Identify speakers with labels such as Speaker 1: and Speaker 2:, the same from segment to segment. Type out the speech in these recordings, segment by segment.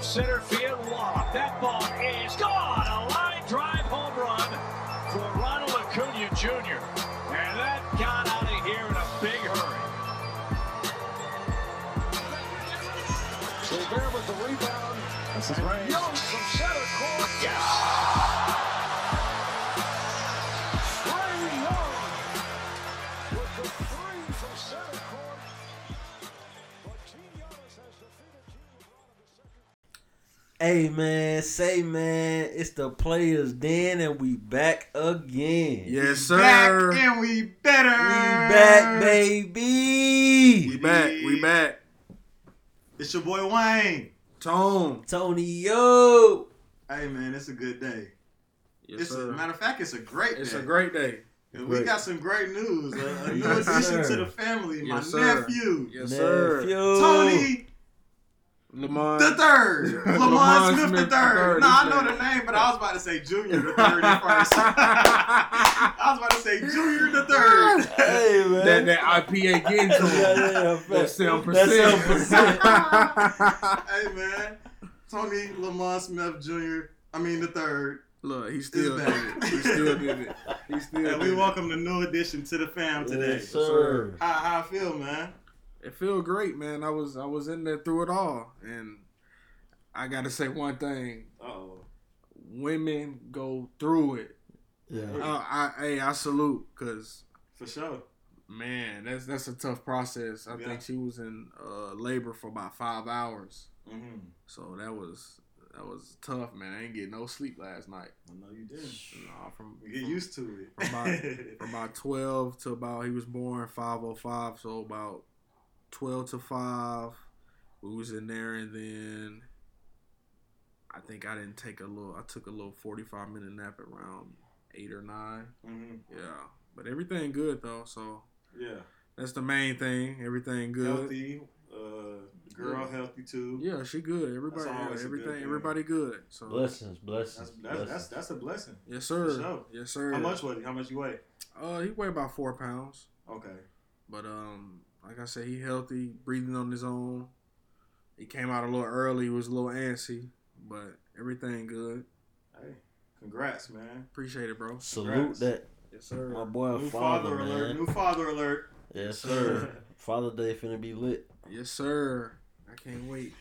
Speaker 1: center field wallop. That ball is gone. A line drive home run for Ronald Acuna Jr. And that got out of here in a big hurry. Gobert with the rebound.
Speaker 2: This is Ray.
Speaker 1: Young from center court. Yes! Ray Young with the three from center court. But Team Giannis has defeated Team LeBron in the second.
Speaker 3: Hey man, say man, it's the players den and we back again.
Speaker 2: Yes,
Speaker 4: Back
Speaker 2: sir.
Speaker 4: and we better.
Speaker 3: We back, baby.
Speaker 2: we back. We back.
Speaker 4: It's your boy Wayne.
Speaker 2: Tone.
Speaker 3: Tony yo.
Speaker 4: Hey man, it's a good day.
Speaker 2: Yes,
Speaker 4: it's a,
Speaker 2: sir.
Speaker 4: matter of fact, it's a great
Speaker 2: It's
Speaker 4: day.
Speaker 2: a great day.
Speaker 4: And we
Speaker 2: great-
Speaker 4: got some great news. A, a new
Speaker 3: Yes,
Speaker 4: addition
Speaker 3: sir.
Speaker 4: to the family, my
Speaker 2: Yes, sir.
Speaker 4: nephew,
Speaker 2: Yes, sir.
Speaker 3: Nephew.
Speaker 4: Tony
Speaker 2: Lamar.
Speaker 4: the third, Lamont
Speaker 2: Lamont
Speaker 4: Smith, the
Speaker 2: Smith
Speaker 4: third.
Speaker 2: III,
Speaker 4: No, I
Speaker 2: he
Speaker 4: know
Speaker 2: said.
Speaker 4: the name, but I was about to say Junior the third at first. I was about to say Junior the third.
Speaker 3: Hey man.
Speaker 2: that that IPA getting to him. That seven
Speaker 3: percent.
Speaker 2: percent.
Speaker 4: hey man, Tony Lamont Smith Jr. I mean the third.
Speaker 2: Look, he still
Speaker 4: It's
Speaker 2: did
Speaker 4: back.
Speaker 2: it. He still did it. He still.
Speaker 4: And
Speaker 2: did
Speaker 4: we
Speaker 2: it.
Speaker 4: welcome the new addition to the fam today.
Speaker 3: Yes, sir.
Speaker 4: How, how I feel, man.
Speaker 2: It feel great, man. I was I was in there through it all, and I gotta say one thing:
Speaker 4: Oh,
Speaker 2: women go through it. Uh,
Speaker 3: Yeah.
Speaker 2: I, I hey, I salute because
Speaker 4: for sure.
Speaker 2: Man, that's that's a tough process. I
Speaker 4: Yeah.
Speaker 2: think she was in uh, labor for about five hours,
Speaker 4: hmm
Speaker 2: so that was that was tough, man. I didn't get no sleep last night.
Speaker 4: I know you did.
Speaker 2: Nah, from
Speaker 4: Get used to it.
Speaker 2: From from about twelve to about he was born five oh five, so about twelve to five, we was in there, and then I think I didn't take a little. I took a little forty five minute nap at around eight or nine.
Speaker 4: Mhm.
Speaker 2: Yeah, but everything good though. So
Speaker 4: Yeah,
Speaker 2: that's the main thing. Everything good.
Speaker 4: healthy. Uh, girl,
Speaker 2: Yeah.
Speaker 4: healthy too.
Speaker 2: Yeah, she good. Everybody, yeah,
Speaker 4: always a good
Speaker 2: everything,
Speaker 4: thing.
Speaker 2: everybody good. So
Speaker 3: Blessings, blessings.
Speaker 4: That's that's, that's
Speaker 3: blessings.
Speaker 4: that's a blessing.
Speaker 2: yes, sir.
Speaker 4: For sure.
Speaker 2: Yes, sir.
Speaker 4: How much was he? How much you weigh?
Speaker 2: Uh, he weighed about four pounds,
Speaker 4: Okay.
Speaker 2: but um, like I said, he healthy, breathing on his own. He came out a little early. He was a little antsy, but everything good.
Speaker 4: Hey, congrats, man.
Speaker 2: Appreciate it, bro.
Speaker 3: Salute
Speaker 4: Congrats.
Speaker 3: that
Speaker 2: Yes,
Speaker 3: my
Speaker 2: sir.
Speaker 3: boy
Speaker 4: New
Speaker 3: father,
Speaker 4: father, alert.
Speaker 3: man.
Speaker 4: New father alert.
Speaker 3: Yes sir. father Day finna be lit.
Speaker 2: Yes, sir. I can't wait.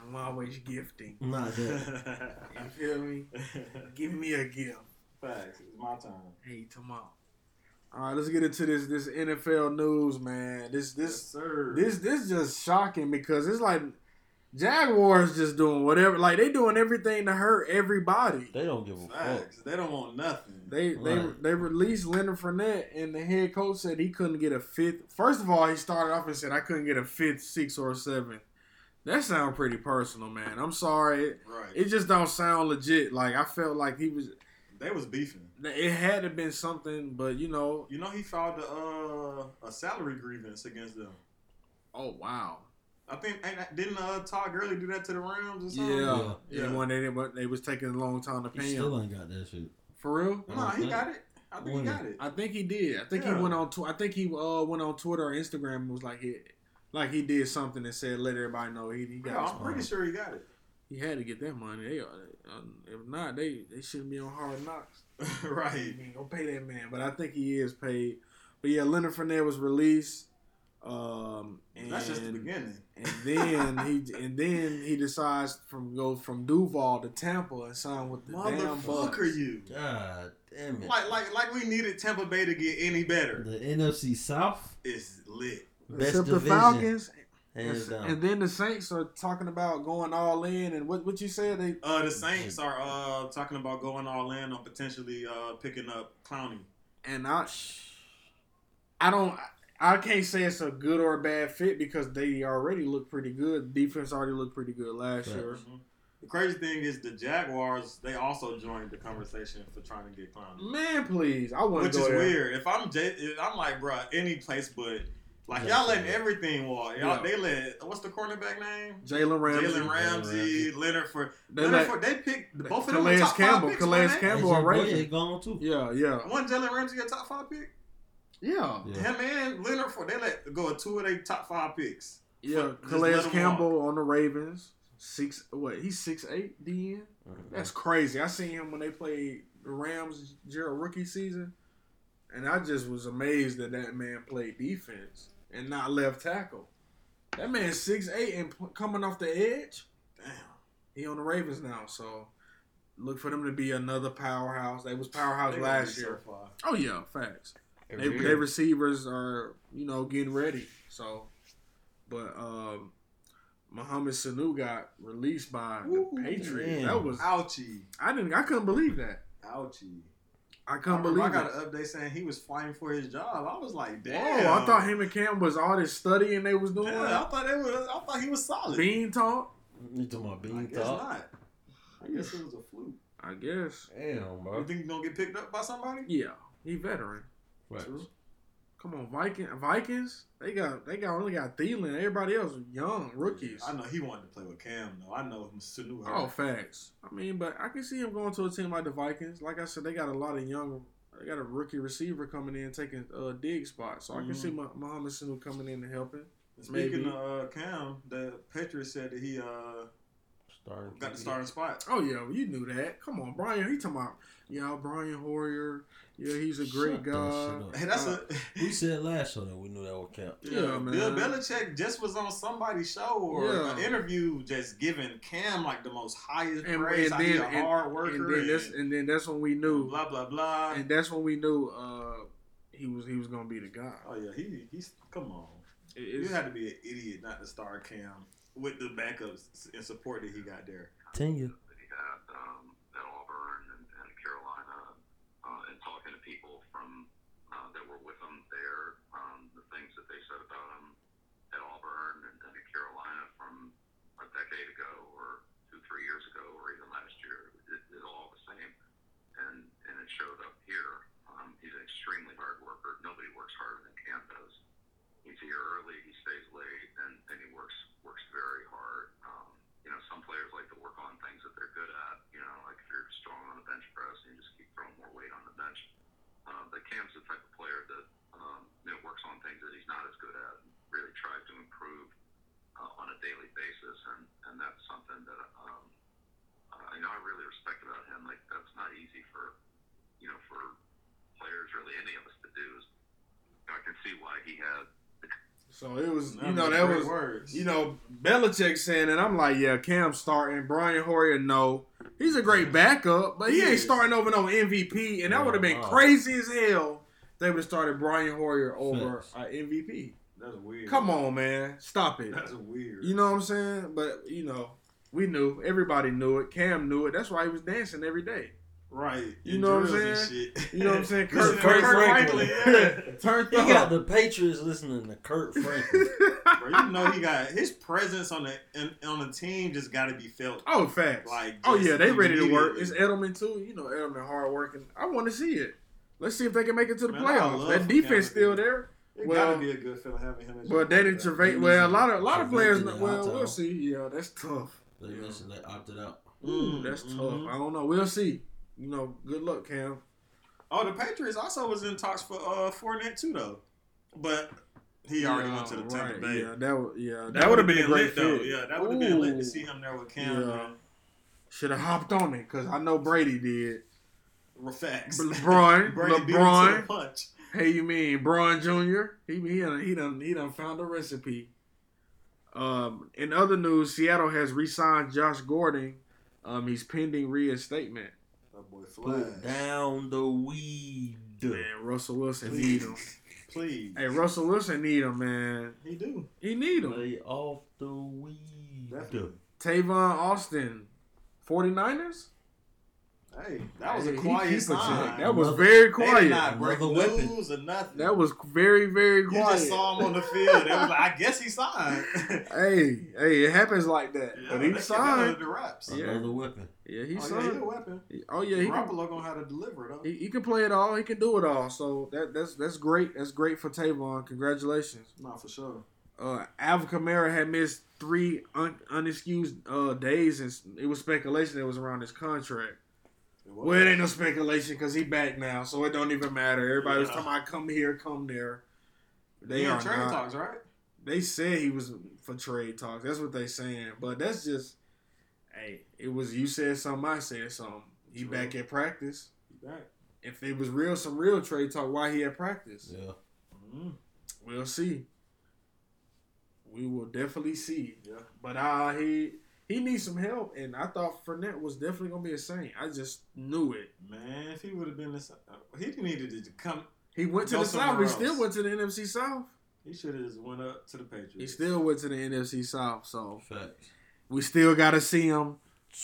Speaker 2: I'm always gifting.
Speaker 3: Not that.
Speaker 2: You feel me? Give me a gift.
Speaker 4: Facts. It's my time.
Speaker 2: Hey, tomorrow. All right, let's get into this this NFL news, man.
Speaker 4: Yes,
Speaker 2: This this
Speaker 4: sir.
Speaker 2: This this just shocking because it's like Jaguars just doing whatever like they doing everything to hurt everybody.
Speaker 3: They don't give a fuck.
Speaker 4: facts. They don't want nothing.
Speaker 2: They they
Speaker 3: Right.
Speaker 2: they released Leonard Fournette and the head coach said he couldn't get a fifth. First of all, he started off and said I couldn't get a fifth, sixth, or seventh. That sounds pretty personal, man. I'm sorry. It,
Speaker 4: right.
Speaker 2: it just don't sound legit. Like I felt like he was.
Speaker 4: they was beefing.
Speaker 2: It had to been something, but you know.
Speaker 4: You know he filed a, uh, a salary grievance against them.
Speaker 2: Oh wow.
Speaker 4: I think ain't that- didn't uh, Todd Gurley do that to the Rams or
Speaker 2: Yeah.
Speaker 4: something?
Speaker 2: yeah.
Speaker 4: Yeah.
Speaker 2: And when they didn't- they was taking a long time to
Speaker 3: He
Speaker 2: pay him.
Speaker 3: still ain't got that shit.
Speaker 2: For real.
Speaker 4: No, he got it. I think he got it.
Speaker 2: Mm-hmm. I think he did. I think
Speaker 4: Yeah.
Speaker 2: he went on. Tw- I think he uh went on Twitter or Instagram and was like it, like he did something and said let everybody know he, he got.
Speaker 4: Yeah,
Speaker 2: his
Speaker 4: I'm
Speaker 2: money."
Speaker 4: pretty sure he got it.
Speaker 2: He had to get that money. They, uh, um, if not, they they shouldn't be on hard knocks.
Speaker 4: right.
Speaker 2: They ain't gonna pay that man, but I think he is paid. But yeah, Leonard Fournette was released. Um, and,
Speaker 4: That's just the beginning.
Speaker 2: and then he and then he decides from go from Duval to Tampa and sign with the damn uh, Bucks.
Speaker 4: Motherfucker, you.
Speaker 3: God damn it.
Speaker 4: Like, like, like we needed Tampa Bay to get any better.
Speaker 3: The NFC South,
Speaker 4: It's lit.
Speaker 3: best
Speaker 2: Except
Speaker 3: division,
Speaker 2: the Falcons
Speaker 3: hands
Speaker 2: And,
Speaker 3: down.
Speaker 2: and then the Saints are talking about going all in, and what what you said they
Speaker 4: Uh, the Saints are uh talking about going all in on potentially uh picking up Clowney.
Speaker 2: and I, I don't, I can't say it's a good or a bad fit because they already look pretty good. Defense already looked pretty good last
Speaker 3: Right.
Speaker 2: year.
Speaker 4: The crazy thing is the Jaguars they also joined the conversation for trying to get Clowney,
Speaker 2: Man, please, I wouldn't
Speaker 4: which
Speaker 2: go
Speaker 4: is
Speaker 2: there.
Speaker 4: weird. If I'm J, if I'm like, bruh, any place but like
Speaker 3: Yeah.
Speaker 4: y'all letting everything walk. Y'all
Speaker 2: Yeah.
Speaker 4: they let what's the cornerback name?
Speaker 2: Jalen Ramsey,
Speaker 4: Jalen Ramsey, Leonard for
Speaker 2: They
Speaker 4: Leonard
Speaker 2: let-
Speaker 4: for they picked both of them were
Speaker 2: Calais
Speaker 4: top
Speaker 2: Campbell,
Speaker 4: five picks.
Speaker 2: Calais
Speaker 4: weren't they?
Speaker 2: Campbell,
Speaker 3: And your
Speaker 2: are
Speaker 3: boy
Speaker 2: Ravens.
Speaker 3: is gone too.
Speaker 2: Yeah, yeah,
Speaker 4: One Jalen Ramsey a top five pick.
Speaker 2: yeah,
Speaker 3: Yeah.
Speaker 4: Him and Leonard for they let go of two of their top five picks.
Speaker 2: yeah.
Speaker 4: Just let
Speaker 2: Calais
Speaker 4: 'em
Speaker 2: Campbell on the Ravens. Six what? He's six eight. DN.
Speaker 3: Mhm.
Speaker 2: That's crazy. I seen him when they played the Rams Gerald rookie season, and I just was amazed that that man played defense and not left tackle. That man's six eight and p- coming off the edge. Damn, he on the Ravens now. So look for them to be another powerhouse. They was powerhouse
Speaker 4: They gonna be
Speaker 2: last
Speaker 4: so
Speaker 2: year.
Speaker 4: fly.
Speaker 2: Oh yeah, facts. They,
Speaker 3: Every
Speaker 2: they
Speaker 3: year.
Speaker 2: receivers are you know getting ready. So, but um, Muhammad Sanu got released by
Speaker 4: Ooh,
Speaker 2: the Patriots.
Speaker 3: man.
Speaker 2: That was
Speaker 4: Ouchie.
Speaker 2: I didn't. I couldn't believe that.
Speaker 4: Ouchie.
Speaker 2: I couldn't
Speaker 4: remember
Speaker 2: believe
Speaker 4: I got
Speaker 2: it.
Speaker 4: an update saying he was fighting for his job. I was like,
Speaker 2: Whoa!
Speaker 4: damn.
Speaker 2: Oh, I thought him and Cam was all this studying they was doing.
Speaker 4: Yeah, I thought they was. I thought he was solid.
Speaker 2: Bean talk.
Speaker 3: You talking about
Speaker 4: I
Speaker 3: bean
Speaker 4: guess
Speaker 3: talk?
Speaker 4: not. I guess it was a fluke.
Speaker 2: I guess.
Speaker 3: Damn,
Speaker 4: You
Speaker 3: bro.
Speaker 4: think he's gonna get picked up by somebody?
Speaker 2: Yeah, he veteran.
Speaker 3: Facts.
Speaker 2: Come on, Viking Vikings. They got they got only got Thielen. Everybody else young rookies.
Speaker 4: I know he wanted to play with Cam though. I know Sanu.
Speaker 2: Oh, facts. I mean, but I can see him going to a team like the Vikings. Like I said, they got a lot of young. They got a rookie receiver coming in taking a dig spot, so I can
Speaker 4: Mhm.
Speaker 2: see Mu- Muhammad Sanu coming in and helping.
Speaker 4: Speaking
Speaker 2: maybe.
Speaker 4: of uh, Cam, the Patriots said that he uh,
Speaker 3: Starting
Speaker 4: got the starting spot.
Speaker 2: Oh yeah, well, you knew that. Come on, Brian. He talking about yeah, Brian Hoyer. Yeah, he's a great
Speaker 3: Shut that
Speaker 2: guy.
Speaker 3: shit up.
Speaker 4: Hey, that's
Speaker 2: Uh,
Speaker 4: a
Speaker 3: We said last show that we knew that would count.
Speaker 2: Yeah, man.
Speaker 4: Bill Belichick just was on somebody's show or
Speaker 2: Yeah.
Speaker 4: an interview, just giving Cam like the most highest
Speaker 2: And-
Speaker 4: praise.
Speaker 2: and
Speaker 4: how he
Speaker 2: then-
Speaker 4: a
Speaker 2: and-
Speaker 4: hard worker
Speaker 2: And then that's
Speaker 4: and
Speaker 2: and then that's when we knew.
Speaker 4: blah blah blah.
Speaker 2: And that's when we knew uh, he was he was gonna be the guy.
Speaker 4: oh yeah, he he's come on.
Speaker 2: It- it's-
Speaker 4: you had to be an idiot not to start Cam with the backups and support that he got there.
Speaker 3: Tenure.
Speaker 5: that he had um, at Auburn and, and at Carolina, uh, and talking to people from uh, that were with him there, um, the things that they said about him at Auburn and, and at Carolina from a decade ago, or two, three years ago, or even last year, it, it's all the same, and and it showed up here. Um, he's an extremely hard worker. Nobody works harder than Cam does. He's here early, he stays late, and, and he works works very hard. Um, you know, some players like to work on things that they're good at. You know, like if you're strong on the bench press and you just keep throwing more weight on the bench. Uh, but Cam's the type of player that um, you know works on things that he's not as good at. And really tries to improve uh, on a daily basis, and and that's something that um, uh, you know I really respect about him. Like that's not easy for you know for players, really any of us to do. Is I can see why he had
Speaker 2: so it was you
Speaker 4: None
Speaker 2: know
Speaker 4: of
Speaker 2: that
Speaker 4: great
Speaker 2: was
Speaker 4: words.
Speaker 2: you know Belichick saying and I'm like yeah Cam starting Brian Hoyer no he's a great backup but he,
Speaker 4: He
Speaker 2: ain't
Speaker 4: is.
Speaker 2: starting over no MVP and that
Speaker 3: Yeah,
Speaker 2: would have been
Speaker 3: Oh, wow.
Speaker 2: crazy as hell. if They would have started Brian Hoyer over
Speaker 3: Facts.
Speaker 2: an MVP.
Speaker 4: that's weird.
Speaker 2: Come on, man, stop it.
Speaker 4: that's weird.
Speaker 2: You know what I'm saying? But you know, we knew. Everybody knew it. Cam knew it. That's why he was dancing every day.
Speaker 4: right?
Speaker 2: You
Speaker 4: and
Speaker 2: know what I'm
Speaker 4: drills and shit.
Speaker 2: You know what I'm saying?
Speaker 4: Listen to
Speaker 3: Kirk
Speaker 4: Kirk
Speaker 3: Franklin.
Speaker 4: Franklin. yeah.
Speaker 2: Turn
Speaker 3: He got the Patriots listening to Kurt Franklin.
Speaker 4: Bro, you know he got his presence on the in, on the team just got to be felt.
Speaker 2: oh, facts.
Speaker 4: Like,
Speaker 2: oh yeah,
Speaker 4: just
Speaker 2: they ready to work. It's
Speaker 4: immediately.
Speaker 2: Edelman too. You know, Edelman hard working. I want to see it. Let's see if they can make it to the
Speaker 4: Man, I
Speaker 2: playoffs.
Speaker 4: love
Speaker 2: That defense still
Speaker 4: Cam.
Speaker 2: there.
Speaker 4: It
Speaker 2: Well,
Speaker 4: gotta be a good feeling having him. as your
Speaker 2: But Danny
Speaker 4: quarterback.
Speaker 2: Trevathan,
Speaker 3: They
Speaker 2: well, a
Speaker 3: losing
Speaker 2: lot of a lot of
Speaker 3: Trevathan
Speaker 2: players.
Speaker 3: and
Speaker 2: Well,
Speaker 3: Hightower.
Speaker 2: we'll see. Yeah, that's tough.
Speaker 3: they
Speaker 2: Yeah.
Speaker 3: mentioned they opted out.
Speaker 2: Ooh, that's
Speaker 4: Mhm.
Speaker 2: tough. I don't know. We'll see. You know, good luck, Cam.
Speaker 4: Oh, the Patriots also was in talks for uh Fournette too though, but he already went to the
Speaker 2: Yeah,
Speaker 4: Tampa
Speaker 2: right.
Speaker 4: Bay.
Speaker 2: Yeah, that would. Yeah, that,
Speaker 4: would've
Speaker 2: would have been a great
Speaker 4: lit though.
Speaker 2: fit.
Speaker 4: Yeah, that would have been lit
Speaker 2: Ooh.
Speaker 4: to see him there with Cam.
Speaker 2: Yeah.
Speaker 4: man.
Speaker 2: Should have hopped on it because I know Brady did.
Speaker 4: Real Facts.
Speaker 2: LeBron,
Speaker 4: Brady beat him to the
Speaker 2: LeBron.
Speaker 4: punch.
Speaker 2: Hey, you mean Braun Jr.? He he done, he done he done found a recipe. Um, in other news, Seattle has re-signed Josh Gordon. Um, he's pending reinstatement.
Speaker 4: That boy
Speaker 3: Put
Speaker 4: flash.
Speaker 3: down the weed.
Speaker 2: Man, Russell Wilson need
Speaker 4: Please,
Speaker 2: him.
Speaker 4: please.
Speaker 2: Hey, Russell Wilson need him, man.
Speaker 4: He do.
Speaker 2: He need him.
Speaker 3: Lay off the weed.
Speaker 4: Definitely.
Speaker 2: Tavon Austin, 49ers?
Speaker 4: Hey, that was a
Speaker 2: Hey, he
Speaker 4: quiet
Speaker 2: keep a check.
Speaker 4: sign.
Speaker 2: That was
Speaker 3: Another-
Speaker 2: very
Speaker 4: They did not
Speaker 2: quiet.
Speaker 4: break
Speaker 3: Another weapon.
Speaker 4: news or nothing.
Speaker 2: That was very, very
Speaker 4: you
Speaker 2: quiet.
Speaker 4: just saw him on the field. It was like, I guess he signed.
Speaker 2: Hey, hey, it happens like that. but
Speaker 4: Yeah,
Speaker 2: he
Speaker 4: they
Speaker 2: signed.
Speaker 4: kept that under The wraps.
Speaker 2: Yeah.
Speaker 3: Another weapon.
Speaker 2: Yeah, he
Speaker 4: oh,
Speaker 2: signed.
Speaker 4: Yeah, he a weapon.
Speaker 2: He- Oh yeah, he can,
Speaker 4: Garoppolo gonna have to deliver though.
Speaker 2: he, he can play it all. He can do it all. So that that's that's great. That's great for Tavon. Congratulations.
Speaker 4: Not for sure.
Speaker 2: Uh, Alvin Kamara had missed three un- unexcused uh, days, and s- it was speculation that was around his contract.
Speaker 4: was.
Speaker 2: Well, it ain't no speculation because he back now, so it don't even matter. Everybody was
Speaker 4: Yeah.
Speaker 2: talking about come here, come there. They
Speaker 4: He in
Speaker 2: are
Speaker 4: trade
Speaker 2: not.
Speaker 4: talks, right?
Speaker 2: They said he was for trade talks. That's what they saying. But that's just Hey, it was you said something. I said something. He
Speaker 4: True.
Speaker 2: back at practice.
Speaker 4: Back.
Speaker 2: If it was real, some real trade talk. Why he at practice?
Speaker 3: Yeah.
Speaker 4: Mm,
Speaker 2: We'll see. We will definitely see.
Speaker 4: yeah.
Speaker 2: But uh, he he needs some help, and I thought Fournette was definitely gonna be a saint. I just knew it.
Speaker 4: Man, if he would have been this, uh, he needed to come.
Speaker 2: He went to
Speaker 4: Go
Speaker 2: the South.
Speaker 4: somewhere
Speaker 2: He still
Speaker 4: else.
Speaker 2: went to the NFC South.
Speaker 4: He should have just went up to the Patriots.
Speaker 2: He still went to the NFC South. So
Speaker 3: Facts.
Speaker 2: we still gotta see him,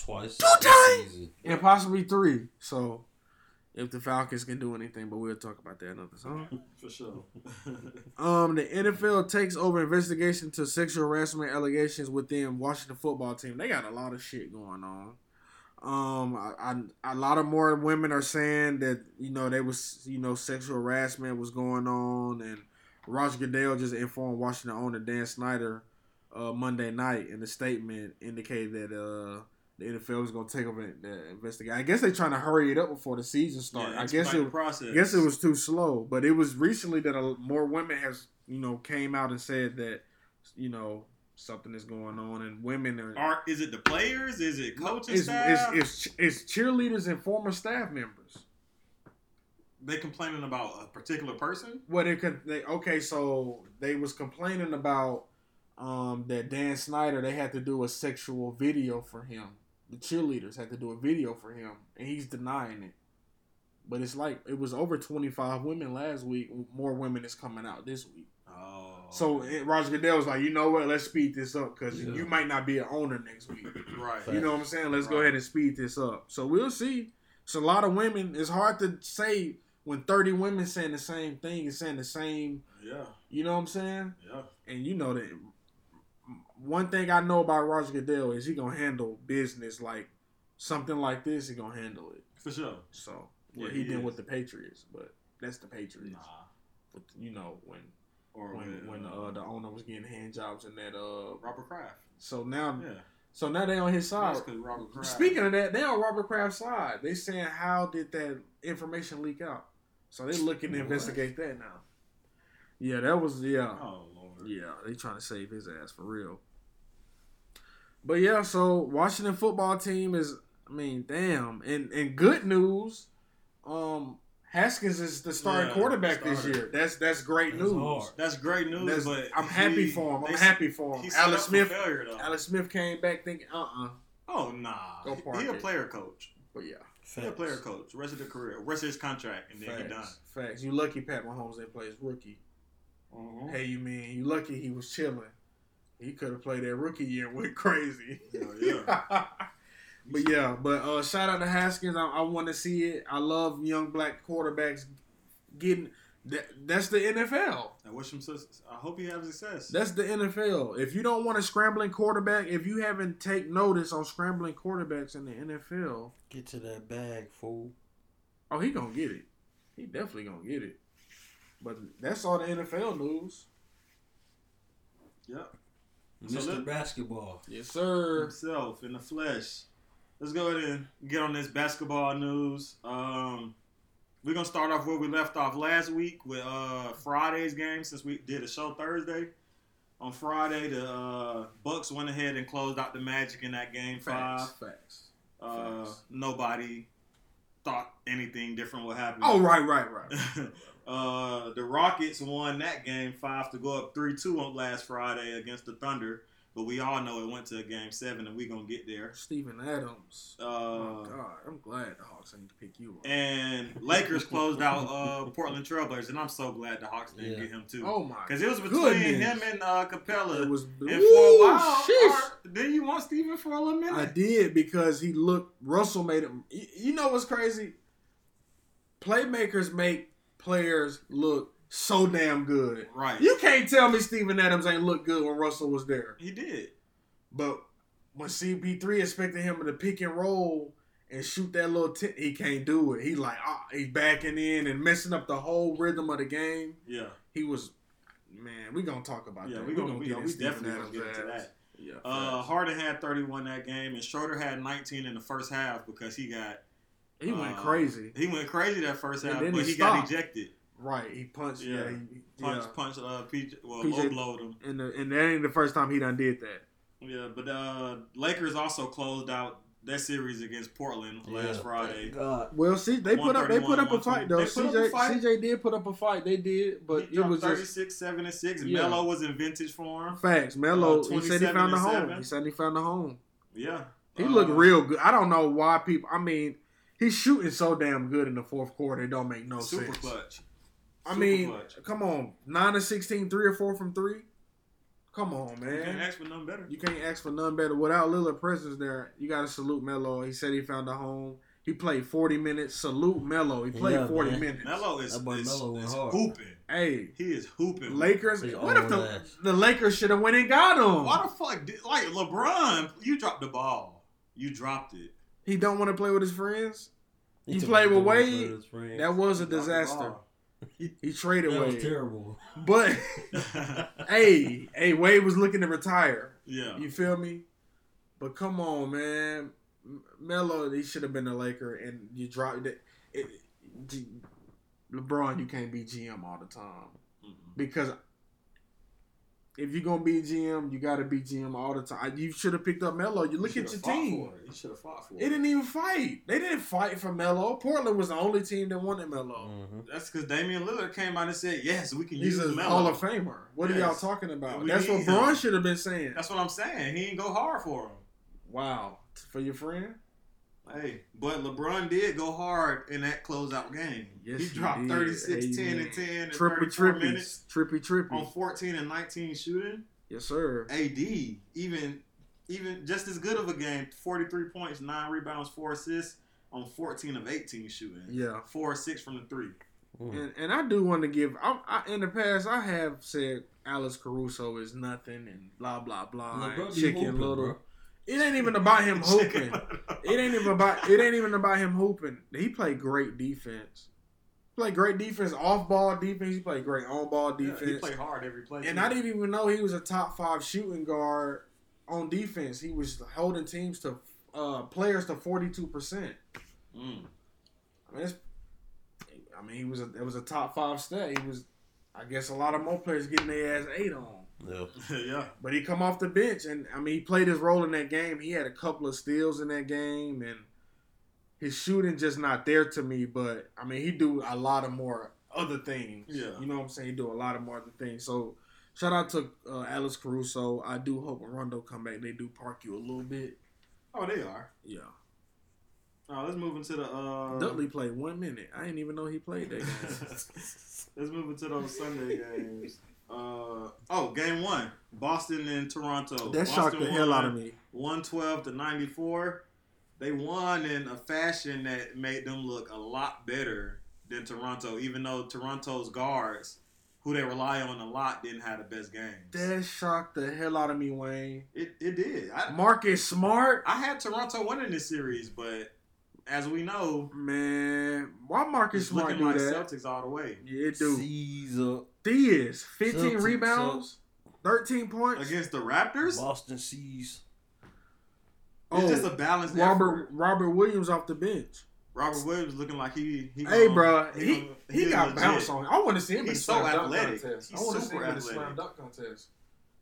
Speaker 3: Twice.
Speaker 2: Two
Speaker 3: this
Speaker 2: times!
Speaker 3: season.
Speaker 2: and possibly three. So if the Falcons can do anything, but we'll talk about that another time.
Speaker 4: for sure.
Speaker 2: Um, the NFL takes over investigation to sexual harassment allegations within Washington football team. They got a lot of shit going on. Um, I, I, a lot of more women are saying that you know they was you know sexual harassment was going on, and Roger Goodell just informed Washington owner Dan Snyder uh, Monday night in a statement indicated that uh the NFL was gonna take over the investigation. I guess they're trying to hurry it up before the season starts.
Speaker 4: Yeah,
Speaker 2: I guess
Speaker 4: expedite
Speaker 2: it
Speaker 4: the process.
Speaker 2: I guess it was too slow, but it was recently that a, more women has you know came out and said that you know something is going on, and women are,
Speaker 4: Are, is it the players? Is it coaching
Speaker 2: it's, it's,
Speaker 4: staff?
Speaker 2: it's it's cheerleaders and former staff members.
Speaker 4: they complaining about a particular person?
Speaker 2: Well, they could they okay, so they was complaining about um that Dan Snyder they had to do a sexual video for him. The cheerleaders had to do a video for him, and he's denying it. But it's like it was over twenty five women last week. More women is coming out this week.
Speaker 4: Oh,
Speaker 2: So it- Roger Goodell was like, you know what? Let's speed this up because
Speaker 3: Yeah.
Speaker 2: you might not be an owner next week.
Speaker 4: right.
Speaker 2: You know what I'm saying? Let's go ahead and speed this up. So we'll see. It's a lot of women. It's hard to say when 30 women saying the same thing and saying the same.
Speaker 4: Yeah,
Speaker 2: You know what I'm saying?
Speaker 4: yeah.
Speaker 2: And you know that one thing I know about Roger Goodell is he gonna handle business like something like this. He gonna handle it.
Speaker 4: For sure.
Speaker 2: So what
Speaker 4: Yeah,
Speaker 2: he,
Speaker 4: he
Speaker 2: did
Speaker 4: is.
Speaker 2: with the Patriots, but that's the Patriots. But, you know when
Speaker 4: Or
Speaker 2: when when uh, the owner was getting hand jobs and that uh
Speaker 4: Robert Kraft.
Speaker 2: so now
Speaker 4: Yeah.
Speaker 2: so now they on his side.
Speaker 4: That's 'cause Robert Kraft.
Speaker 2: Um, uh, Speaking of that, they on Robert Kraft's side. They saying how did that information leak out? So they looking to
Speaker 3: What?
Speaker 2: investigate that now. Yeah, that was yeah.
Speaker 4: Oh lord.
Speaker 2: Yeah, they trying to save his ass for real. But yeah, so Washington football team is I mean, damn. And and good news, um Haskins is the starting
Speaker 4: Yeah,
Speaker 2: quarterback this
Speaker 4: starter.
Speaker 2: year. That's that's great
Speaker 3: That's
Speaker 2: news.
Speaker 3: hard.
Speaker 4: That's great news,
Speaker 2: That's-
Speaker 4: but
Speaker 2: I'm happy for him. I'm happy for him.
Speaker 4: He's
Speaker 2: Alex Smith.
Speaker 4: failure though.
Speaker 2: Alex Smith came back thinking, uh uh
Speaker 4: Oh nah.
Speaker 2: Go
Speaker 4: He-
Speaker 2: park
Speaker 4: he a
Speaker 2: it.
Speaker 4: player coach.
Speaker 2: But yeah,
Speaker 4: He a
Speaker 3: Facts.
Speaker 4: player coach. Rest of the career. Rest of his contract, and then he done.
Speaker 2: facts. Facts. You lucky Pat Mahomes didn't play his rookie.
Speaker 4: Mhm.
Speaker 2: Hey, you mean you lucky he was chilling. He could have played that rookie year and went crazy.
Speaker 4: Hell yeah.
Speaker 2: but yeah, but uh, shout out to Haskins. I, I want to see it. I love young black quarterbacks getting. That, that's the NFL.
Speaker 4: I wish him success. I hope he has success.
Speaker 2: That's the NFL. If you don't want a scrambling quarterback, if you haven't take notice on scrambling quarterbacks in the NFL,
Speaker 3: Get to that bag, fool.
Speaker 2: oh, he gonna get it. He definitely gonna get it. But that's all the NFL news.
Speaker 4: yep. So
Speaker 3: Mr.
Speaker 4: let-
Speaker 3: Basketball.
Speaker 2: Yes, sir.
Speaker 4: himself in the flesh. Let's go ahead and get on this basketball news. Um, we're gonna start off where we left off last week with uh, Friday's game, since we did a show Thursday. On Friday, the uh, Bucks went ahead and closed out the Magic in that game five.
Speaker 2: Facts. Facts.
Speaker 4: Uh,
Speaker 2: Facts.
Speaker 4: nobody thought anything different would happen.
Speaker 2: Oh, right, right, right.
Speaker 4: uh, the Rockets won that game five to go up three two on last Friday against the Thunder, but we all know it went to a game seven, and we gonna get there.
Speaker 2: Stephen Adams. oh,
Speaker 4: Uh,
Speaker 2: God. I'm glad the Hawks ain't pick you up.
Speaker 4: and Lakers closed out uh, Portland Trailblazers, and I'm so glad the Hawks didn't
Speaker 3: Yeah.
Speaker 4: get him too,
Speaker 2: Oh, my
Speaker 4: because it was between
Speaker 2: goodness.
Speaker 4: him and uh, Capella.
Speaker 2: It was
Speaker 4: and for a
Speaker 2: Ooh,
Speaker 4: while,
Speaker 2: sheesh.
Speaker 4: Art, didn't you want Steven for a little minute?
Speaker 2: I did because he looked. Russell made him. y- You know what's crazy? Playmakers make players look so damn good.
Speaker 4: Right,
Speaker 2: You can't tell me Stephen Adams ain't looked good when Russell was there.
Speaker 4: he did.
Speaker 2: But when CP3 expected him to pick and roll and shoot that little, t- he can't do it. He like ah, he's backing in and messing up the whole rhythm of the game.
Speaker 4: Yeah,
Speaker 2: he was man, we gonna talk about
Speaker 4: yeah,
Speaker 2: that.
Speaker 4: we
Speaker 2: We
Speaker 4: gonna, we,
Speaker 2: get
Speaker 4: gonna,
Speaker 2: in
Speaker 4: we
Speaker 2: Stephen
Speaker 4: definitely gonna get
Speaker 2: Adams'
Speaker 4: into
Speaker 2: ass.
Speaker 4: that.
Speaker 2: Yeah.
Speaker 4: Uh,
Speaker 2: facts.
Speaker 4: Harden had 31 that game, and Schroeder had 19 in the first half because he got
Speaker 2: he went
Speaker 4: uh,
Speaker 2: crazy.
Speaker 4: he went crazy that first
Speaker 2: And
Speaker 4: half,
Speaker 2: then
Speaker 4: but
Speaker 2: he
Speaker 4: he, got
Speaker 2: stopped.
Speaker 4: ejected.
Speaker 2: Right. He punched yeah,
Speaker 4: Yeah.
Speaker 2: he,
Speaker 4: Punch,
Speaker 2: yeah.
Speaker 4: punch, uh, PJ, well,
Speaker 2: PJ
Speaker 4: low blowed him.
Speaker 2: And the, and that ain't the first time he done did that.
Speaker 4: Yeah, but uh, Lakers also closed out their series against Portland last
Speaker 3: Yeah.
Speaker 4: Friday.
Speaker 3: God.
Speaker 2: Well, see, they put up they put up a fight though.
Speaker 4: 131, 120. They
Speaker 2: CJ
Speaker 4: put up a fight.
Speaker 2: CJ did put up a fight. They did, but
Speaker 4: he
Speaker 2: it was
Speaker 4: dropped
Speaker 2: just
Speaker 4: 36, 7, and 6.
Speaker 2: Yeah.
Speaker 4: Melo was in vintage form.
Speaker 2: facts. Melo, he said he
Speaker 4: 27
Speaker 2: found a
Speaker 4: and
Speaker 2: home.
Speaker 4: seven.
Speaker 2: He said he found a home.
Speaker 4: Yeah.
Speaker 2: He
Speaker 4: Uh,
Speaker 2: looked real good. I don't know why people. I mean, he's shooting so damn good in the fourth quarter. It don't make no
Speaker 4: super
Speaker 2: sense.
Speaker 4: clutch.
Speaker 2: I
Speaker 4: Super
Speaker 2: mean,
Speaker 4: clutch.
Speaker 2: come on, nine and 16, three or four from three. Come on,
Speaker 4: You can't
Speaker 2: man.
Speaker 4: ask for nothing better.
Speaker 2: You can't ask for none better. Without Lillard presence there, you got to salute Melo. He said he found a home. He played 40 minutes. Salute Melo. He played
Speaker 3: Yeah,
Speaker 2: 40
Speaker 3: man.
Speaker 2: minutes.
Speaker 4: Melo is,
Speaker 3: That boy
Speaker 4: is,
Speaker 3: Melo went
Speaker 4: is
Speaker 3: hard.
Speaker 4: hooping.
Speaker 2: Hey,
Speaker 4: He is hooping.
Speaker 2: Lakers.
Speaker 3: They
Speaker 2: What if
Speaker 3: all
Speaker 2: the,
Speaker 3: last.
Speaker 2: the Lakers should have went and got him?
Speaker 4: Why the fuck? Did, like, LeBron, you dropped the ball. You dropped it.
Speaker 2: He don't want to play with his friends.
Speaker 3: He
Speaker 2: You
Speaker 3: took
Speaker 2: played
Speaker 3: the
Speaker 2: with
Speaker 3: ball
Speaker 2: Wade?
Speaker 3: for his friend.
Speaker 2: That was a
Speaker 4: You dropped the
Speaker 2: disaster.
Speaker 4: ball.
Speaker 2: He traded
Speaker 3: That was
Speaker 2: Wade,
Speaker 3: terrible.
Speaker 2: but hey, hey, Wade was looking to retire.
Speaker 4: yeah.
Speaker 2: You feel me? But come on, man. M- Melo, he should have been a Laker, and you dropped it. it G- LeBron, you can't be GM all the time
Speaker 4: Mhm.
Speaker 2: because if you're gonna be GM, you got to be GM all the time. You should have picked up Melo. You look
Speaker 4: You
Speaker 2: at your
Speaker 4: should've fought
Speaker 2: team.
Speaker 4: for it. You should have fought for
Speaker 2: They didn't even fight. They didn't fight for Melo. Portland was the only team that wanted
Speaker 4: Mm-hmm.
Speaker 2: Melo.
Speaker 3: hmm
Speaker 4: That's because Damian Lillard came out and said, "Yes, we can
Speaker 2: He's
Speaker 4: use
Speaker 2: a
Speaker 4: Melo."
Speaker 2: Hall of Famer. What are
Speaker 4: Yes.
Speaker 2: y'all talking about?
Speaker 4: We
Speaker 2: That's what
Speaker 4: need
Speaker 2: Braun
Speaker 4: him.
Speaker 2: should have been saying.
Speaker 4: That's what I'm saying. He didn't go hard for him.
Speaker 2: Wow, for your friend.
Speaker 4: Hey, but LeBron did go hard in that closeout game.
Speaker 2: Yes,
Speaker 4: he
Speaker 2: he
Speaker 4: dropped
Speaker 2: did.
Speaker 4: 36, 10,
Speaker 2: Amen.
Speaker 4: and 10 in
Speaker 2: Triple
Speaker 4: 34
Speaker 2: trippies,
Speaker 4: minutes
Speaker 2: trippy
Speaker 4: on
Speaker 2: trippies.
Speaker 4: 14 and 19 shooting.
Speaker 2: Yes, sir.
Speaker 4: AD even even just as good of a game. 43 points, nine rebounds, four assists on 14 of 18 shooting.
Speaker 2: Yeah,
Speaker 4: Four or six from the three.
Speaker 2: and and I do want to give. I, I in the past I have said Alice Caruso is nothing and blah blah blah. and chicken little. It ain't even about him hooping. It ain't even about it ain't even about him hooping. He played great defense. He played great defense, off ball defense. He played great on ball
Speaker 4: Yeah,
Speaker 2: defense.
Speaker 4: he played hard every play.
Speaker 2: and I didn't even know he was a top five shooting guard on defense. He was holding teams to uh, players to forty two percent.
Speaker 4: Mm.
Speaker 2: I mean, it's, I mean, he was a, it was a top five stat. He was, I guess, a lot of more players getting their ass eight on.
Speaker 3: Yeah.
Speaker 4: yeah.
Speaker 2: But he come off the bench, and I mean, he played his role in that game. He had a couple of steals in that game, and his shooting just not there to me. But I mean, he do a lot of more other things.
Speaker 4: Yeah.
Speaker 2: you know what I'm saying. He do a lot of more other things. So shout out to uh, Alice Caruso. I do hope when Rondo come back, they do park you a little bit.
Speaker 4: Oh, they are.
Speaker 2: Yeah,
Speaker 4: Oh, let's move into the uh
Speaker 2: Um, Dudley played one minute. I didn't even know he played that game.
Speaker 4: Let's move into those Sunday games. Uh, oh, game one, Boston and Toronto.
Speaker 2: that
Speaker 4: Boston
Speaker 2: shocked the hell
Speaker 4: won
Speaker 2: out of me.
Speaker 4: 112 to 94. They won in a fashion that made them look a lot better than Toronto, even though Toronto's guards, who they rely on a lot, didn't have the best games.
Speaker 2: That shocked the hell out of me, Wayne.
Speaker 4: It, it did. I,
Speaker 2: Marcus Smart,
Speaker 4: I had Toronto winning this series, but as we know,
Speaker 2: man. Why Marcus
Speaker 4: it's
Speaker 2: Smart
Speaker 4: looking
Speaker 2: do
Speaker 4: like
Speaker 2: that?
Speaker 4: Celtics all the way.
Speaker 2: Yeah, it do.
Speaker 3: Caesar.
Speaker 2: Diaz, 15
Speaker 3: Celtics,
Speaker 2: rebounds, 13 points.
Speaker 4: Against the Raptors?
Speaker 3: Boston sees.
Speaker 4: It's
Speaker 2: Oh,
Speaker 4: just a balanced effort.
Speaker 2: Robert Robert Williams off the bench.
Speaker 4: Robert Williams looking like he. he
Speaker 2: hey,
Speaker 4: gonna-
Speaker 2: bro, he
Speaker 4: gonna-
Speaker 2: he, got
Speaker 4: legit.
Speaker 2: bounced on. I want to see him in
Speaker 4: He's
Speaker 2: the
Speaker 4: so
Speaker 2: slam dunk
Speaker 4: athletic.
Speaker 2: contest.
Speaker 4: He's
Speaker 2: I want to see
Speaker 4: super
Speaker 2: him in the slam
Speaker 4: athletic.
Speaker 2: dunk contest.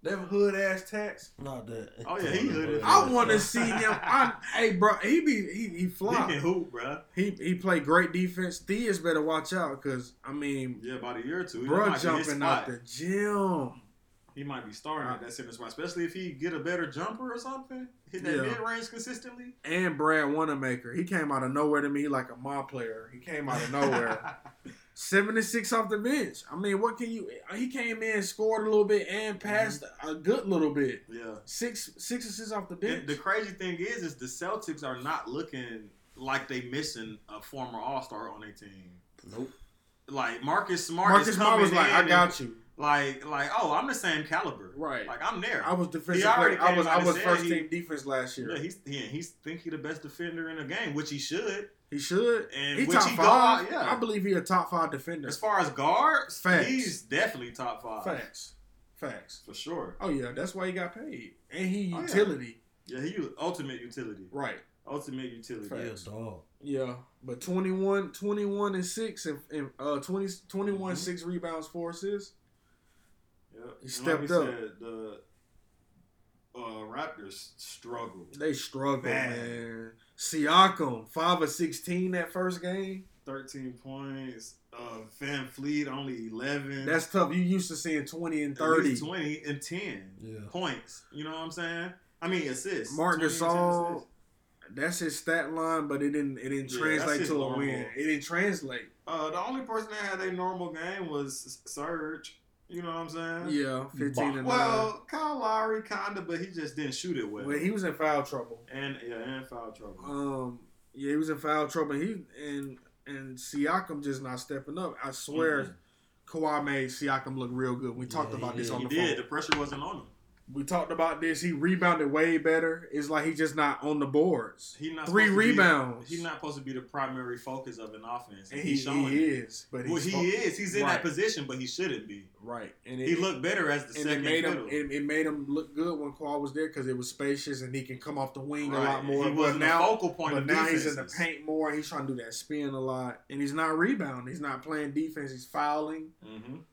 Speaker 2: Them hood ass tats.
Speaker 3: Not that.
Speaker 4: Oh, yeah, he hooded.
Speaker 2: I want to see him. I, hey, bro, he be he he
Speaker 4: He
Speaker 2: fly.
Speaker 4: can hoop, bro.
Speaker 2: He he played great defense. Diaz better watch out because I mean,
Speaker 4: Yeah, about a year or two. he
Speaker 2: bro,
Speaker 4: might be his
Speaker 2: jumping out Uh,
Speaker 4: spot.
Speaker 2: the gym.
Speaker 4: He might be starting at that center spot, especially if he get a better jumper or something. Hit that
Speaker 2: Yeah.
Speaker 4: mid range consistently.
Speaker 2: And Brad Wanamaker, he came out of nowhere to me like a mob player. He came out of nowhere. 76 off the bench. I mean, what can you? He came in, scored a little bit, and passed
Speaker 4: Mm-hmm.
Speaker 2: a good little bit.
Speaker 4: yeah.
Speaker 2: Six six assists off the
Speaker 4: The,
Speaker 2: bench.
Speaker 4: the crazy thing is, is the Celtics are not looking like they missing a former All Star on their team.
Speaker 3: Nope.
Speaker 4: Like Marcus Smart
Speaker 2: Marcus
Speaker 4: is
Speaker 2: Smart
Speaker 4: coming
Speaker 2: was like,
Speaker 4: in
Speaker 2: "I
Speaker 4: and-
Speaker 2: got you."
Speaker 4: like like oh, I'm the same caliber.
Speaker 2: Right.
Speaker 4: Like I'm there.
Speaker 2: I was defensive.
Speaker 4: already
Speaker 2: Player. I
Speaker 4: came
Speaker 2: was
Speaker 4: out
Speaker 2: I
Speaker 4: and
Speaker 2: was
Speaker 4: said
Speaker 2: first
Speaker 4: he-
Speaker 2: team defense last year.
Speaker 4: yeah, he's he, he's think he the best defender in the game, which he should.
Speaker 2: He should.
Speaker 4: And
Speaker 2: he
Speaker 4: which
Speaker 2: top
Speaker 4: he go
Speaker 2: five.
Speaker 4: out, yeah.
Speaker 2: I believe he a top five defender.
Speaker 4: As far as guards,
Speaker 2: Facts.
Speaker 4: he's definitely top five
Speaker 2: Facts. Facts.
Speaker 4: for sure.
Speaker 2: Oh yeah, that's why he got paid, and he
Speaker 4: Oh, yeah.
Speaker 2: utility.
Speaker 4: Yeah, he was ultimate utility.
Speaker 2: Right.
Speaker 4: Ultimate utility.
Speaker 2: Facts.
Speaker 3: Yeah, dog.
Speaker 2: Yeah, but 21, 21 and six, and, and uh 20, 21
Speaker 4: Mhm.
Speaker 2: six rebounds, four assists.
Speaker 4: Yep.
Speaker 2: He
Speaker 4: And
Speaker 2: stepped
Speaker 4: like we
Speaker 2: up.
Speaker 4: Said, the uh, Raptors struggled.
Speaker 2: They struggled,
Speaker 4: Bad.
Speaker 2: man. Siakam, five of sixteen that first game.
Speaker 4: Thirteen points. Uh, Van Fleet only eleven.
Speaker 2: That's tough. You used to seeing twenty and
Speaker 4: Mm-hmm. At least
Speaker 2: thirty.
Speaker 4: twenty and ten
Speaker 2: Yeah.
Speaker 4: points. You know what I'm saying? I mean assists.
Speaker 2: Martin
Speaker 4: 20 and 10
Speaker 2: Gasol,
Speaker 4: assists.
Speaker 2: that's his stat line, but it didn't it didn't
Speaker 4: Yeah, that's
Speaker 2: translate
Speaker 4: his
Speaker 2: to a
Speaker 4: normal.
Speaker 2: win. It didn't translate.
Speaker 4: Uh, the only person that had a normal game was Serge. You know what I'm saying?
Speaker 2: Yeah, fifteen and nine.
Speaker 4: Well, Kyle Lowry kinda, but he just didn't shoot it well.
Speaker 2: Well, he was in foul trouble.
Speaker 4: and yeah, and foul trouble.
Speaker 2: Um, yeah, he was in foul trouble. He and and Siakam just not stepping up. I
Speaker 4: Mm-hmm.
Speaker 2: swear, Kawhi made Siakam look real good. We talked
Speaker 3: Yeah,
Speaker 2: about
Speaker 3: he
Speaker 2: this
Speaker 3: did.
Speaker 2: on
Speaker 4: he
Speaker 2: the
Speaker 4: did.
Speaker 2: phone.
Speaker 4: The pressure wasn't on him.
Speaker 2: We talked about this. He rebounded way better. It's like he just not on the boards.
Speaker 4: He not
Speaker 2: Three
Speaker 4: supposed to be-
Speaker 2: rebounds.
Speaker 4: He's not supposed to be the primary focus of an offense.
Speaker 2: And
Speaker 4: And
Speaker 2: he,
Speaker 4: he's showing
Speaker 2: he
Speaker 4: it.
Speaker 2: is, but
Speaker 4: Well,
Speaker 2: he's
Speaker 4: he
Speaker 2: fu-
Speaker 4: is. He's in
Speaker 2: Right.
Speaker 4: that position, but he shouldn't be.
Speaker 2: right. And
Speaker 4: He looked better as the
Speaker 2: and it
Speaker 4: second
Speaker 2: made
Speaker 4: fiddle.
Speaker 2: him it, it made him look good when Kawhi was there because it was spacious and he can come off the wing
Speaker 4: Right.
Speaker 2: a lot more.
Speaker 4: He
Speaker 2: But
Speaker 4: wasn't the
Speaker 2: now,
Speaker 4: focal point
Speaker 2: but
Speaker 4: of
Speaker 2: now he's in the
Speaker 4: defenses.
Speaker 2: paint more. He's trying to do that spin a lot, and he's not rebounding. He's not playing defense. He's fouling.
Speaker 4: Mhm.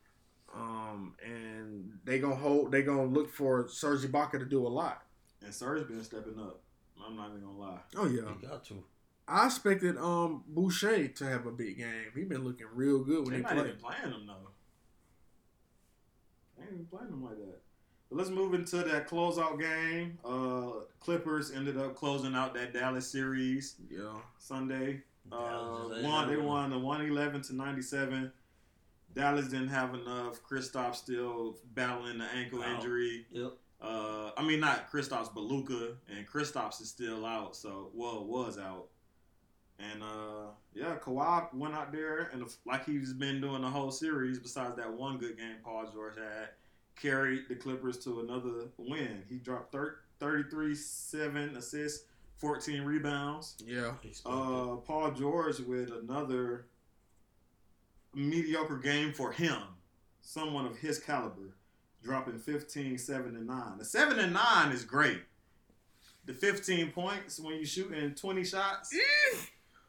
Speaker 2: Um, and they gonna hold. They gonna look for Serge Ibaka to do a lot.
Speaker 4: And Serge been stepping up. I'm not even gonna lie.
Speaker 2: Oh yeah,
Speaker 3: He got to.
Speaker 2: I expected um Boucher to have a big game. He been looking real good when
Speaker 4: They're
Speaker 2: he
Speaker 4: not
Speaker 2: played.
Speaker 4: even playing him though. They ain't even playing him like that. But let's move into that closeout game. Uh, Clippers ended up closing out that Dallas series
Speaker 2: Yeah,
Speaker 4: Sunday. Uh,
Speaker 3: Dallas is
Speaker 4: won, they
Speaker 3: ahead.
Speaker 4: won the 111 to 97. Dallas didn't have enough. Kristaps still battling the ankle
Speaker 3: Out.
Speaker 4: injury.
Speaker 3: Yep.
Speaker 4: Uh, I mean, not Kristaps, but Luca, and Kristaps is still out. So, well, was out, and uh, yeah, Kawhi went out there and like he's been doing the whole series. Besides that one good game Paul George had, carried the Clippers to another win. He dropped thir- 33, seven assists, fourteen rebounds.
Speaker 2: yeah.
Speaker 4: Uh, Paul George with another mediocre game for him, someone of his caliber, dropping 15, 7, and 9. The 7 and 9 is great. The 15 points when you shoot in 20 shots,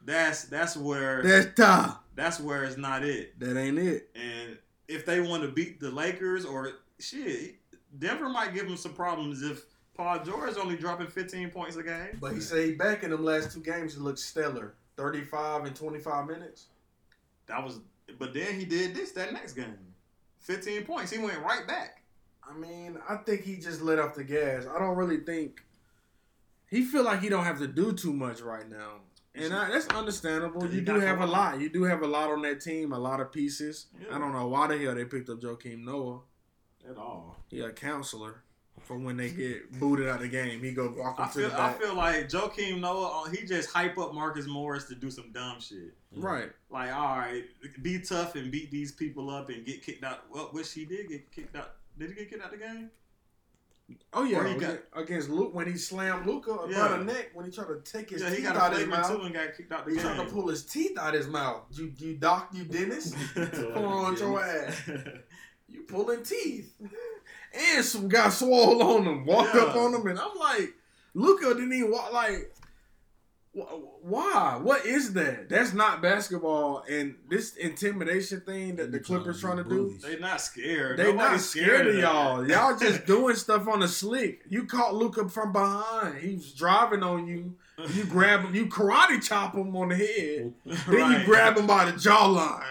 Speaker 4: that's that's where
Speaker 2: That's top.
Speaker 4: that's where it's not it.
Speaker 2: That ain't it.
Speaker 4: And if they want to beat the Lakers or shit, Denver might give them some problems if Paul George only dropping 15 points a game.
Speaker 2: But he said he back in them last two games. He looked stellar. Thirty-five and twenty-five minutes.
Speaker 4: That was, but then he did this that next game, fifteen points. He went right back.
Speaker 2: I mean, I think he just let off the gas. I don't really think he feel like he don't have to do too much right now, and I, that's understandable. You do have a lot. You do have a lot on that team, a lot of pieces. I don't know why the hell they picked up Joakim Noah.
Speaker 4: at all.
Speaker 2: He a counselor for when they get booted out of the game. He go walk
Speaker 4: I
Speaker 2: them to the
Speaker 4: feel, I
Speaker 2: back.
Speaker 4: feel like Joakim Noah. uh, He just hype up Marcus Morris to do some dumb shit.
Speaker 2: Right.
Speaker 4: Like, all right, be tough and beat these people up and get kicked out. Well, which he did get kicked out. Did he get kicked out of the game?
Speaker 2: Oh yeah.
Speaker 4: Or he
Speaker 2: aga-
Speaker 4: got-
Speaker 2: against, Luke when he slammed Luca about
Speaker 4: Yeah.
Speaker 2: the neck when he tried to take his
Speaker 4: yeah, he
Speaker 2: teeth
Speaker 4: got
Speaker 2: out
Speaker 4: a
Speaker 2: of his
Speaker 4: flagrant
Speaker 2: mouth.
Speaker 4: two and got kicked out the
Speaker 2: He tried to
Speaker 4: game.
Speaker 2: pull his teeth out his mouth. You you doc you dentist. Come on, your ass. You pulling teeth. And some guy swole on him, walked up
Speaker 4: Yeah.
Speaker 2: on him, and I'm like, Luca didn't even walk. Like, wh- why? What is that? That's not basketball. And this intimidation thing that the Clippers trying to do.
Speaker 4: they not scared.
Speaker 2: They not
Speaker 4: Nobody's
Speaker 2: scared of
Speaker 4: that.
Speaker 2: y'all. Y'all just doing stuff on the slick. You caught Luca from behind. He's driving on you. You grab him. You karate chop him on the head. Then you
Speaker 4: Right.
Speaker 2: grab him by the jawline.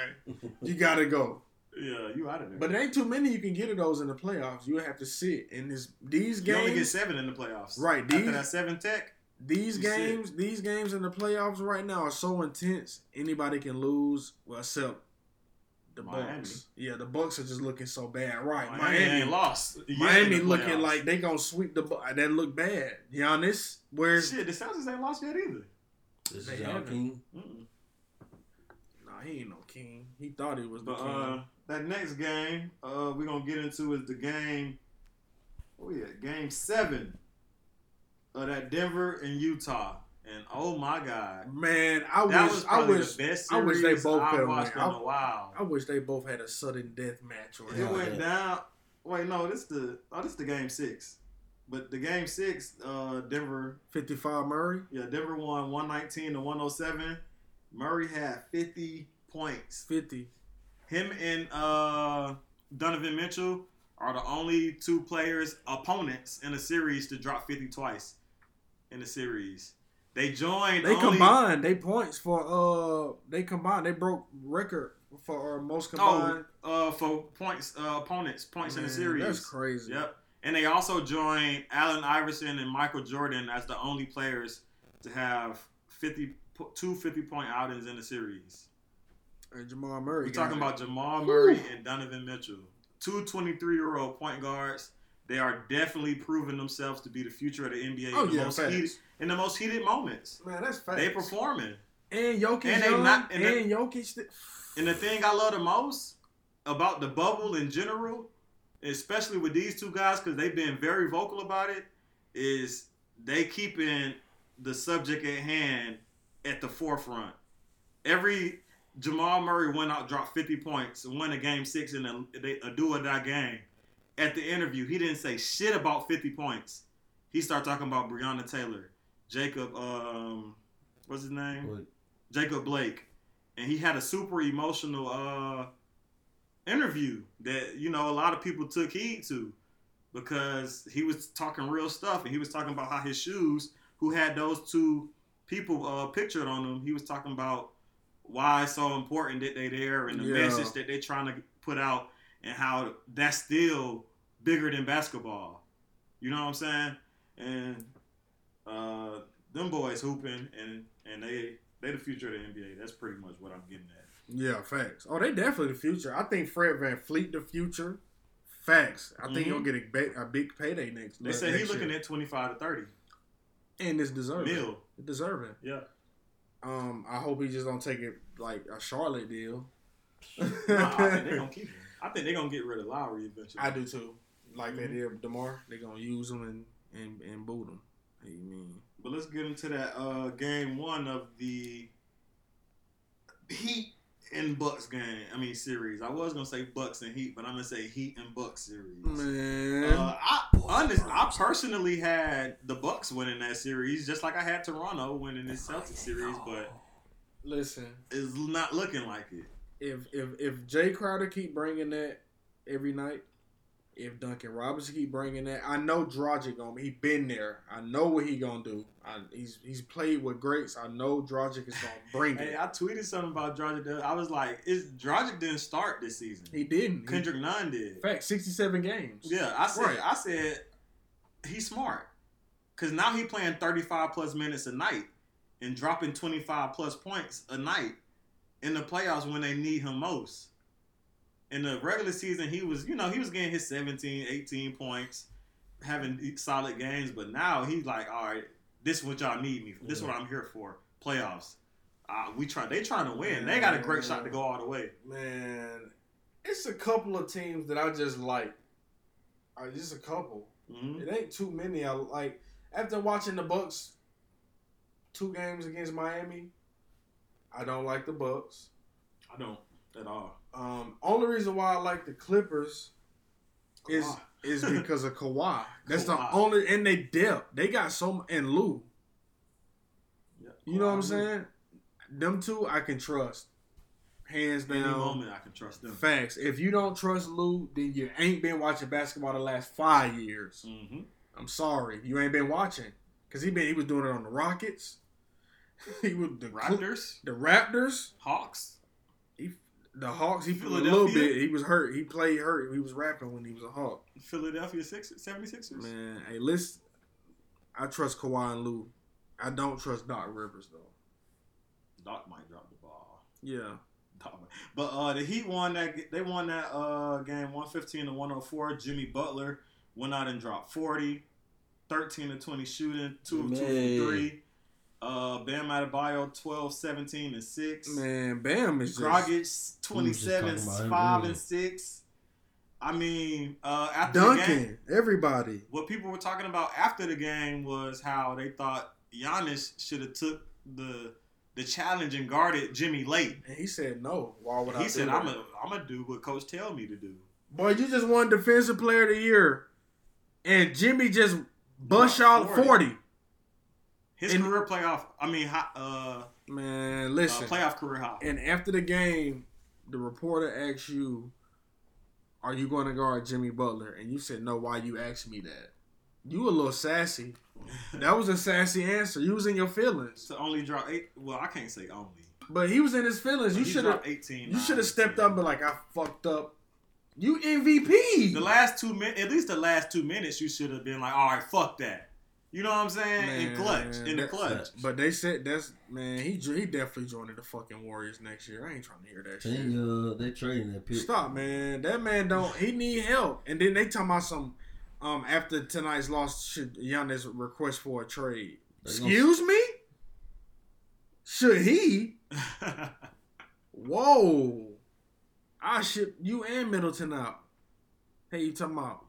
Speaker 2: You gotta go.
Speaker 4: Yeah, you out of there.
Speaker 2: But it ain't too many you can get of those in the playoffs. You have to sit in this these
Speaker 4: You only get
Speaker 2: games.
Speaker 4: seven in the playoffs.
Speaker 2: Right,
Speaker 4: After
Speaker 2: these-
Speaker 4: that seven tech,
Speaker 2: These
Speaker 4: you sit.
Speaker 2: games. These games in the playoffs right now are so intense. Anybody can lose. Well, except. The
Speaker 4: Miami.
Speaker 2: Bucks. Yeah, the Bucks are just looking so bad. Right.
Speaker 4: Miami, ain't lost. yet in
Speaker 2: Miami
Speaker 4: the
Speaker 2: looking
Speaker 4: playoffs.
Speaker 2: like they gonna sweep the. Bu- That look bad. Giannis, where's
Speaker 4: shit. The Celtics ain't lost yet either.
Speaker 3: This
Speaker 2: They
Speaker 3: is our
Speaker 2: haven't.
Speaker 3: king.
Speaker 4: Mm-mm.
Speaker 2: nah? He ain't no king. He thought he was the
Speaker 4: But
Speaker 2: king.
Speaker 4: uh, that next game uh, we're gonna get into is the game. Oh yeah, game seven of that Denver and Utah. And oh my god,
Speaker 2: Man, I
Speaker 4: that
Speaker 2: wish,
Speaker 4: was
Speaker 2: I
Speaker 4: probably
Speaker 2: wish,
Speaker 4: the best
Speaker 2: I
Speaker 4: series I
Speaker 2: wish they both
Speaker 4: have
Speaker 2: could've
Speaker 4: watched in
Speaker 2: won. I-
Speaker 4: a while.
Speaker 2: I wish they both had a sudden death match. Or
Speaker 3: Yeah.
Speaker 4: it
Speaker 2: something.
Speaker 4: went down. Wait, no, this the oh this the game six. But the game six, uh, Denver
Speaker 2: Fifty-five Murray.
Speaker 4: Yeah, Denver won 119 to 107. Murray had 50 points.
Speaker 2: Fifty.
Speaker 4: Him and uh, Donovan Mitchell are the only two players opponents in a series to drop 50 twice in a series. They joined.
Speaker 2: They
Speaker 4: only-
Speaker 2: combined. They points for uh. They combined. They broke record for uh, most
Speaker 4: Oh,
Speaker 2: combined.
Speaker 4: uh, for points, uh, opponents, points in a
Speaker 2: Man,
Speaker 4: series.
Speaker 2: That's crazy.
Speaker 4: Yep. And they also joined Allen Iverson and Michael Jordan as the only players to have 50, po- two 50 point outings in the series.
Speaker 2: And Jamal Murray.
Speaker 4: We're
Speaker 2: got
Speaker 4: talking
Speaker 2: it.
Speaker 4: about Jamal Murray and Donovan Mitchell. Two 23 year old point guards. They are definitely proving themselves to be the future of the NBA
Speaker 2: Oh
Speaker 4: in, the
Speaker 2: yeah,
Speaker 4: most
Speaker 2: facts.
Speaker 4: heated, in the most heated moments.
Speaker 2: Man, that's facts.
Speaker 4: They performing.
Speaker 2: and Jokic
Speaker 4: and
Speaker 2: and,
Speaker 4: they
Speaker 2: young,
Speaker 4: not- and
Speaker 2: and,
Speaker 4: they-
Speaker 2: Jokic. sti-
Speaker 4: And the thing I love the most about the bubble in general, especially with these two guys, because they've been very vocal about it, is they keeping the subject at hand at the forefront. Every Jamal Murray went out, dropped 50 points, and won a game six in a, they- a do or die game. At the interview, he didn't say shit about 50 points. He started talking about Breonna Taylor, Jacob, um, what's his name?
Speaker 3: But
Speaker 4: Jacob Blake, and he had a super emotional uh, interview that you know a lot of people took heed to because he was talking real stuff and he was talking about how his shoes, who had those two people uh, pictured on them, he was talking about why it's so important that they there and the
Speaker 2: Yeah.
Speaker 4: message that they're trying to put out and how that's still bigger than basketball. You know what I'm saying? And uh, them boys hooping and and they they the future of the NBA. That's pretty much what I'm getting at.
Speaker 2: Yeah, facts. Oh, they definitely the future. I think Fred Van Fleet the future. Facts. I think
Speaker 4: Mhm.
Speaker 2: he'll get a, ba- a big payday next.
Speaker 4: They say he's looking at 25 to 30
Speaker 2: and it's deserving.
Speaker 4: mil.
Speaker 2: Deserving.
Speaker 4: Yeah.
Speaker 2: Um, I hope he just don't take it like a Charlotte deal.
Speaker 4: Nah, I think they're gonna keep him. I think they're gonna get rid of Lowry eventually.
Speaker 2: I do too. Like
Speaker 4: Mhm.
Speaker 2: they did Demar, they gonna use him and and, and boot him. You mean
Speaker 4: but let's get into that uh, game one of the Heat and Bucks game. I mean series. I was gonna say Bucks and Heat, but I'm gonna say Heat and Bucks series.
Speaker 2: man?
Speaker 4: Uh, I honest, I personally had the Bucks winning that series, just like I had Toronto winning this Celtics series, but
Speaker 2: Oh. Listen,
Speaker 4: it's not looking like it.
Speaker 2: if if if Jay Crowder keep bringing that every night, if Duncan Robinson keep bringing that, I know Dragic gonna he been there. I know what he gonna do. I, he's he's played with greats. I know Dragic is gonna bring
Speaker 4: Hey,
Speaker 2: it.
Speaker 4: I tweeted something about Dragic. the- I was like, "Is Dragic didn't start this season?
Speaker 2: He didn't. He,
Speaker 4: Kendrick Nunn did."
Speaker 2: in fact, sixty seven games.
Speaker 4: Yeah, I said,
Speaker 2: Right.
Speaker 4: I said, he's smart because now he playing thirty five plus minutes a night and dropping twenty five plus points a night in the playoffs when they need him most. In the regular season, he was, you know, he was getting his 17, 18 points, having e, solid games. But now he's like, all right, this is what y'all need me. For. This is what I'm here for. Playoffs. Uh, we try. They trying to win. They got a great shot to go all the way.
Speaker 2: Man, it's a couple of teams that I just like. Uh, Just a couple.
Speaker 4: hmm
Speaker 2: It ain't too many. I like after watching the Bucks two games against Miami. I don't like the Bucks.
Speaker 4: I don't at all.
Speaker 2: Um, only reason why I like the Clippers is
Speaker 4: Kawhi.
Speaker 2: is because of Kawhi. That's
Speaker 4: Kawhi.
Speaker 2: the only and they depth. They got so m- and Lou.
Speaker 4: Yep.
Speaker 2: You know what I'm
Speaker 4: Kawhi Leonard.
Speaker 2: saying? Them two I can trust, hands
Speaker 4: Any
Speaker 2: down.
Speaker 4: moment I can trust them.
Speaker 2: Facts. If you don't trust Lou, then you ain't been watching basketball the last five years.
Speaker 4: Mm-hmm.
Speaker 2: I'm sorry, you ain't been watching because he been he was doing it on the Rockets. he was the
Speaker 4: Raptors,
Speaker 2: the Raptors,
Speaker 4: Hawks.
Speaker 2: the Hawks. He a little
Speaker 4: Philadelphia?
Speaker 2: bit. He was hurt. He played hurt. He was rapping when he was a Hawk.
Speaker 4: Philadelphia Six, 76ers.
Speaker 2: Man, hey, listen. I trust Kawhi and Lou. I don't trust Doc Rivers though.
Speaker 4: Doc might drop the ball.
Speaker 2: Yeah,
Speaker 4: Doc might- But uh, the Heat won that. g- They won that uh, game 115 to 104. Jimmy Butler went out and dropped 40, 13 to 20 shooting, two of two
Speaker 3: Man.
Speaker 4: from three. Uh, Bam Adebayo 12, 17 and six.
Speaker 2: man. Bam is just
Speaker 4: Dragic
Speaker 3: We
Speaker 4: 27,
Speaker 3: was just talking about him
Speaker 4: five
Speaker 3: earlier.
Speaker 4: and six. I mean, uh, after the game,
Speaker 2: Duncan. Everybody.
Speaker 4: what people were talking about after the game was how they thought Giannis should have took the the challenge and guarded Jimmy late.
Speaker 2: And he said no. Why would I?
Speaker 4: he said,
Speaker 2: do
Speaker 4: "I'm
Speaker 2: that?
Speaker 4: a I'm gonna do what Coach tell me to do."
Speaker 2: boy. You just won Defensive Player of the Year, and Jimmy just bust y'all
Speaker 4: Dropped 40.
Speaker 2: forty.
Speaker 4: His
Speaker 2: And-
Speaker 4: career playoff, I mean, hi- uh,
Speaker 2: Man,
Speaker 4: uh,
Speaker 2: listen.
Speaker 4: playoff career high.
Speaker 2: and after the game, the reporter asks you, are you going to guard Jimmy Butler? And you said, no, why you asked me that? You a little sassy. That was a sassy answer. You was in your feelings.
Speaker 4: To only drop eight. Well, I can't say only.
Speaker 2: But he was in his feelings.
Speaker 4: but
Speaker 2: You
Speaker 4: he
Speaker 2: should have
Speaker 4: dropped 18.
Speaker 2: you should have
Speaker 4: nines.
Speaker 2: stepped up and been like, I fucked up. You MVP.
Speaker 4: The last two minutes, at least the last two minutes, you should have been like, all right, fuck that. You know what I'm saying? in
Speaker 2: Man,
Speaker 4: clutch, in the
Speaker 2: that-
Speaker 4: clutch.
Speaker 2: But they said that's man, he he definitely joining the fucking Warriors next year. I ain't trying to hear that shit.
Speaker 3: They, uh, they trading that pick.
Speaker 2: Stop, man. That man don't. He need help. And then they talking about some. Um, after tonight's loss, should Giannis request for a trade?
Speaker 3: They gonna-
Speaker 2: Excuse me. Should he? Whoa! I ship you and Middleton out. Hey, you talking about?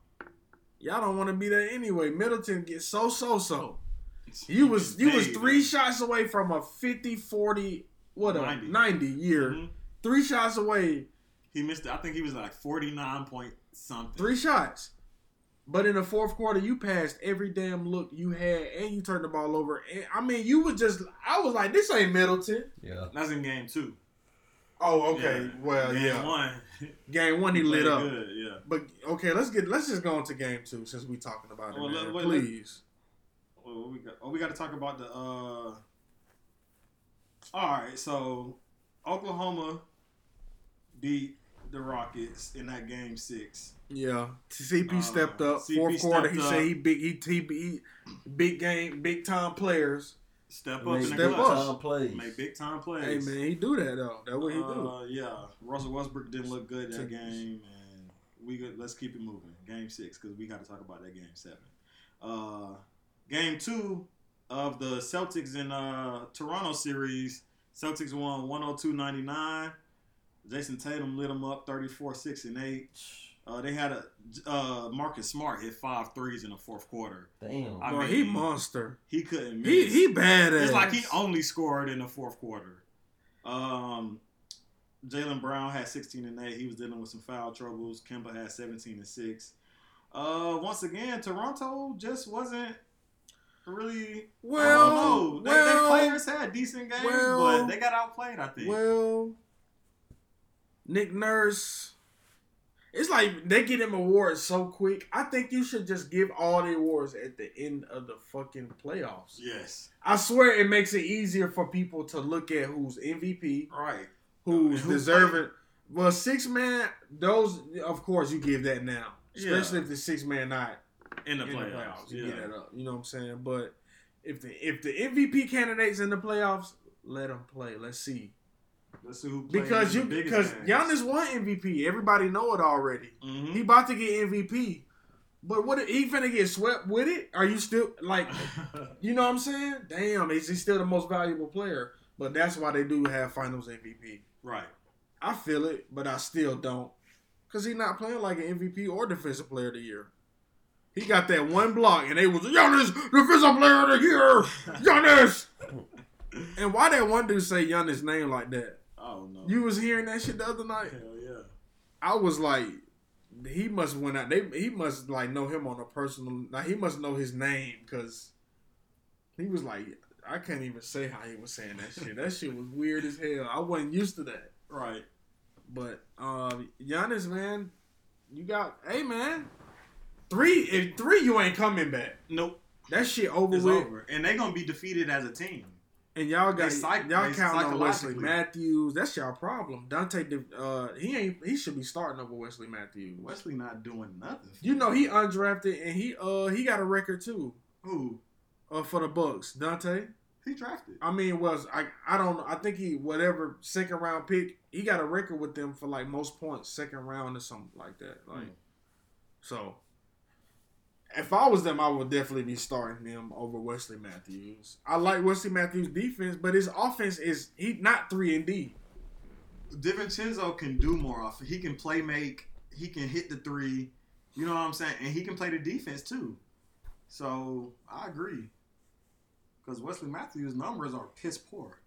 Speaker 2: Y'all don't want to be there anyway. Middleton gets so so so. You was you was
Speaker 4: Hey,
Speaker 2: three
Speaker 4: man.
Speaker 2: shots away from a 50 40 what a 90,
Speaker 4: 90.
Speaker 2: year.
Speaker 3: Mm-hmm.
Speaker 4: Mhm.
Speaker 2: Three shots away,
Speaker 4: He missed. I think he was like 49 point something.
Speaker 2: three shots. But in the fourth quarter, you passed every damn look you had, and you turned the ball over. And I mean, you was just I was like, this ain't Middleton.
Speaker 3: Yeah.
Speaker 4: That's in game two.
Speaker 2: Oh, okay.
Speaker 4: Yeah.
Speaker 2: Well,
Speaker 4: game
Speaker 2: yeah.
Speaker 4: one.
Speaker 2: Game one, he lit
Speaker 4: played
Speaker 2: up.
Speaker 4: Good, yeah.
Speaker 2: But okay, let's get let's just go on to game two since we talking about it,
Speaker 4: Well,
Speaker 2: man.
Speaker 4: let- wait, let-
Speaker 2: please.
Speaker 4: Well, what we got, oh, we got to talk about the. uh All right, so Oklahoma beat the Rockets in that game six.
Speaker 2: yeah, CP
Speaker 4: Uh,
Speaker 2: stepped up.
Speaker 4: CP
Speaker 2: Fourth quarter, he
Speaker 4: stepped
Speaker 2: said
Speaker 4: up.
Speaker 2: he big he, he, he big game big time players.
Speaker 4: Step up
Speaker 3: Make
Speaker 4: in the
Speaker 2: Step
Speaker 3: big
Speaker 4: clutch.
Speaker 3: time plays.
Speaker 4: Make big time plays.
Speaker 2: Hey man, he do that though. That what he do.
Speaker 4: Uh, yeah, Russell Westbrook didn't look good
Speaker 2: Took-
Speaker 4: that game, and we good, let's keep it moving. Game six because we got to talk about that game seven. Uh, game two of the Celtics and uh, Toronto series. Celtics won 102-99. Jason Tatum lit them up 34, 6, and 8. Uh, they had a uh, Marcus Smart hit five threes in the fourth quarter.
Speaker 3: Damn.
Speaker 4: I
Speaker 2: Bro,
Speaker 4: mean,
Speaker 2: he monster.
Speaker 4: He couldn't miss.
Speaker 2: He he badass.
Speaker 4: It's like he only scored in the fourth quarter. Um, Jalen Brown had 16 and 8. He was dealing with some foul troubles. Kimba had 17 and 6. Uh, once again, Toronto just wasn't really. I
Speaker 2: well,
Speaker 4: don't know. They, their
Speaker 2: well,
Speaker 4: players had decent games,
Speaker 2: well,
Speaker 4: but they got outplayed, I think.
Speaker 2: well. Nick Nurse. It's like they get him awards so quick. I think you should just give all the awards at the end of the fucking playoffs.
Speaker 4: yes.
Speaker 2: I swear it makes it easier for people to look at who's MVP,
Speaker 4: Right.
Speaker 2: who's
Speaker 4: Who
Speaker 2: deserving. Well, six man, those of course you give that now,
Speaker 4: Yeah.
Speaker 2: especially if the six man not
Speaker 4: In the
Speaker 2: in the
Speaker 4: playoffs.
Speaker 2: playoffs. You
Speaker 4: yeah.
Speaker 2: get that up. You know what I'm saying? But if the if the MVP candidates in the playoffs, let them play. Let's see
Speaker 4: Let's see who played in
Speaker 2: because you
Speaker 4: the biggest
Speaker 2: because
Speaker 4: games.
Speaker 2: Giannis won MVP. Everybody know it already.
Speaker 4: Mhm.
Speaker 2: He about to get MVP. But what he finna get swept with it? Are you still like you know what I'm saying? Damn, is he still the most valuable player? But that's why they do have Finals MVP.
Speaker 4: right.
Speaker 2: I feel it, but I still don't, cause he's not playing like an MVP or Defensive Player of the Year. He got that one block, and they was Giannis Defensive Player of the Year, Giannis. and why that one dude say Giannis name like that?
Speaker 4: Oh, no.
Speaker 2: You was hearing that shit the other night.
Speaker 4: Hell yeah.
Speaker 2: I was like, he must went out. They he must like know him on a personal. Like he must know his name because he was like, I can't even say how he was saying that shit. That shit was weird as hell. I wasn't used to that.
Speaker 4: Right.
Speaker 2: But um, Giannis, man, you got hey man, three if three you ain't coming back.
Speaker 4: Nope.
Speaker 2: That shit over
Speaker 4: It's
Speaker 2: with.
Speaker 4: over. And they're going to be defeated as a team.
Speaker 2: And y'all got
Speaker 4: They psych-
Speaker 2: y'all
Speaker 4: they
Speaker 2: counting on Wesley
Speaker 4: psychologically-
Speaker 2: Matthews. That's y'all problem. Dante, De- uh, he ain't he should be starting over Wesley Matthews.
Speaker 4: Wesley not doing nothing.
Speaker 2: You know he undrafted and he uh he got a record too
Speaker 4: who
Speaker 2: uh, for the Bucks. Dante.
Speaker 4: he drafted.
Speaker 2: I mean, was I I don't I think he whatever second round pick he got a record with them for like most points second round or something like that. Like
Speaker 4: Hmm.
Speaker 2: so. If I was them, I would definitely be starting them over Wesley Matthews. I like Wesley Matthews' defense, but his offense is he not three and D.
Speaker 4: Divincenzo can do more off. He can play make. He can hit the three. You know what I'm saying? And he can play the defense too. So I agree. Because Wesley Matthews' numbers are piss poor.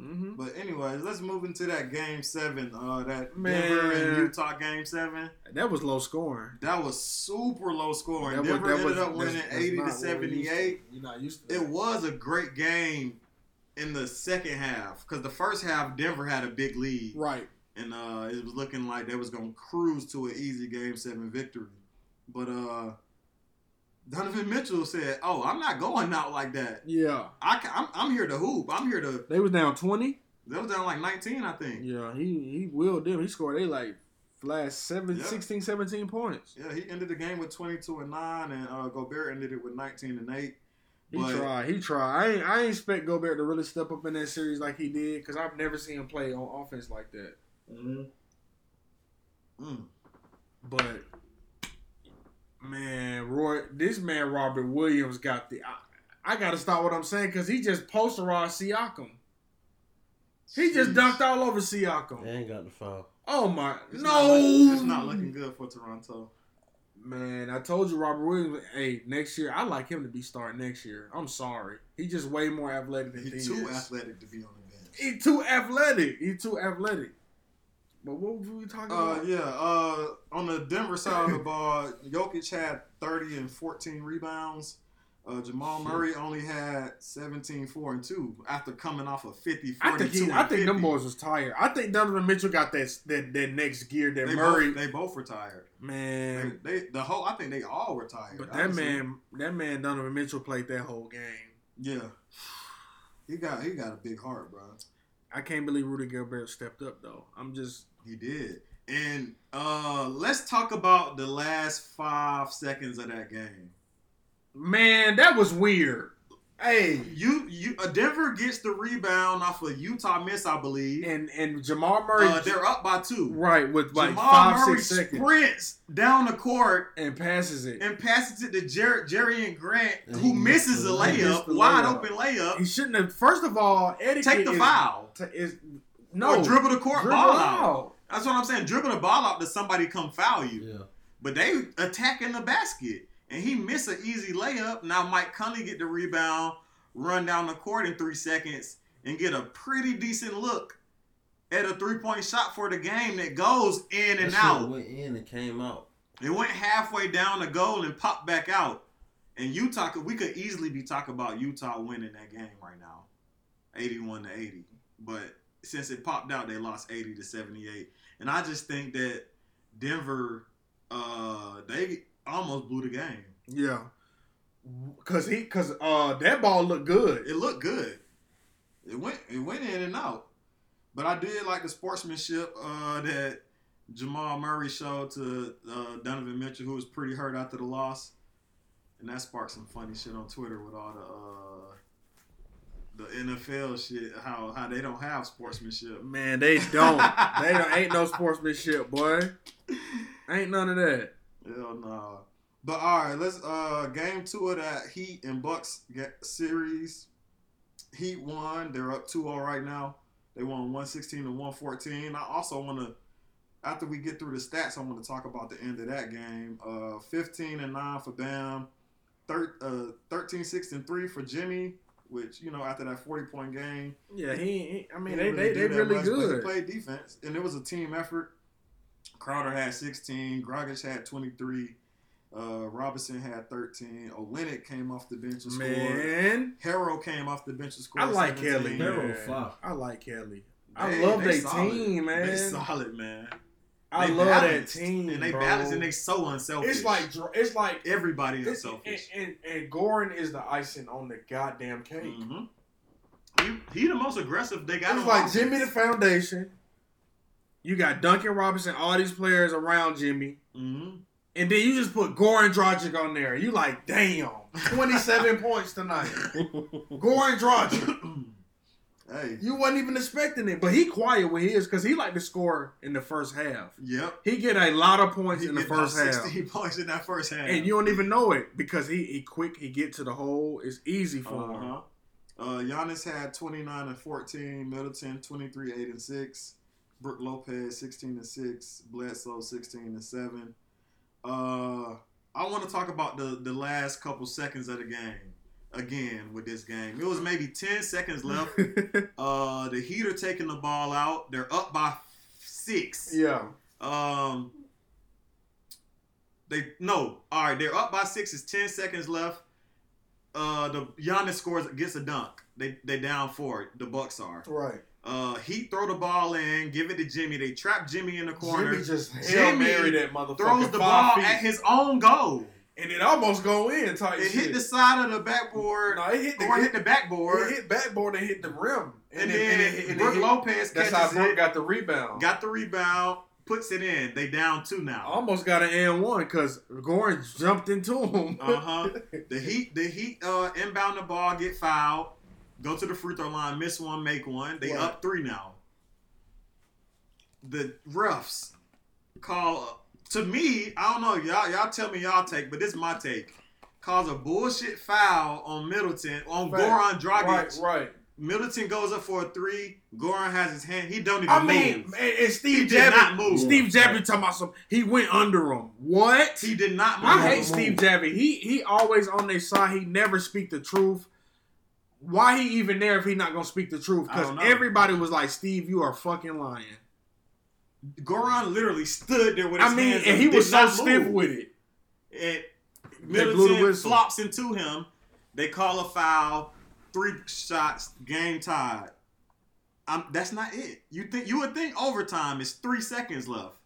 Speaker 2: Mm-hmm.
Speaker 4: But anyways, let's move into that game seven. Uh, that Denver
Speaker 2: Man.
Speaker 4: and Utah game seven.
Speaker 2: That was low scoring.
Speaker 4: That was super low scoring.
Speaker 2: That was-
Speaker 4: Denver
Speaker 2: that
Speaker 4: ended
Speaker 2: was-
Speaker 4: up
Speaker 2: that's-
Speaker 4: winning
Speaker 2: that's
Speaker 4: eighty to
Speaker 2: not what we're used to.
Speaker 4: seventy-eight.
Speaker 2: You're not used to
Speaker 4: It
Speaker 2: that.
Speaker 4: was a great game in the second half because the first half Denver had a big lead
Speaker 2: right.
Speaker 4: and uh, it was looking like they was gonna cruise to an easy game seven victory. But uh, Donovan Mitchell said, "Oh, I'm not going out like that.
Speaker 2: Yeah,
Speaker 4: I ca- I'm, I'm here to hoop. I'm here to."
Speaker 2: they was down twenty.
Speaker 4: That was down like 19, I think.
Speaker 2: Yeah, he he willed them. He scored they like last seven,
Speaker 4: Yeah.
Speaker 2: 16, 17 points.
Speaker 4: Yeah, he ended the game with 22 and 9, and uh, Gobert ended it with 19 and 8.
Speaker 2: He
Speaker 4: But-
Speaker 2: tried. He tried. I ain't, I ain't expect Gobert to really step up in that series like he did because I've never seen him play on offense like that.
Speaker 4: Mm.
Speaker 2: But man, Roy, this man Robert Williams got the. I, I gotta stop what I'm saying because he just posterized Siakam. He just
Speaker 4: Jeez.
Speaker 2: dunked all over Siakam.
Speaker 3: They ain't got the foul.
Speaker 2: Oh my!
Speaker 4: It's
Speaker 2: no,
Speaker 4: not look- it's not looking good for Toronto.
Speaker 2: Man, I told you Robert Williams. Hey, next year I like him to be starting next year. I'm sorry, he just way more athletic than
Speaker 4: He's
Speaker 2: Thea
Speaker 4: too
Speaker 2: is.
Speaker 4: athletic to be on the bench.
Speaker 2: He too athletic. He too athletic. But what were we talking
Speaker 4: Uh,
Speaker 2: about?
Speaker 4: yeah, uh, on the Denver side of the ball, Jokic had 30 and 14 rebounds. Uh, Jamal
Speaker 2: Shit.
Speaker 4: Murray only had 17, 4 and 2 after coming off of 50, 42
Speaker 2: I think he,
Speaker 4: and
Speaker 2: I think them
Speaker 4: 50.
Speaker 2: boys was tired. I think Donovan Mitchell got that that, that next gear that
Speaker 4: they
Speaker 2: Murray
Speaker 4: Both, they both retired. They,
Speaker 2: man.
Speaker 4: they the whole I think they all retired.
Speaker 2: but that
Speaker 4: honestly.
Speaker 2: man, that man Donovan Mitchell played that whole game.
Speaker 4: Yeah. He got he got a big heart, bro.
Speaker 2: I can't believe Rudy Gobert stepped up though. I'm just
Speaker 4: He did. And uh let's talk about the last five seconds of that game.
Speaker 2: man, that was weird. Hey,
Speaker 4: You you uh, Denver gets the rebound off of Utah miss, I believe.
Speaker 2: and and Jamal Murray,
Speaker 4: Uh, they're up by two.
Speaker 2: right with like
Speaker 4: Jamal
Speaker 2: five
Speaker 4: Murray
Speaker 2: six seconds
Speaker 4: sprints down the court
Speaker 2: and passes it.
Speaker 4: and passes it to Jer- Jerry and Grant,
Speaker 3: And
Speaker 4: who
Speaker 3: he missed
Speaker 4: misses a
Speaker 3: the-
Speaker 2: he missed
Speaker 4: layup,
Speaker 2: the
Speaker 4: wide
Speaker 2: layup.
Speaker 4: open layup.
Speaker 2: he shouldn't have. First of all, etiquette
Speaker 4: Take the
Speaker 2: is-
Speaker 4: foul.
Speaker 2: t- is no
Speaker 4: Or dribble the court
Speaker 2: Dribble
Speaker 4: ball out.
Speaker 2: out.
Speaker 4: That's what I'm saying. Dribble the ball out to somebody come foul you.
Speaker 3: Yeah.
Speaker 4: But they attacking the basket, and he missed an easy layup. Now Mike Conley get the rebound, run down the court in three seconds, and get a pretty decent look at a three point shot for the game that goes in
Speaker 3: That
Speaker 4: and
Speaker 3: shit
Speaker 4: out.
Speaker 3: Went in and came out.
Speaker 4: It went halfway down the goal and popped back out. And Utah, could, we could easily be talking about Utah winning that game right now, eighty-one to eighty. But since it popped out, they lost eighty to seventy-eight. And I just think that Denver, uh, they almost blew the game.
Speaker 2: Yeah, cause he cause uh that ball looked good.
Speaker 4: It looked good. It went it went in and out. But I did like the sportsmanship uh, that Jamal Murray showed to uh, Donovan Mitchell, who was pretty hurt after the loss, and that sparked some funny shit on Twitter with all the uh, the NFL shit. How how they don't have sportsmanship.
Speaker 2: Man, they don't. they don't, ain't no sportsmanship, boy. Ain't none of that.
Speaker 4: Hell no. But all right, let's uh game two of that Heat and Bucks ga- series. Heat won. They're up 2-0 right now. They won 116 to 114. I also want to after we get through the stats, I want to talk about the end of that game. Uh 15 and 9 for Bam. Thir- uh 13 6 and 3 for Jimmy, which you know after that 40 point game.
Speaker 2: Yeah, he. he I mean,
Speaker 4: He didn't
Speaker 2: they they,
Speaker 4: do
Speaker 2: they
Speaker 4: that
Speaker 2: really
Speaker 4: much, but He
Speaker 2: good.
Speaker 4: played defense, and it was a team effort. Crowder had 16. Grogic had 23. Uh, Robinson had 13. Olenek came off the bench and scored.
Speaker 2: Man,
Speaker 4: Harrell came off the bench and scored.
Speaker 2: I like
Speaker 4: 17.
Speaker 2: Kelly.
Speaker 3: They're on
Speaker 2: Man.
Speaker 3: fire.
Speaker 2: I like Kelly. I love they
Speaker 4: solid.
Speaker 2: team, man.
Speaker 4: They solid, man.
Speaker 2: I
Speaker 4: They
Speaker 2: love
Speaker 4: balanced,
Speaker 2: that team.
Speaker 4: and they
Speaker 2: bro.
Speaker 4: balanced, and they so unselfish.
Speaker 2: It's like dr- it's like
Speaker 4: everybody is
Speaker 2: it's, and,
Speaker 4: selfish.
Speaker 2: and, and Gorin is the icing on the goddamn cake.
Speaker 4: Mhm. He, he the most aggressive they got.
Speaker 2: It's
Speaker 4: on
Speaker 2: like
Speaker 4: offense.
Speaker 2: Jimmy the foundation. You got Duncan Robinson, all these players around Jimmy,
Speaker 4: Mhm.
Speaker 2: and then you just put Goran Dragic on there. You like, damn, twenty seven points tonight, Goran Dragic.
Speaker 4: hey.
Speaker 2: You wasn't even expecting it, but he quiet with his because he like to score in the first half.
Speaker 4: Yep.
Speaker 2: He get a lot of points
Speaker 4: He
Speaker 2: in the
Speaker 4: getting
Speaker 2: first
Speaker 4: about
Speaker 2: half.
Speaker 4: 16 points in that first half.
Speaker 2: And you don't even know it because he, he quick, he get to the hole. It's easy for him.
Speaker 4: Uh-huh. Uh, Giannis had 29 and 14. Middleton 23, 8 and 6. Brooke Lopez 16 and 6. Bledsoe 16 and 7. Uh, I want to talk about the, the last couple seconds of the game again with this game. It was maybe 10 seconds left. uh, the Heat are taking the ball out. They're up by six.
Speaker 2: yeah.
Speaker 4: Um, they no. All right, they're up by six. It's ten seconds left. Uh, the Giannis scores gets a dunk. They they down four. The Bucks are.
Speaker 2: Right.
Speaker 4: Uh, he throw the ball in, give it to Jimmy. They trap Jimmy in the corner.
Speaker 2: Jimmy just Hail
Speaker 4: Jimmy
Speaker 2: Mary that motherfucker.
Speaker 4: throws the ball
Speaker 2: five feet.
Speaker 4: at his own goal.
Speaker 2: and it almost go in. Type
Speaker 4: It
Speaker 2: shit.
Speaker 4: hit the side of the backboard
Speaker 2: No, it hit the
Speaker 4: or hit the
Speaker 2: it
Speaker 4: backboard.
Speaker 2: hit backboard and hit the rim.
Speaker 4: And
Speaker 2: it- it-
Speaker 4: then
Speaker 2: it
Speaker 4: Brooke
Speaker 2: hit-
Speaker 4: Lopez
Speaker 2: That's how
Speaker 4: catches
Speaker 2: Brooke
Speaker 4: it,
Speaker 2: got the rebound.
Speaker 4: got the rebound, puts it in. They down two now.
Speaker 2: almost got an and one because Gorin jumped into him.
Speaker 4: Uh huh. The Heat, the Heat uh, inbound the ball, get fouled, go to the free throw line, miss one, make one. They
Speaker 2: Right.
Speaker 4: up three now. The refs call to me. I don't know y'all. Y'all tell me y'all take, but this is my take. Calls a bullshit foul on Middleton on
Speaker 2: Right.
Speaker 4: Goran Dragic.
Speaker 2: right, right.
Speaker 4: Middleton goes up for a three. Goran has his hand. He don't even
Speaker 2: I mean,
Speaker 4: move.
Speaker 2: and, and
Speaker 4: He
Speaker 2: Steve
Speaker 4: did
Speaker 2: Javy.
Speaker 4: not move.
Speaker 2: Steve Javy talking about some. He went under him. What?
Speaker 4: He did not move.
Speaker 2: I hate Steve Javy. He he always on their side. He never speak the truth. Why he even there if he not gonna speak the truth?
Speaker 4: I
Speaker 2: Because
Speaker 4: don't know.
Speaker 2: everybody was like, Steve, you are fucking lying.
Speaker 4: Goran literally stood there with his
Speaker 2: I mean,
Speaker 4: hands up,
Speaker 2: and he
Speaker 4: did
Speaker 2: was so
Speaker 4: not
Speaker 2: stiff
Speaker 4: move.
Speaker 2: with it.
Speaker 4: and
Speaker 2: They blew the
Speaker 4: Middleton
Speaker 2: whistle.
Speaker 4: flops into him. They call a foul, three shots, game tied. Um, that's not it. You think you would think overtime is three seconds left.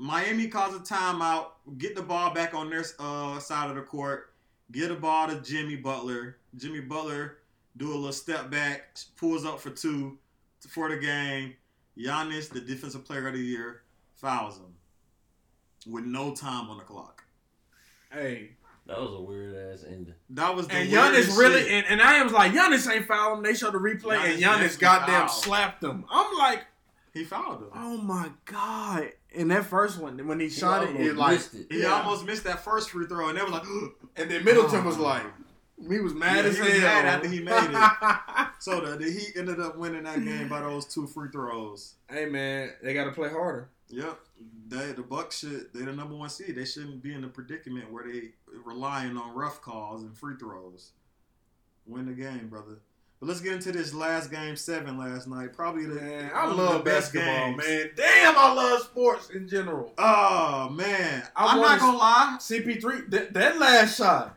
Speaker 4: Miami calls a timeout, get the ball back on their uh, side of the court, get the ball to Jimmy Butler. Jimmy Butler do a little step back, pulls up for two for the game. Giannis, the defensive player of the year, fouls him with no time on the clock.
Speaker 2: Hey,
Speaker 3: That was a weird ass ending.
Speaker 4: That was the
Speaker 2: and
Speaker 4: weirdest
Speaker 2: Giannis really
Speaker 4: shit.
Speaker 2: and, and I was like, Giannis ain't foul him. They showed the replay,
Speaker 4: Giannis
Speaker 2: and Giannis
Speaker 4: definitely
Speaker 2: goddamn
Speaker 4: fouled.
Speaker 2: slapped him. I'm like,
Speaker 4: he fouled him.
Speaker 2: oh my god! And that first one, when he shot it,
Speaker 3: almost
Speaker 2: it like,
Speaker 3: missed it.
Speaker 4: He
Speaker 2: yeah.
Speaker 4: almost missed that first free throw, and they was like,
Speaker 2: and then Middleton was like, he was mad
Speaker 4: Yeah,
Speaker 2: as
Speaker 4: he was
Speaker 2: hell
Speaker 4: mad after he made
Speaker 2: it.
Speaker 4: so the, the Heat ended up winning that game by those two free throws.
Speaker 2: Hey man, they got to play harder.
Speaker 4: Yep, they the Bucks should they the number one seed. They shouldn't be in the predicament where they relying on rough calls and free throws. Win the game, brother. But let's get into this last game seven last night. Probably the
Speaker 2: Man, I
Speaker 4: one of
Speaker 2: love
Speaker 4: the best
Speaker 2: basketball,
Speaker 4: games.
Speaker 2: man. Damn, I love sports in general.
Speaker 4: Oh man,
Speaker 2: I
Speaker 4: I'm
Speaker 2: wanna-
Speaker 4: not gonna lie.
Speaker 2: CP3, that, that last shot,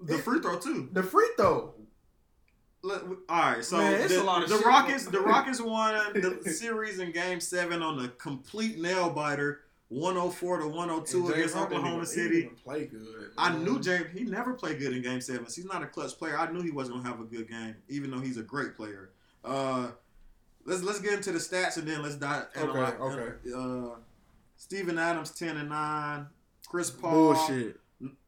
Speaker 4: The free throw too.
Speaker 2: the free throw.
Speaker 4: Let- All right, so
Speaker 2: Man, it's
Speaker 4: the,
Speaker 2: a lot of
Speaker 4: the
Speaker 2: shit.
Speaker 4: Rockets, the Rockets won the series in Game Seven on a complete nail biter, one hundred four to one hundred two
Speaker 2: And James
Speaker 4: against
Speaker 2: Harden
Speaker 4: Oklahoma
Speaker 2: didn't even- Mm-hmm. he
Speaker 4: City.
Speaker 2: didn't even play good.
Speaker 4: I
Speaker 2: man.
Speaker 4: knew James. He never played good in Game Sevens. He's not a clutch player. I knew he wasn't gonna have a good game, even though he's a great player. Uh, let's let's get into the stats and then let's dive. analyze-
Speaker 2: okay.
Speaker 4: Uh, Steven Adams ten and nine. Chris Paul
Speaker 2: bullshit.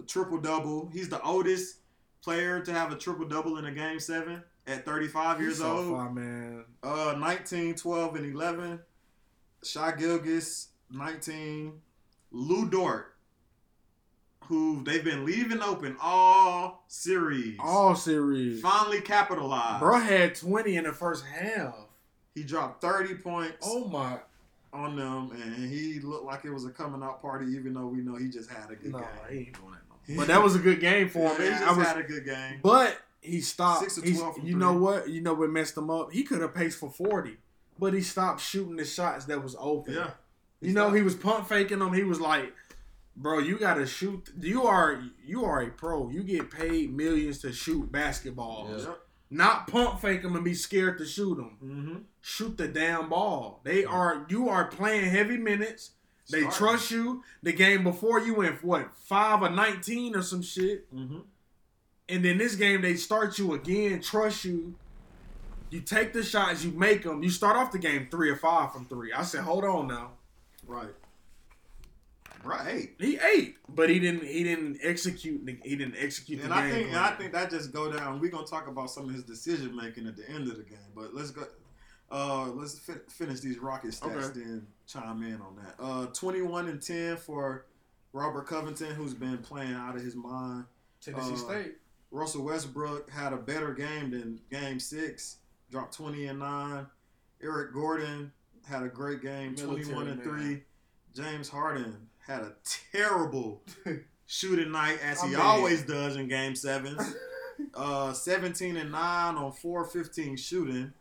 Speaker 4: triple double. He's the oldest player to have a triple double in a game seven at 35 years
Speaker 2: so
Speaker 4: old.
Speaker 2: far, man.
Speaker 4: Uh, 19, 12, and 11. Shy Gilgis, 19. Lou Dort, who they've been leaving open all series.
Speaker 2: All series.
Speaker 4: Finally capitalized.
Speaker 2: Bro had twenty in the first half.
Speaker 4: He dropped 30 points
Speaker 2: Oh my,
Speaker 4: on them, and he looked like it was a coming out party, even though we know he just had a good
Speaker 2: no,
Speaker 4: game.
Speaker 2: he ain't doing that. No. But that was a good game for
Speaker 4: Yeah,
Speaker 2: him.
Speaker 4: he
Speaker 2: man.
Speaker 4: just
Speaker 2: I was
Speaker 4: had a good game.
Speaker 2: But he stopped.
Speaker 4: Six of
Speaker 2: He's-
Speaker 4: 12 from
Speaker 2: you know
Speaker 4: three.
Speaker 2: what? You know what messed him up? He could have paced for 40, but he stopped shooting the shots that was open.
Speaker 4: Yeah.
Speaker 2: You know, he was pump faking them. He was like, bro, you got to shoot. You are you are a pro. You get paid millions to shoot basketballs.
Speaker 3: Yeah.
Speaker 2: Not pump fake them and be scared to shoot them.
Speaker 4: Mm-hmm.
Speaker 2: Shoot the damn ball. They are you are playing heavy minutes. They
Speaker 4: Starting.
Speaker 2: trust you. The game before you went what five or nineteen or some shit.
Speaker 4: Mm-hmm.
Speaker 2: And then this game, they start you again, trust you. You take the shots, you make them. You start off the game three or five from three. I said, hold on now.
Speaker 4: Right. Right.
Speaker 2: He ate, but he didn't. He didn't execute. the- He didn't execute
Speaker 4: And
Speaker 2: the
Speaker 4: I
Speaker 2: game.
Speaker 4: think and
Speaker 2: plan.
Speaker 4: I think that just go down. We're gonna talk about some of his decision making at the end of the game, but let's go. Uh, let's fi- finish these rocket stats,
Speaker 2: Okay.
Speaker 4: then chime in on that. Uh, twenty-one and ten for Robert Covington, who's been playing out of his mind.
Speaker 2: Tennessee
Speaker 4: uh,
Speaker 2: State.
Speaker 4: Russell Westbrook had a better game than Game Six, dropped twenty and nine. Eric Gordon had a great game,
Speaker 2: Military
Speaker 4: twenty-one and
Speaker 2: man.
Speaker 4: three. James Harden had a terrible shooting night, as
Speaker 2: My
Speaker 4: he
Speaker 2: man.
Speaker 4: always does in Game Sevens uh, 17 and 9 on 415 shooting.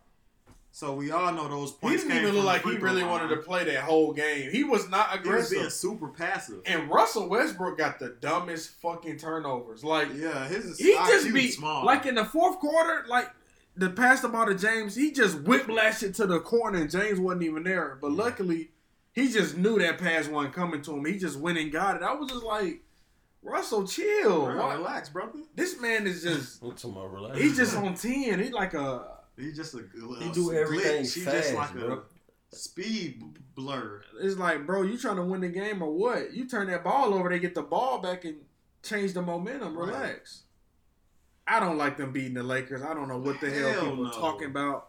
Speaker 4: So we all know those
Speaker 2: He
Speaker 4: points.
Speaker 2: didn't
Speaker 4: came
Speaker 2: even
Speaker 4: from
Speaker 2: look
Speaker 4: the
Speaker 2: like
Speaker 4: free
Speaker 2: he
Speaker 4: throw
Speaker 2: really
Speaker 4: line.
Speaker 2: wanted to play that whole game. He was not
Speaker 4: He was
Speaker 2: aggressive.
Speaker 4: being super passive.
Speaker 2: and Russell Westbrook got the dumbest fucking turnovers. Like
Speaker 4: Yeah, his is
Speaker 2: he
Speaker 4: IQ
Speaker 2: just be
Speaker 4: small.
Speaker 2: like in the fourth quarter, like the pass the ball to James, he just whiplashed it to the corner, and James wasn't even there. But luckily, he just knew that pass wasn't coming to him. He just went and got it. I was just like, Russell, chill.
Speaker 4: Bro,
Speaker 2: Why-
Speaker 4: relax, brother.
Speaker 2: This man is just
Speaker 3: What's tomorrow? Relax.
Speaker 2: he's just on ten. He's like a
Speaker 4: He just a little
Speaker 3: He do everything
Speaker 4: glitch. He
Speaker 3: fast,
Speaker 4: just like
Speaker 3: bro.
Speaker 4: a speed b- blur.
Speaker 2: it's like, bro, you trying to win the game or what? You turn that ball over, they get the ball back and change the momentum.
Speaker 4: Right.
Speaker 2: Relax. I don't like them beating the Lakers. I don't know what the hell,
Speaker 4: Hell
Speaker 2: people
Speaker 4: no.
Speaker 2: are talking about.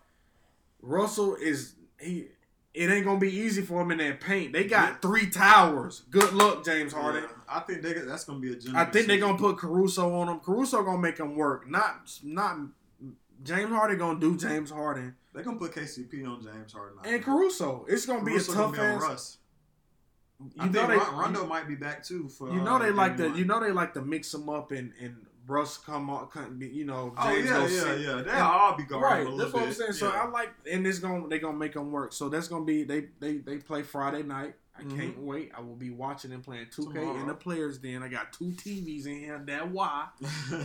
Speaker 2: Russell is he. It ain't gonna be easy for him in that paint. They got
Speaker 4: Yeah.
Speaker 2: three towers. Good luck, James Harden.
Speaker 4: Yeah, I think they, that's gonna be a. General
Speaker 2: I think they're gonna put Caruso on him. Caruso gonna make him work. Not not James Harden gonna do James Harden
Speaker 4: They're gonna put KCP on James Harden. I
Speaker 2: and
Speaker 4: think.
Speaker 2: Caruso. It's gonna be
Speaker 4: Caruso
Speaker 2: a tough
Speaker 4: gonna be on
Speaker 2: ass.
Speaker 4: Russ. I
Speaker 2: You know
Speaker 4: think
Speaker 2: they
Speaker 4: Ron- Rondo might be back too. For
Speaker 2: you know
Speaker 4: uh,
Speaker 2: they like
Speaker 4: game
Speaker 2: to
Speaker 4: one.
Speaker 2: you know they like to mix them up and and Russ come on come, be- you know
Speaker 4: Oh
Speaker 2: James
Speaker 4: yeah,
Speaker 2: go
Speaker 4: yeah,
Speaker 2: sit.
Speaker 4: yeah. They'll all be guarding
Speaker 2: right
Speaker 4: a little
Speaker 2: that's what I'm
Speaker 4: bit.
Speaker 2: saying so
Speaker 4: Yeah.
Speaker 2: I like and it's gonna they gonna make them work so that's gonna be they they they play Friday night I
Speaker 4: Mhm.
Speaker 2: can't wait I will be watching and playing 2K
Speaker 4: Tomorrow.
Speaker 2: in the players den I got two TVs in here that why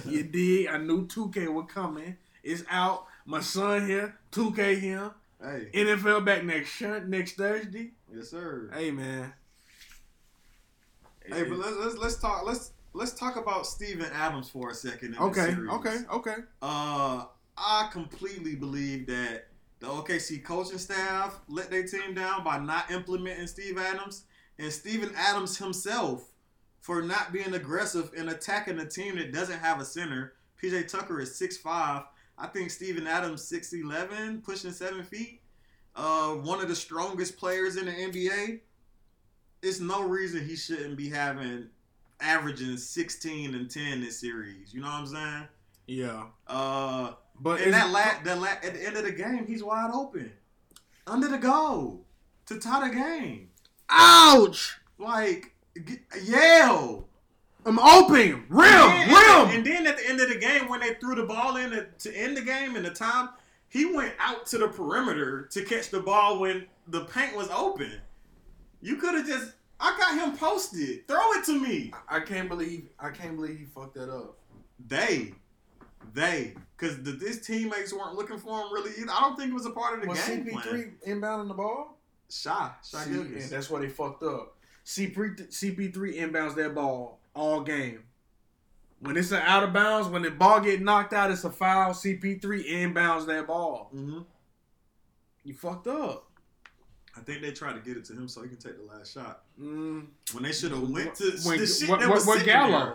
Speaker 2: you dig I knew 2K was coming it's out my son here 2K here
Speaker 4: hey,
Speaker 2: NFL back next shun- next Thursday
Speaker 4: yes sir.
Speaker 2: hey man
Speaker 4: Hey, but let's, let's let's talk let's let's talk about Steven Adams for a second. In this
Speaker 2: okay
Speaker 4: series.
Speaker 2: okay okay
Speaker 4: Uh, I completely believe that the OKC coaching staff let their team down by not implementing Steve Adams and Steven Adams himself for not being aggressive and attacking a team that doesn't have a center. PJ Tucker is 6'5. I think Steven Adams 6'11, pushing 7 feet. Uh, one of the strongest players in the NBA. It's no reason he shouldn't be having averaging 16 and 10 this series. You know what I'm saying?
Speaker 2: yeah
Speaker 4: Uh,
Speaker 2: but
Speaker 4: and
Speaker 2: it's-
Speaker 4: that la- that la- at the end of the game, he's wide open, under the goal to tie the game.
Speaker 2: Ouch!
Speaker 4: Like g- yell,
Speaker 2: I'm open. Rim,
Speaker 4: And then-
Speaker 2: rim.
Speaker 4: And then at the end of the game, when they threw the ball in to, to end the game in the time, he went out to the perimeter to catch the ball when the paint was open. You could have just. I got him posted. Throw it to me.
Speaker 2: I can't believe I can't believe he fucked that up.
Speaker 4: They, they, because the, his teammates weren't looking for him really either. I don't think it was a part of the
Speaker 2: Was
Speaker 4: game
Speaker 2: CP3
Speaker 4: plan.
Speaker 2: inbounding the ball?
Speaker 4: Shy, Shy
Speaker 2: See, and
Speaker 4: Gilgeous.
Speaker 2: that's why they fucked up. CP3 CP3 inbounds that ball all game. When it's an out of bounds, when the ball get knocked out, it's a foul. CP3 inbounds that ball.
Speaker 4: hmm
Speaker 2: You fucked up.
Speaker 4: I think they tried to get it to him so he can take the last shot.
Speaker 2: Mm.
Speaker 4: When they should have went to
Speaker 2: When-
Speaker 4: the shit
Speaker 2: what-
Speaker 4: that
Speaker 2: what-
Speaker 4: was
Speaker 2: what
Speaker 4: sitting
Speaker 2: Gallo?
Speaker 4: there.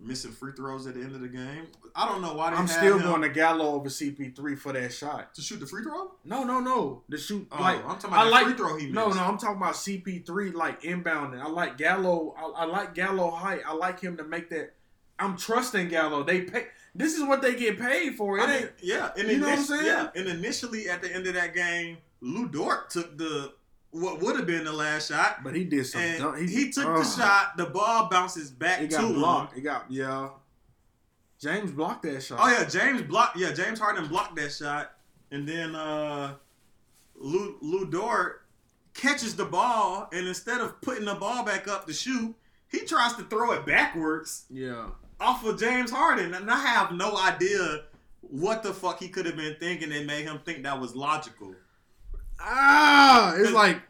Speaker 4: Missing free throws at the end of the game. I don't know why they
Speaker 2: I'm
Speaker 4: had
Speaker 2: still
Speaker 4: him
Speaker 2: going to Gallo over CP3 for that shot.
Speaker 4: to shoot the free throw.
Speaker 2: No, no, no. The shoot
Speaker 4: Oh,
Speaker 2: like
Speaker 4: I'm talking
Speaker 2: I
Speaker 4: about the
Speaker 2: like-
Speaker 4: free throw he missed.
Speaker 2: No, no, I'm talking about CP3 like inbounding. I like Gallo. I, I like Gallo height. I like him to make that. I'm trusting Gallo. They pay. This is what they get paid for. It
Speaker 4: I mean,
Speaker 2: ain't.
Speaker 4: yeah, and
Speaker 2: You know what I'm
Speaker 4: init-
Speaker 2: saying?
Speaker 4: yeah, and initially at the end of that game, Lou Dort took the what would have been the last shot,
Speaker 2: But he did some. dumb-
Speaker 4: and he, took the
Speaker 2: ugh.
Speaker 4: shot. The ball bounces back
Speaker 2: It
Speaker 4: to
Speaker 2: got
Speaker 4: him.
Speaker 2: blocked. It got yeah. James blocked that shot.
Speaker 4: Oh yeah, James blocked. Yeah, James Harden blocked that shot, and then uh, Lou, Lou Dort catches the ball, and instead of putting the ball back up to shoot, he tries to throw it backwards
Speaker 2: yeah.
Speaker 4: off of James Harden, and I have no idea what the fuck he could have been thinking that made him think that was logical.
Speaker 2: Ah, it's
Speaker 4: Cause-
Speaker 2: like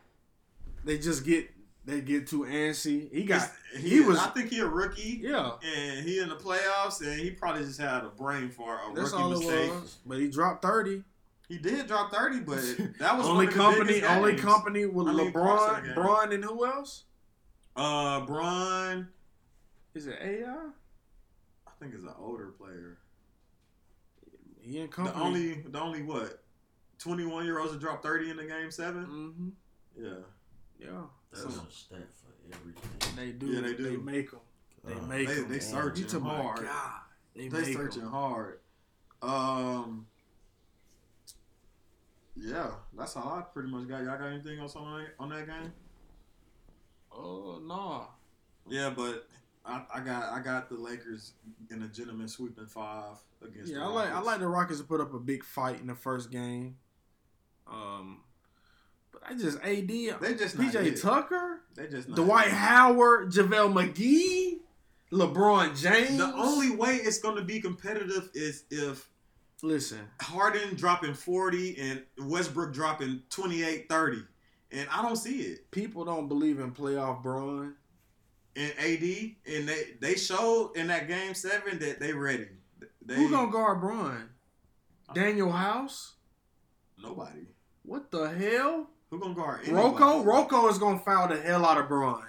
Speaker 2: they just get they get too antsy. He got.
Speaker 4: It's-
Speaker 2: he was-
Speaker 4: I think he a rookie.
Speaker 2: Yeah.
Speaker 4: And he in the playoffs, and he probably just had a brain for a
Speaker 2: That's
Speaker 4: rookie
Speaker 2: all
Speaker 4: mistake.
Speaker 2: it was. But he dropped thirty.
Speaker 4: He did drop thirty, but that was one
Speaker 2: Only
Speaker 4: of the
Speaker 2: company.
Speaker 4: biggest
Speaker 2: Only
Speaker 4: games.
Speaker 2: company with
Speaker 4: I mean, parts of the
Speaker 2: LeBron,
Speaker 4: game.
Speaker 2: Bron, and who else?
Speaker 4: Uh, Bron.
Speaker 2: Is it AI?
Speaker 4: I think it's an older player.
Speaker 2: He in
Speaker 4: The only, the only what, twenty one year olds that dropped thirty in the game seven.
Speaker 2: hmm
Speaker 4: Yeah,
Speaker 2: Yeah,
Speaker 3: That's a stat for everything.
Speaker 2: they do.
Speaker 4: Yeah, they
Speaker 2: they
Speaker 4: do.
Speaker 2: do. They make them. They
Speaker 3: Uh,
Speaker 2: make
Speaker 4: they
Speaker 2: them.
Speaker 4: they
Speaker 3: man.
Speaker 4: searching
Speaker 2: you to my
Speaker 4: hard.
Speaker 2: God. They,
Speaker 4: They
Speaker 2: make 'em.
Speaker 4: searching hard. Um. Yeah, that's all I pretty much got. Y'all got anything else on that, on that game?
Speaker 2: Oh no.
Speaker 4: Yeah, but I, I got I got the Lakers in a gentleman sweeping five against.
Speaker 2: Yeah,
Speaker 4: the
Speaker 2: I like I
Speaker 4: Rockets.
Speaker 2: like the Rockets to put up a big fight in the first game. Um, but I just AD
Speaker 4: They just not
Speaker 2: PJ
Speaker 4: it.
Speaker 2: Tucker,
Speaker 4: They just not
Speaker 2: Dwight
Speaker 4: it.
Speaker 2: Howard, JaVale McGee, LeBron James.
Speaker 4: The only way it's going to be competitive is if
Speaker 2: Listen,
Speaker 4: Harden dropping 40 and Westbrook dropping 28 30. And I don't see it.
Speaker 2: people don't believe in playoff Braun.
Speaker 4: And AD, and they, they showed in that game seven that they ready. They, Uh-huh.
Speaker 2: Who gonna guard Braun? Daniel House?
Speaker 4: Nobody.
Speaker 2: What the hell?
Speaker 4: Who gonna guard?
Speaker 2: Rocco?
Speaker 4: anybody?
Speaker 2: Rocco is gonna foul the hell out of Braun.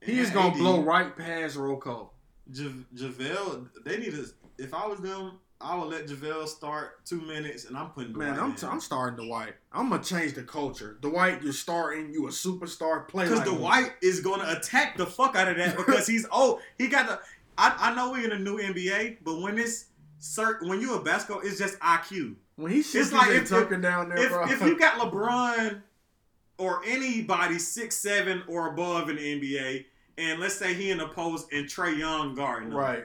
Speaker 4: And
Speaker 2: He is
Speaker 4: that
Speaker 2: gonna
Speaker 4: AD,
Speaker 2: blow right past Rocco.
Speaker 4: Ja- JaVale, they need to. If I was them, I would let JaVale start two minutes, and I'm putting.
Speaker 2: Man, I'm,
Speaker 4: Dwight
Speaker 2: I'm starting Dwight. I'm gonna change the culture. Dwight, you're starting. You a superstar. Play
Speaker 4: because
Speaker 2: like one.
Speaker 4: Dwight is gonna attack the fuck out of that because he's old. He got the. I, I know we're in a new NBA, but when it's cert, when you a basketball, it's just IQ.
Speaker 2: When he shoots
Speaker 4: like
Speaker 2: like
Speaker 4: if-
Speaker 2: Tucker down there,
Speaker 4: If
Speaker 2: bro.
Speaker 4: if you got LeBron or anybody six seven or above in the NBA, and let's say he in the post and Trey Young guarding, him,
Speaker 2: right.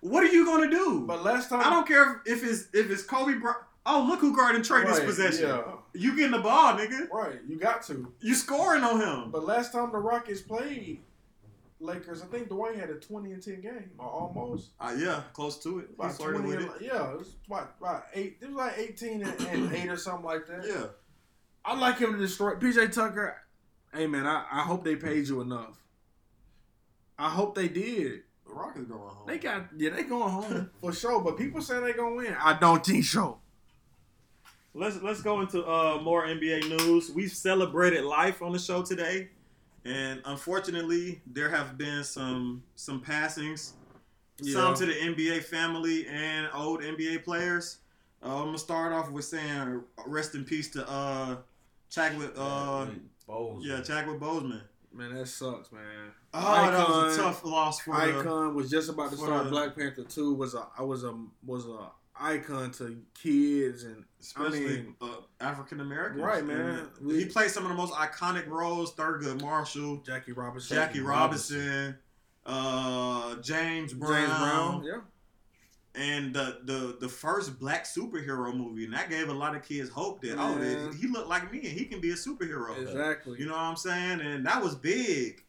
Speaker 4: What are you gonna do?
Speaker 2: But last time
Speaker 4: I don't care if it's if it's Kobe Bryant. Oh, look who guarding Trey this
Speaker 2: Right,
Speaker 4: possession.
Speaker 2: yeah.
Speaker 4: You getting the ball, nigga.
Speaker 2: Right, you got to.
Speaker 4: You scoring on him.
Speaker 2: But last time the Rockets played Lakers, I think Dwight had a twenty and ten game, or almost.
Speaker 4: Uh, yeah, close to it. He
Speaker 2: About
Speaker 4: flirted
Speaker 2: 20
Speaker 4: with
Speaker 2: and- yeah, it was about, about eight. It was like eighteen and, and eight or something like that.
Speaker 4: it. Yeah.
Speaker 2: I like him to destroy PJ Tucker. Hey man, I, I hope they paid you enough. I hope they did.
Speaker 4: The Rockets going home.
Speaker 2: They got yeah, they going home for sure. But people say they gonna win. I don't think so.
Speaker 4: Let's let's go into uh, more NBA news. We've celebrated life on the show today, and unfortunately, there have been some some passings, some
Speaker 2: Yeah.
Speaker 4: to the NBA family and old NBA players. Uh, I'm gonna start off with saying rest in peace to uh, Chadwick. Uh,
Speaker 3: Bowls.
Speaker 4: yeah, Chadwick Bozeman.
Speaker 2: Man, that sucks, man.
Speaker 4: Oh, that was a
Speaker 2: Icon.
Speaker 4: tough loss for uh, the,
Speaker 2: Icon was just about to
Speaker 4: for
Speaker 2: start
Speaker 4: the-
Speaker 2: Black Panther Two. Was a I was a was a icon to kids and
Speaker 4: especially
Speaker 2: I mean-
Speaker 4: uh, African Americans.
Speaker 2: Right, man.
Speaker 4: And
Speaker 2: We-
Speaker 4: he played some of the most iconic roles: Thurgood Marshall,
Speaker 2: Jackie Robinson.
Speaker 4: Jackie Robinson, uh, James Brown,
Speaker 2: James Brown. Yeah.
Speaker 4: and the, the the first black superhero movie, and that gave a lot of kids hope that oh,
Speaker 2: Yeah.
Speaker 4: that he looked like me and he can be a superhero.
Speaker 2: Exactly.
Speaker 4: You know what I'm saying? And that was big.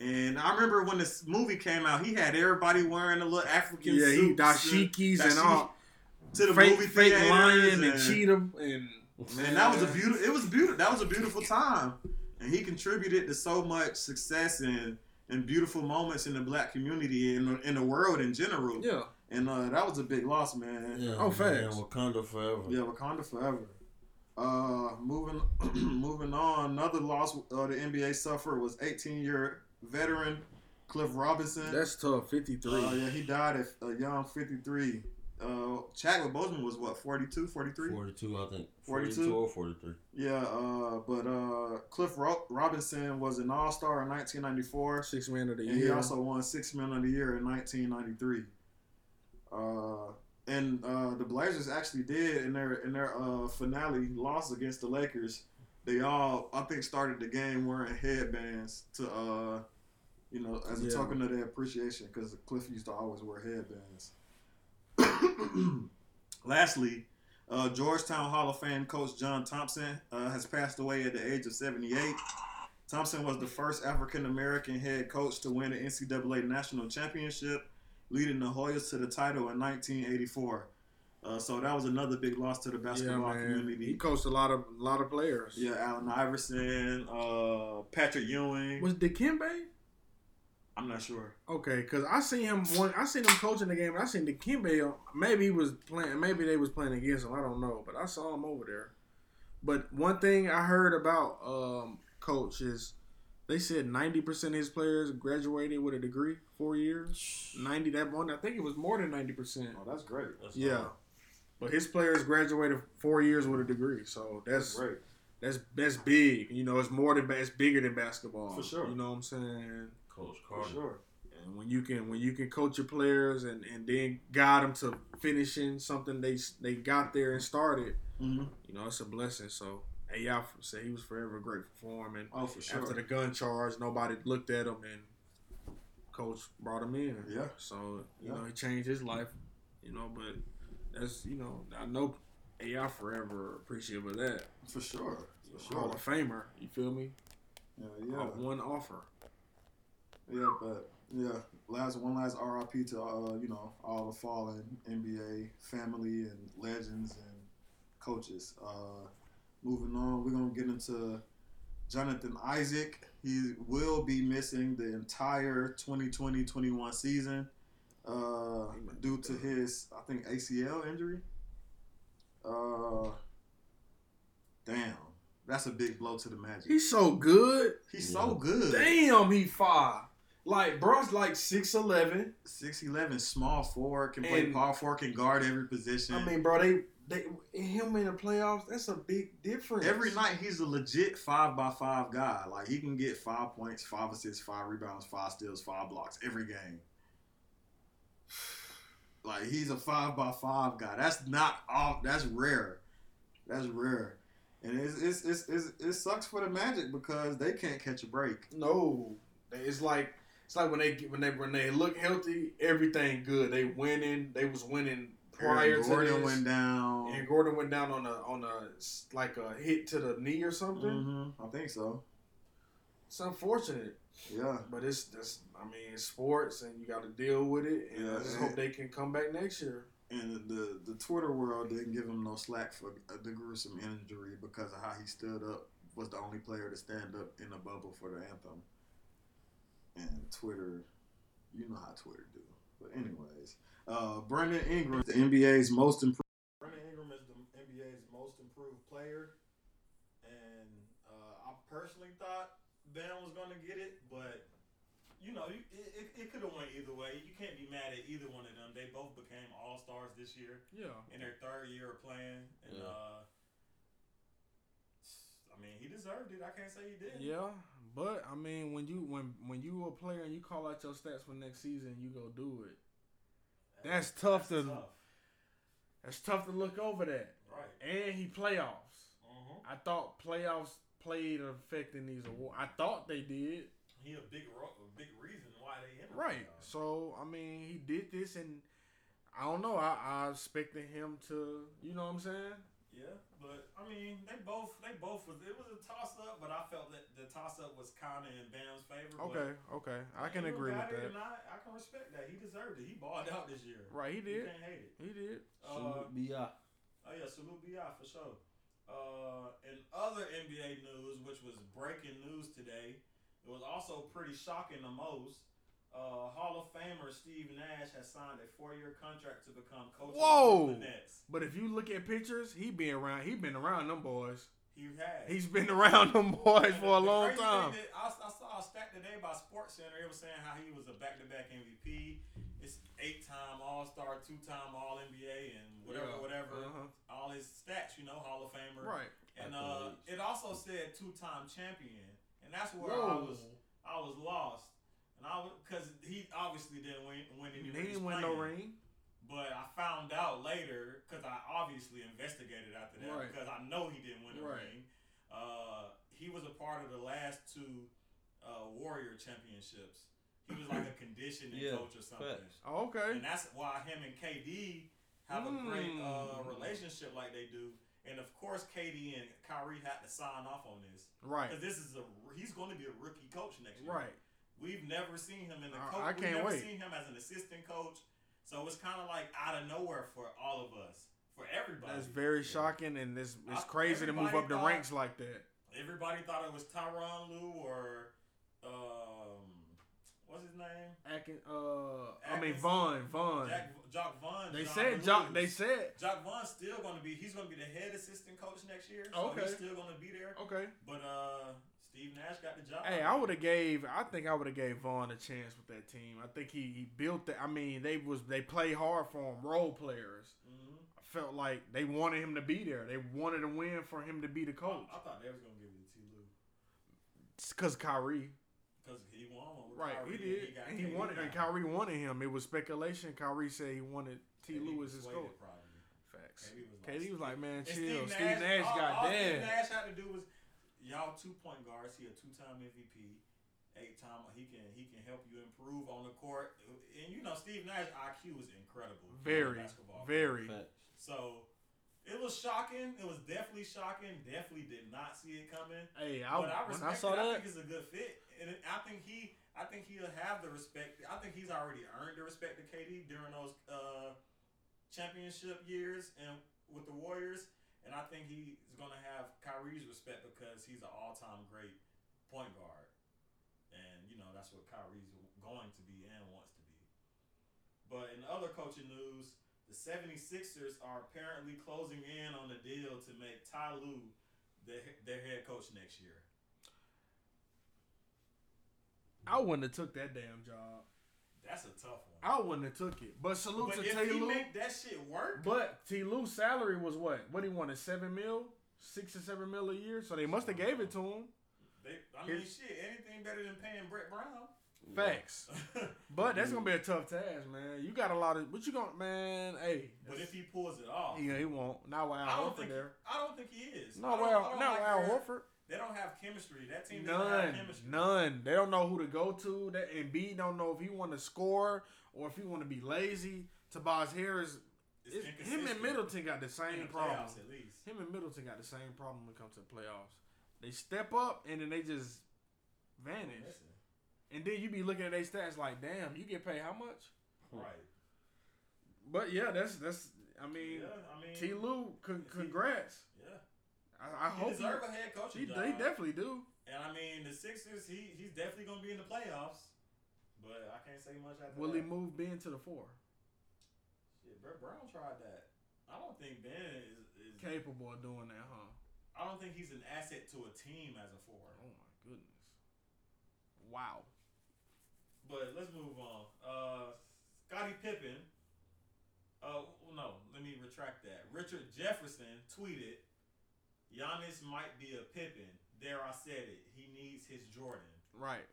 Speaker 4: And I remember when this movie came out, he had everybody wearing the little African
Speaker 2: yeah, he
Speaker 4: suits and-
Speaker 2: dashikis and
Speaker 4: dashiki-
Speaker 2: all
Speaker 4: to the
Speaker 2: fake
Speaker 4: movie
Speaker 2: fake
Speaker 4: theaters
Speaker 2: lion and cheetah and
Speaker 4: Man, that was a beautiful. It was beautiful. That was a beautiful time, and he contributed to so much success and and beautiful moments in the black community and in the world in general.
Speaker 2: Yeah.
Speaker 4: And uh, that was a big loss, man.
Speaker 3: Yeah,
Speaker 2: Oh,
Speaker 3: man,
Speaker 2: facts.
Speaker 3: Wakanda forever.
Speaker 4: Yeah, Wakanda forever. Uh, moving moving on. Another loss uh, the NBA suffered was 18 year veteran Cliff Robinson.
Speaker 2: That's tough. Fifty three.
Speaker 4: Uh, yeah, he died at a young 53. Uh, Chadwick Boseman was what 42, 43.
Speaker 3: 42, I think.
Speaker 4: 42?
Speaker 3: 42 or 43.
Speaker 4: Yeah, uh, but uh, Cliff Ro- Robinson was an All Star in 1994,
Speaker 2: Six man of the
Speaker 4: and he
Speaker 2: year.
Speaker 4: also won Six Men of the Year in 1993. Uh, and uh, the Blazers actually did in their in their uh, finale loss against the Lakers. They all, I think, started the game wearing headbands to, uh, you know, as a
Speaker 2: Yeah.
Speaker 4: token of their appreciation because Cliff used to always wear headbands. Lastly, uh, Georgetown Hall of Fame coach John Thompson uh, has passed away at the age of 78. Thompson was the first African American head coach to win the NCAA national championship, leading the Hoyas to the title in 1984. Uh, so that was another big loss to the
Speaker 2: yeah,
Speaker 4: basketball
Speaker 2: man. He
Speaker 4: community.
Speaker 2: coached a lot of lot of players.
Speaker 4: Yeah, Allen Iverson, uh, Patrick Ewing.
Speaker 2: Was Dikembe?
Speaker 4: I'm not sure.
Speaker 2: Okay, cause I seen him one. I seen him coaching the game. And I seen Dikembe. on- Maybe he was playing. Maybe they was playing against him. I don't know, but I saw him over there. But one thing I heard about um, coach is they said ninety percent of his players graduated with a degree, four years, ninety that one. I think it was more than ninety percent.
Speaker 4: Oh, that's great.
Speaker 3: That's
Speaker 2: Yeah, but his players graduated four years with a degree, so that's
Speaker 4: Great.
Speaker 2: that's that's big. You know, it's more than ba- it's bigger than basketball.
Speaker 4: For sure.
Speaker 2: You know what I'm saying?
Speaker 3: Coach
Speaker 4: For
Speaker 3: Carter.
Speaker 4: sure.
Speaker 2: And when you can when you can coach your players and, and then guide them to finishing something they they got there and started,
Speaker 4: hmm
Speaker 2: you know it's a blessing. So hey, y'all say he was forever grateful for him. And
Speaker 4: Oh, for sure.
Speaker 2: after the gun charge, nobody looked at him, and coach brought him in.
Speaker 4: Yeah.
Speaker 2: So
Speaker 4: Yeah.
Speaker 2: you know he changed his life. You know, but that's you know I know AI forever appreciative of that.
Speaker 4: for sure. For
Speaker 2: Hall
Speaker 4: sure.
Speaker 2: of Famer, you feel me?
Speaker 4: Yeah, yeah.
Speaker 2: One offer.
Speaker 4: Yeah, but Yeah, last one last RIP to uh, you know all the fallen NBA family and legends and coaches. Uh, moving on, we're gonna get into Jonathan Isaac. He will be missing the entire 2020-21 season uh,
Speaker 2: He might
Speaker 4: due
Speaker 2: be
Speaker 4: to
Speaker 2: done.
Speaker 4: his I think ACL injury. Uh, damn, that's a big blow to the Magic.
Speaker 2: He's so good.
Speaker 4: He's so good.
Speaker 2: Damn, he five. Like bro's like six eleven.
Speaker 4: Six eleven, small forward, can play
Speaker 2: And-
Speaker 4: power forward, can guard every position.
Speaker 2: I mean, bro, they they him in the playoffs. That's a big difference.
Speaker 4: every night he's a legit five by five guy. Like he can get five points, five assists, five rebounds, five steals, five blocks every game. Like he's a five by five guy. That's not off. That's rare. That's rare. And it's, it's, it's, it's, it sucks for the Magic because they can't catch a break.
Speaker 2: No, it's like it's like when they get- when they when they look healthy, everything good. They winning. They was winning prior
Speaker 4: Aaron
Speaker 2: to
Speaker 4: Gordon
Speaker 2: this.
Speaker 4: went down.
Speaker 2: And Gordon went down on a on a s- like a hit to the knee or something.
Speaker 4: Mhm, I think so.
Speaker 2: It's unfortunate,
Speaker 4: Yeah.
Speaker 2: but it's that's I mean it's sports and you got to deal with it. And I
Speaker 4: Yeah,
Speaker 2: just
Speaker 4: it-
Speaker 2: hope they can come back next year.
Speaker 4: and the the Twitter world didn't give him no slack for the gruesome injury because of how he stood up. Was the only player to stand up in the bubble for the anthem. And Twitter, you know how Twitter do. But anyways, uh, Brandon Ingram, the NBA's most improved. Brandon Ingram is the NBA's most improved player, and uh, I personally thought
Speaker 3: Bam was going to get it, but you know, you, it, it, it could have went either way. You can't be mad at either one of them. They both became all stars this year
Speaker 2: Yeah,
Speaker 3: in their third year of playing, and
Speaker 6: Yeah.
Speaker 3: uh, I mean, he deserved it. I can't say he didn't.
Speaker 2: yeah. But I mean, when you when when you a player and you call out your stats for next season, you go do it. That's tough to- That's tough to look over that.
Speaker 3: right?
Speaker 2: And he playoffs.
Speaker 3: Mhm.
Speaker 2: I thought playoffs played an effect in these awards. I thought they did.
Speaker 3: He a big ro- a big reason why they in the
Speaker 2: Right.
Speaker 3: playoffs.
Speaker 2: So I mean, he did this, and I don't know. I, I expected him to, you know what I'm saying?
Speaker 3: Yeah, but I mean, they both they both was it was a toss up, but I felt that the toss up was kind of in Bam's favor. but-
Speaker 2: Okay, okay, I can
Speaker 3: Ingram
Speaker 2: agree with
Speaker 3: got it,
Speaker 2: that.
Speaker 3: and I, I can respect that. He deserved it. He balled out this year.
Speaker 2: Right,
Speaker 3: You
Speaker 2: he did.
Speaker 3: can't hate it.
Speaker 2: He did.
Speaker 3: Uh,
Speaker 6: Salute B.I.
Speaker 3: Oh yeah, salute Bi for sure. Uh, in other NBA news, which was breaking news today, it was also pretty shocking the most. Uh, Hall of Famer Steve Nash has signed a four-year contract to become coach
Speaker 2: Whoa.
Speaker 3: of the Brooklyn Nets.
Speaker 2: But if you look at pictures, he been around. He been around them boys.
Speaker 3: He has.
Speaker 2: He's been around them boys
Speaker 3: And
Speaker 2: for a
Speaker 3: the
Speaker 2: long
Speaker 3: crazy
Speaker 2: time.
Speaker 3: thing that I, I saw a stat today by Sports Center. It was saying how he was a back-to-back MVP. It's eight-time All-Star, two-time All-NBA, and whatever,
Speaker 2: Yeah.
Speaker 3: whatever.
Speaker 2: Uh-huh.
Speaker 3: All his stats, you know, Hall of Famer.
Speaker 2: Right.
Speaker 3: And
Speaker 6: Back to
Speaker 3: uh,
Speaker 6: the
Speaker 3: it also said two-time champion, and that's where I
Speaker 2: Whoa.
Speaker 3: was I was lost, and I because he obviously didn't win win any
Speaker 2: He
Speaker 3: rings
Speaker 2: didn't win no
Speaker 3: playing.
Speaker 2: ring.
Speaker 3: But I found out later because I obviously investigated after that
Speaker 2: Right.
Speaker 3: because I know he didn't win the
Speaker 2: Right.
Speaker 3: ring. Uh, he was a part of the last two uh, Warrior championships. He was like a conditioning
Speaker 6: Yeah,
Speaker 3: coach or something,
Speaker 6: facts.
Speaker 2: Oh, okay.
Speaker 3: and that's why him and KD have a great uh,
Speaker 2: Mm.
Speaker 3: relationship like they do. And of course, KD and Kyrie had to sign off on this
Speaker 2: Right.
Speaker 3: because this is a he's going to be a rookie coach next year.
Speaker 2: Right.
Speaker 3: We've never seen him in the
Speaker 2: I-
Speaker 3: coach.
Speaker 2: I
Speaker 3: We've
Speaker 2: can't
Speaker 3: never
Speaker 2: wait.
Speaker 3: seen him as an assistant coach. So it's kind of like out of nowhere for all of us, for everybody.
Speaker 2: That's very shocking, and it's it's
Speaker 3: I-
Speaker 2: crazy to move
Speaker 3: everybody
Speaker 2: up the
Speaker 3: thought-
Speaker 2: ranks like that.
Speaker 3: everybody thought it was Tyronn Lue or um, what's his name?
Speaker 2: Akin, uh, I mean
Speaker 3: Atkins.
Speaker 2: Vaughn, Vaughn.
Speaker 3: Jack Jock Vaughn.
Speaker 2: They
Speaker 3: John
Speaker 2: said
Speaker 3: Lewis.
Speaker 2: Jock. They said
Speaker 3: Jock Vaughn's still going to be. He's going to be the head assistant coach next year. So
Speaker 2: Okay.
Speaker 3: He's still going to be there.
Speaker 2: okay.
Speaker 3: But uh, Steve Nash got the job.
Speaker 2: Hey, I would have gave. I think I would have gave Vaughn a chance with that team. I think he, he built that. I mean, they was they play hard for him. Role players.
Speaker 3: Mhm.
Speaker 2: I felt like they wanted him to be there. They wanted a win for him to be the coach.
Speaker 3: I, I thought they was going to give it to T. Lou.
Speaker 2: It's Cause Kyrie,
Speaker 3: Because he won one with
Speaker 2: right?
Speaker 3: Kyrie
Speaker 2: He
Speaker 3: and
Speaker 2: did,
Speaker 3: got
Speaker 2: and he
Speaker 3: KD
Speaker 2: wanted, and
Speaker 3: now.
Speaker 2: Kyrie wanted him. It was speculation. Kyrie said he wanted
Speaker 3: KD
Speaker 2: T. Lou as his coach.
Speaker 3: persuaded probably.
Speaker 2: Facts.
Speaker 3: KD was like,
Speaker 2: KD was like, man,
Speaker 3: And
Speaker 2: chill. Steve Nash,
Speaker 3: all, all Steve
Speaker 2: goddamn.
Speaker 3: Nash had to do was y'all two point guards. He a two time MVP, eight time. He can he can help you improve on the court. And you know Steve Nash IQ is incredible. He's a
Speaker 2: Very,
Speaker 3: basketball player.
Speaker 2: very.
Speaker 6: Facts.
Speaker 3: So it was shocking. It was definitely shocking. Definitely did not see it coming.
Speaker 2: Hey, I,
Speaker 3: But I
Speaker 2: when
Speaker 3: respect
Speaker 2: I saw
Speaker 3: it. I
Speaker 2: that,
Speaker 3: think it's a good fit, and I think he. I think he'll have the respect. I think he's already earned the respect of KD during those uh, championship years and with the Warriors. And I think he's going to have Kyrie's respect because he's an all time great point guard. And, you know, that's what Kyrie's going to be and wants to be. But in other coaching news, the 76ers are apparently closing in on a deal to make Ty Lue their, their head coach next year.
Speaker 2: I wouldn't have took that damn job.
Speaker 3: That's a tough one.
Speaker 2: I wouldn't have took it. But salute
Speaker 3: but
Speaker 2: to T.
Speaker 3: if he
Speaker 2: Lou.
Speaker 3: make that shit work,
Speaker 2: but T. Lou's salary was what? What he wanted? Seven mil, six or seven mil a year. So they must have gave it to him.
Speaker 3: they, I mean,
Speaker 2: His-
Speaker 3: shit, anything better than paying Brett Brown.
Speaker 2: Facts.
Speaker 3: but
Speaker 2: But that's gonna be a tough task, man. You got a lot of. What you gonna, man? Hey.
Speaker 3: if he pulls it off,
Speaker 2: Yeah, he won't. Not with
Speaker 3: I
Speaker 2: Al
Speaker 3: don't
Speaker 2: Horford
Speaker 3: think
Speaker 2: there.
Speaker 3: I don't think he is. I
Speaker 2: No,
Speaker 3: don't- I
Speaker 2: well,
Speaker 3: don't
Speaker 2: not
Speaker 3: like
Speaker 2: with Al
Speaker 3: their-
Speaker 2: Horford.
Speaker 3: They don't have chemistry. That team doesn't have
Speaker 2: None,
Speaker 3: chemistry.
Speaker 2: none. They don't know who to go to. That and B don't know if he want to score or if he want to be lazy. Tobias Harris,
Speaker 3: It's
Speaker 2: it's- him
Speaker 3: inconsistent.
Speaker 2: and Middleton got the same
Speaker 3: in the
Speaker 2: problem.
Speaker 3: playoffs, at least.
Speaker 2: Him and Middleton got the same problem when it comes to the playoffs. They step up and then they just vanish.
Speaker 3: Listen,
Speaker 2: And then you be looking at their stats like, damn, you get paid how much?
Speaker 3: Right.
Speaker 2: But yeah, that's that's. I mean,
Speaker 3: Yeah, I mean,
Speaker 2: T. Lou, con- congrats.
Speaker 3: yeah.
Speaker 2: I, I
Speaker 3: He
Speaker 2: hope
Speaker 3: deserve a
Speaker 2: he,
Speaker 3: head coaching
Speaker 2: he,
Speaker 3: job.
Speaker 2: they definitely do.
Speaker 3: And I mean, the Sixers, he he's definitely gonna be in the playoffs. But I can't say much after
Speaker 2: Will
Speaker 3: that.
Speaker 2: he move Ben to the four?
Speaker 3: Shit, Brett Brown tried that. I don't think Ben is. is
Speaker 2: Capable of doing that, huh?
Speaker 3: I don't think he's an asset to a team as a forward.
Speaker 2: Oh my goodness! Wow.
Speaker 3: But let's move on. Uh, Scottie Pippen. Uh, well, no, let me retract that. Richard Jefferson tweeted, "Giannis might be a Pippen." There, I said it. He needs his Jordan.
Speaker 2: Right.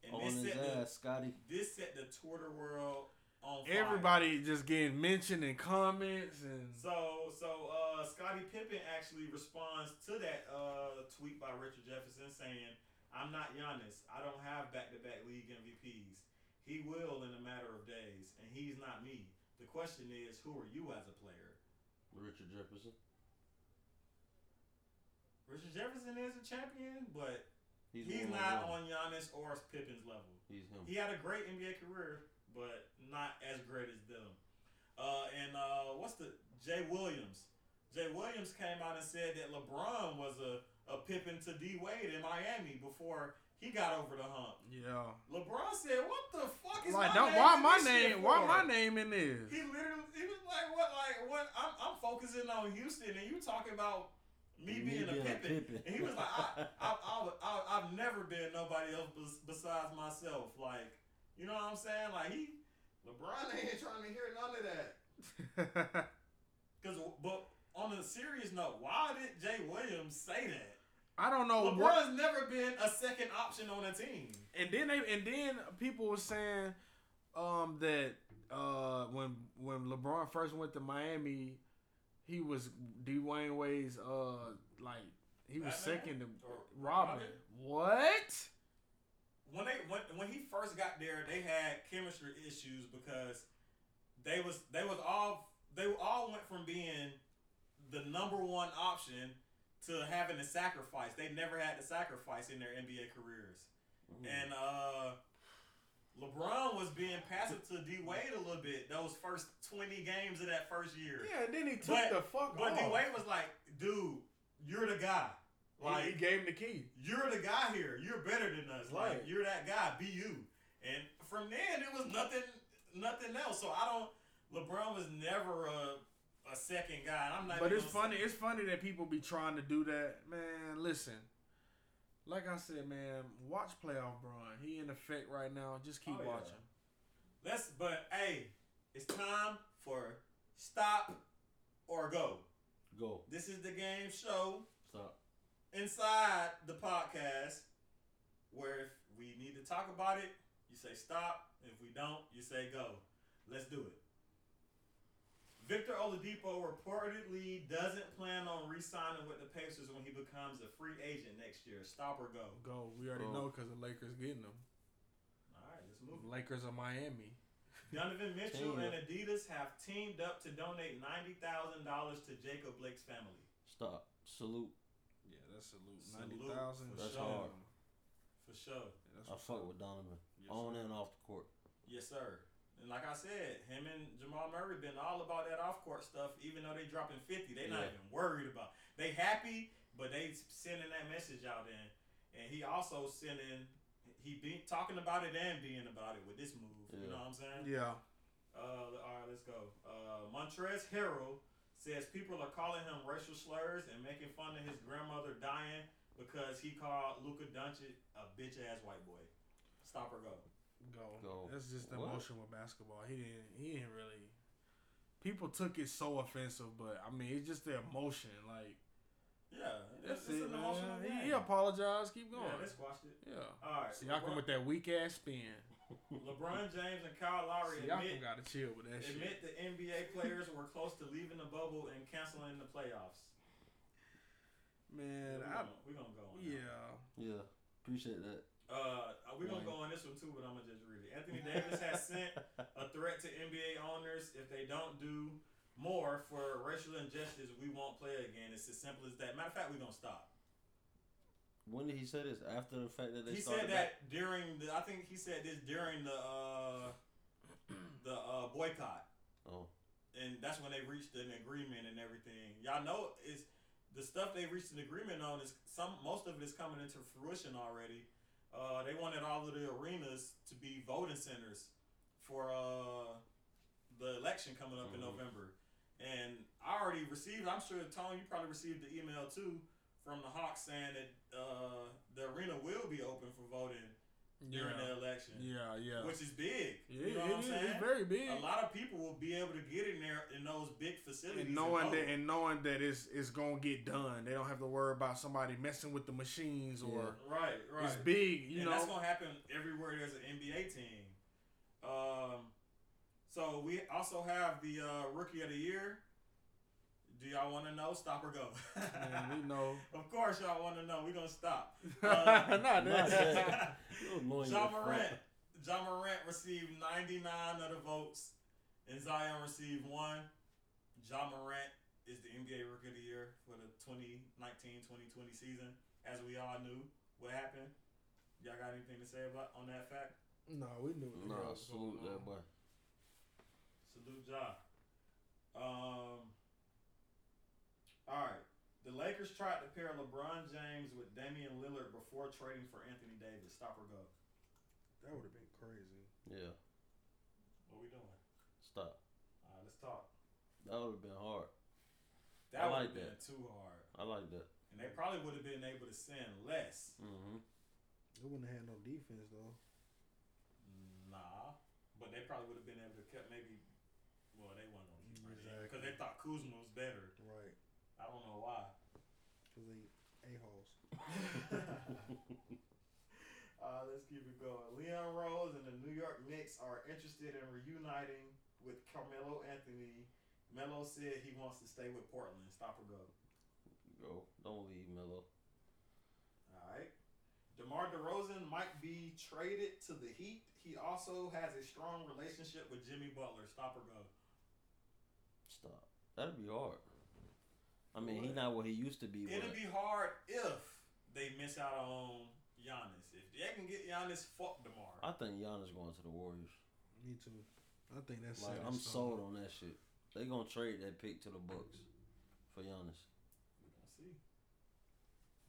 Speaker 3: And
Speaker 7: On
Speaker 3: this
Speaker 7: his
Speaker 3: set the,
Speaker 7: ass, Scotty.
Speaker 3: this set the Twitter world on fire.
Speaker 2: Everybody just getting mentioned in comments and
Speaker 3: So so uh, Scottie Pippen actually responds to that uh, tweet by Richard Jefferson saying, "I'm not Giannis. I don't have back-to-back league MVPs. He will in a matter of days, and he's not me. The question is, who are you as a player?"
Speaker 6: Richard Jefferson.
Speaker 3: Richard Jefferson is a champion, but he's,
Speaker 6: one
Speaker 3: not on
Speaker 6: one.
Speaker 3: Giannis or Pippen's level.
Speaker 6: He's him.
Speaker 3: He had a great NBA career, but not as great as them. Uh, and uh, what's the Jay Williams? Jay Williams came out and said that LeBron was a, a Pippin to D Wade in Miami before he got over the hump.
Speaker 2: yeah.
Speaker 3: LeBron said, "What the fuck is
Speaker 2: Like,
Speaker 3: my
Speaker 2: don't,
Speaker 3: name
Speaker 2: why
Speaker 3: in
Speaker 2: my
Speaker 3: this shit
Speaker 2: name? Why
Speaker 3: for?"
Speaker 2: my name in this?
Speaker 3: He literally he was like, "What? Like what? I'm, I'm focusing on Houston, and you talking about." Me
Speaker 7: Me
Speaker 3: being a
Speaker 7: being a
Speaker 3: pippin.
Speaker 7: Pippin.
Speaker 3: and he was like, "Ah, I, I, I, would- I, I've never been nobody else bes- besides myself. Like, you know what I'm saying? Like he, LeBron ain't trying to hear none of that. Cause, but on a serious note, why did Jay Williams say that?
Speaker 2: I don't know
Speaker 3: LeBron's
Speaker 2: Oh, what.
Speaker 3: never been a second option on a team.
Speaker 2: And then they and then people were saying um that uh when when LeBron first went to Miami, he was Dwayne Wade's uh like he was
Speaker 3: Batman?
Speaker 2: second to
Speaker 3: Or
Speaker 2: Robin.
Speaker 3: Robin?
Speaker 2: What?
Speaker 3: when they when, when he first got there, they had chemistry issues because they was they was all they all went from being the number one option to having to sacrifice. They never had to sacrifice in their NBA careers, and uh, LeBron was being passive to D Wade a little bit those first twenty games of that first year.
Speaker 2: Yeah, and then he took
Speaker 3: but
Speaker 2: the fuck
Speaker 3: but
Speaker 2: off.
Speaker 3: D Wade was like, "Dude, you're the guy." Like
Speaker 2: he, he gave him the key.
Speaker 3: you're the guy here. You're better than us. Like
Speaker 2: Right.
Speaker 3: you're that guy. Be you. And from then it was nothing, nothing else. So I don't. LeBron was never a, a second guy. And I'm not.
Speaker 2: But
Speaker 3: even
Speaker 2: it's
Speaker 3: gonna
Speaker 2: funny.
Speaker 3: say-
Speaker 2: It's funny that people be trying to do that, man. Listen, like I said, man, watch playoff Bron. He in effect right now. Just keep
Speaker 3: Oh, yeah.
Speaker 2: watching.
Speaker 3: Let's. But hey, it's time for stop or go.
Speaker 6: Go.
Speaker 3: This is the game show.
Speaker 6: Stop.
Speaker 3: inside the podcast where if we need to talk about it, you say stop. If we don't, you say go. Let's do it. Victor Oladipo reportedly doesn't plan on re-signing with the Pacers when he becomes a free agent next year. Stop or go.
Speaker 2: Go. We already
Speaker 6: Oh.
Speaker 2: know because the Lakers getting him.
Speaker 3: All right, let's move.
Speaker 2: Lakers or Miami.
Speaker 3: Donovan Mitchell
Speaker 6: Team
Speaker 3: and
Speaker 6: up.
Speaker 3: Adidas have teamed up to donate ninety thousand dollars to Jacob Blake's family.
Speaker 6: Stop. Salute.
Speaker 2: Yeah, that's salute.
Speaker 3: Salute
Speaker 2: Ninety thousand.
Speaker 3: for
Speaker 6: That's sure. hard.
Speaker 8: For sure.
Speaker 2: That's
Speaker 6: I
Speaker 2: what's
Speaker 6: fuck
Speaker 2: up.
Speaker 6: with Donovan
Speaker 2: Yes,
Speaker 6: on
Speaker 2: sir.
Speaker 6: and off the court.
Speaker 8: Yes, sir. And like I said, him and Jamal Murray been all about that off court stuff. Even though they dropping fifty, they not
Speaker 6: Yeah.
Speaker 8: even worried about. They happy, but they sending that message out there. And he also sending. He be talking about it and being about it with this move. You
Speaker 6: Yeah.
Speaker 8: know what I'm saying?
Speaker 2: Yeah.
Speaker 8: Uh, all right, let's go. Uh, Montrez Harrell says people are calling him racial slurs and making fun of his grandmother dying because he called Luka Doncic a bitch ass white boy. Stop or go.
Speaker 2: Go.
Speaker 6: Go.
Speaker 2: That's just the
Speaker 6: What?
Speaker 2: emotion with basketball. He didn't. He didn't really. People took it so offensive, but I mean, it's just the emotion. Like
Speaker 8: Yeah,
Speaker 2: that's
Speaker 8: it's
Speaker 2: it,
Speaker 8: an
Speaker 2: man.
Speaker 8: emotional game.
Speaker 2: He, he apologized. Keep going.
Speaker 8: Yeah,
Speaker 2: Yeah.
Speaker 8: they squashed it. All right.
Speaker 2: Siakam
Speaker 8: LeBron,
Speaker 2: with that weak ass spin.
Speaker 8: LeBron James and Kyle Lowry
Speaker 2: Siakam
Speaker 8: admit,
Speaker 2: got to chill with that shit.
Speaker 8: admit the NBA players were close to leaving the bubble and canceling the playoffs.
Speaker 2: Man,
Speaker 8: we're,
Speaker 2: I,
Speaker 8: gonna, we're gonna go on. that.
Speaker 2: yeah.
Speaker 6: Yeah, appreciate that.
Speaker 8: Uh, we're gonna
Speaker 6: Right.
Speaker 8: go on this one too, but I'm gonna just read it. Anthony Davis has sent a threat to NBA owners if they don't do more for racial injustice, we won't play again. It's as simple as that. Matter of fact, we're gonna stop.
Speaker 6: When did he say this? After the fact that they
Speaker 8: he
Speaker 6: started
Speaker 8: said that during the. I think he said this during the uh, the uh, boycott.
Speaker 6: Oh,
Speaker 8: and that's when they reached an agreement and everything. Y'all know is the stuff they reached an agreement on is some most of it is coming into fruition already. Uh, they wanted all of the arenas to be voting centers for uh, the election coming up in
Speaker 6: Mhm.
Speaker 8: November. And I already received. I'm sure Tony, you probably received the email too from the Hawks saying that uh, the arena will be open for voting during
Speaker 2: Yeah.
Speaker 8: the election,
Speaker 2: Yeah. Yeah.
Speaker 8: which is big.
Speaker 2: yeah,
Speaker 8: you know
Speaker 2: it
Speaker 8: what I'm
Speaker 2: is.
Speaker 8: saying?
Speaker 2: It's very big.
Speaker 8: a lot of people will be able to get in there in those big facilities.
Speaker 2: and knowing
Speaker 8: vote.
Speaker 2: that and knowing that it's it's gonna get done. They don't have to worry about somebody messing with the machines or
Speaker 8: right, right,
Speaker 2: it's big. You
Speaker 8: and
Speaker 2: know.
Speaker 8: that's gonna happen everywhere there's an NBA team. Um, so we also have the uh, rookie of the year. Do y'all want to know? Stop or go?
Speaker 2: Man, we know.
Speaker 8: of course, y'all want to know. We're gonna stop.
Speaker 2: Not
Speaker 8: Uh,
Speaker 2: that.
Speaker 6: that. you annoying.
Speaker 8: John
Speaker 6: as fuck.
Speaker 8: Morant. John Morant received 99 of the votes, and Zion received one. John Morant is the NBA Rookie of the Year for the 2019-2020 season. As we all knew, what happened? Y'all got anything to say about on that fact?
Speaker 2: No, we knew. what the hell
Speaker 6: Nah,
Speaker 2: was
Speaker 6: salute
Speaker 2: going on.
Speaker 6: that boy.
Speaker 8: Salute Ja. Um. All right. The Lakers tried to pair LeBron James with Damian Lillard before trading for Anthony Davis. Stop or go.
Speaker 2: That would have been crazy.
Speaker 6: Yeah,
Speaker 8: What we doing?
Speaker 6: stop.
Speaker 8: All right, let's talk.
Speaker 6: That would have been hard. I
Speaker 8: That would
Speaker 6: like
Speaker 8: have been
Speaker 6: that.
Speaker 8: too hard.
Speaker 6: I like that.
Speaker 8: And they probably would have been able to send less.
Speaker 6: Mm-hmm.
Speaker 2: They wouldn't have had no defense though.
Speaker 8: Nah. But they probably would have been able to cut maybe. Well, they weren't going to keep Bridges. Because
Speaker 2: Exactly.
Speaker 8: they thought Kuzma was better.
Speaker 2: Right,
Speaker 8: I don't know why.
Speaker 2: because they a holes.
Speaker 8: uh, let's keep it going. Leon Rose and the New York Knicks are interested in reuniting with Carmelo Anthony. Melo said he wants to stay with Portland. Stop or go.
Speaker 6: Go. Don't leave Melo.
Speaker 8: All right. DeMar DeRozan might be traded to the Heat. He also has a strong relationship with Jimmy Butler. Stop or go.
Speaker 6: Stop. That'd be hard. I mean, he
Speaker 8: What?
Speaker 6: not what he used to be.
Speaker 8: It'll
Speaker 6: but
Speaker 8: be hard if they miss out on Giannis. If they can get Giannis, fuck DeMar.
Speaker 6: I think Giannis going to the Warriors.
Speaker 2: Me too. I think that's
Speaker 6: Like
Speaker 2: set in
Speaker 6: I'm
Speaker 2: stone.
Speaker 6: sold on that shit. They gonna trade that pick to the Bucks for Giannis.
Speaker 8: We're gonna see.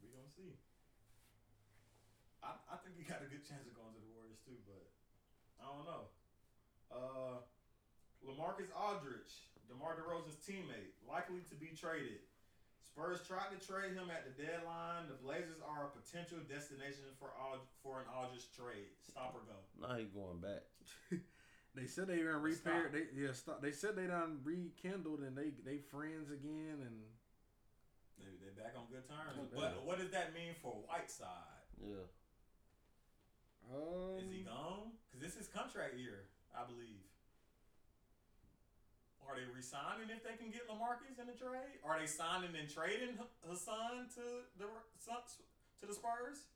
Speaker 8: We're gonna see. I, I think he got a good chance of going to the Warriors too, but I don't know. Uh Lamarcus Aldridge, DeMar DeRozan's teammate, likely to be traded. Spurs tried to trade him at the deadline. The Blazers are a potential destination for Ald- for an Aldridge trade. Stop or go.
Speaker 6: Now he going back.
Speaker 2: They said they done
Speaker 8: Stop.
Speaker 2: repaired. They yeah, stop. They said they done rekindled and they they friends again and
Speaker 8: They they back on good terms.
Speaker 2: Yeah.
Speaker 8: But what does that mean for Whiteside?
Speaker 6: Yeah.
Speaker 2: um.
Speaker 8: Is he gone? Because this is contract year, I believe. Are they resigning if they can get Lamarcus in the trade? Are they signing and trading H- Hassan to the Suns- to the Spurs?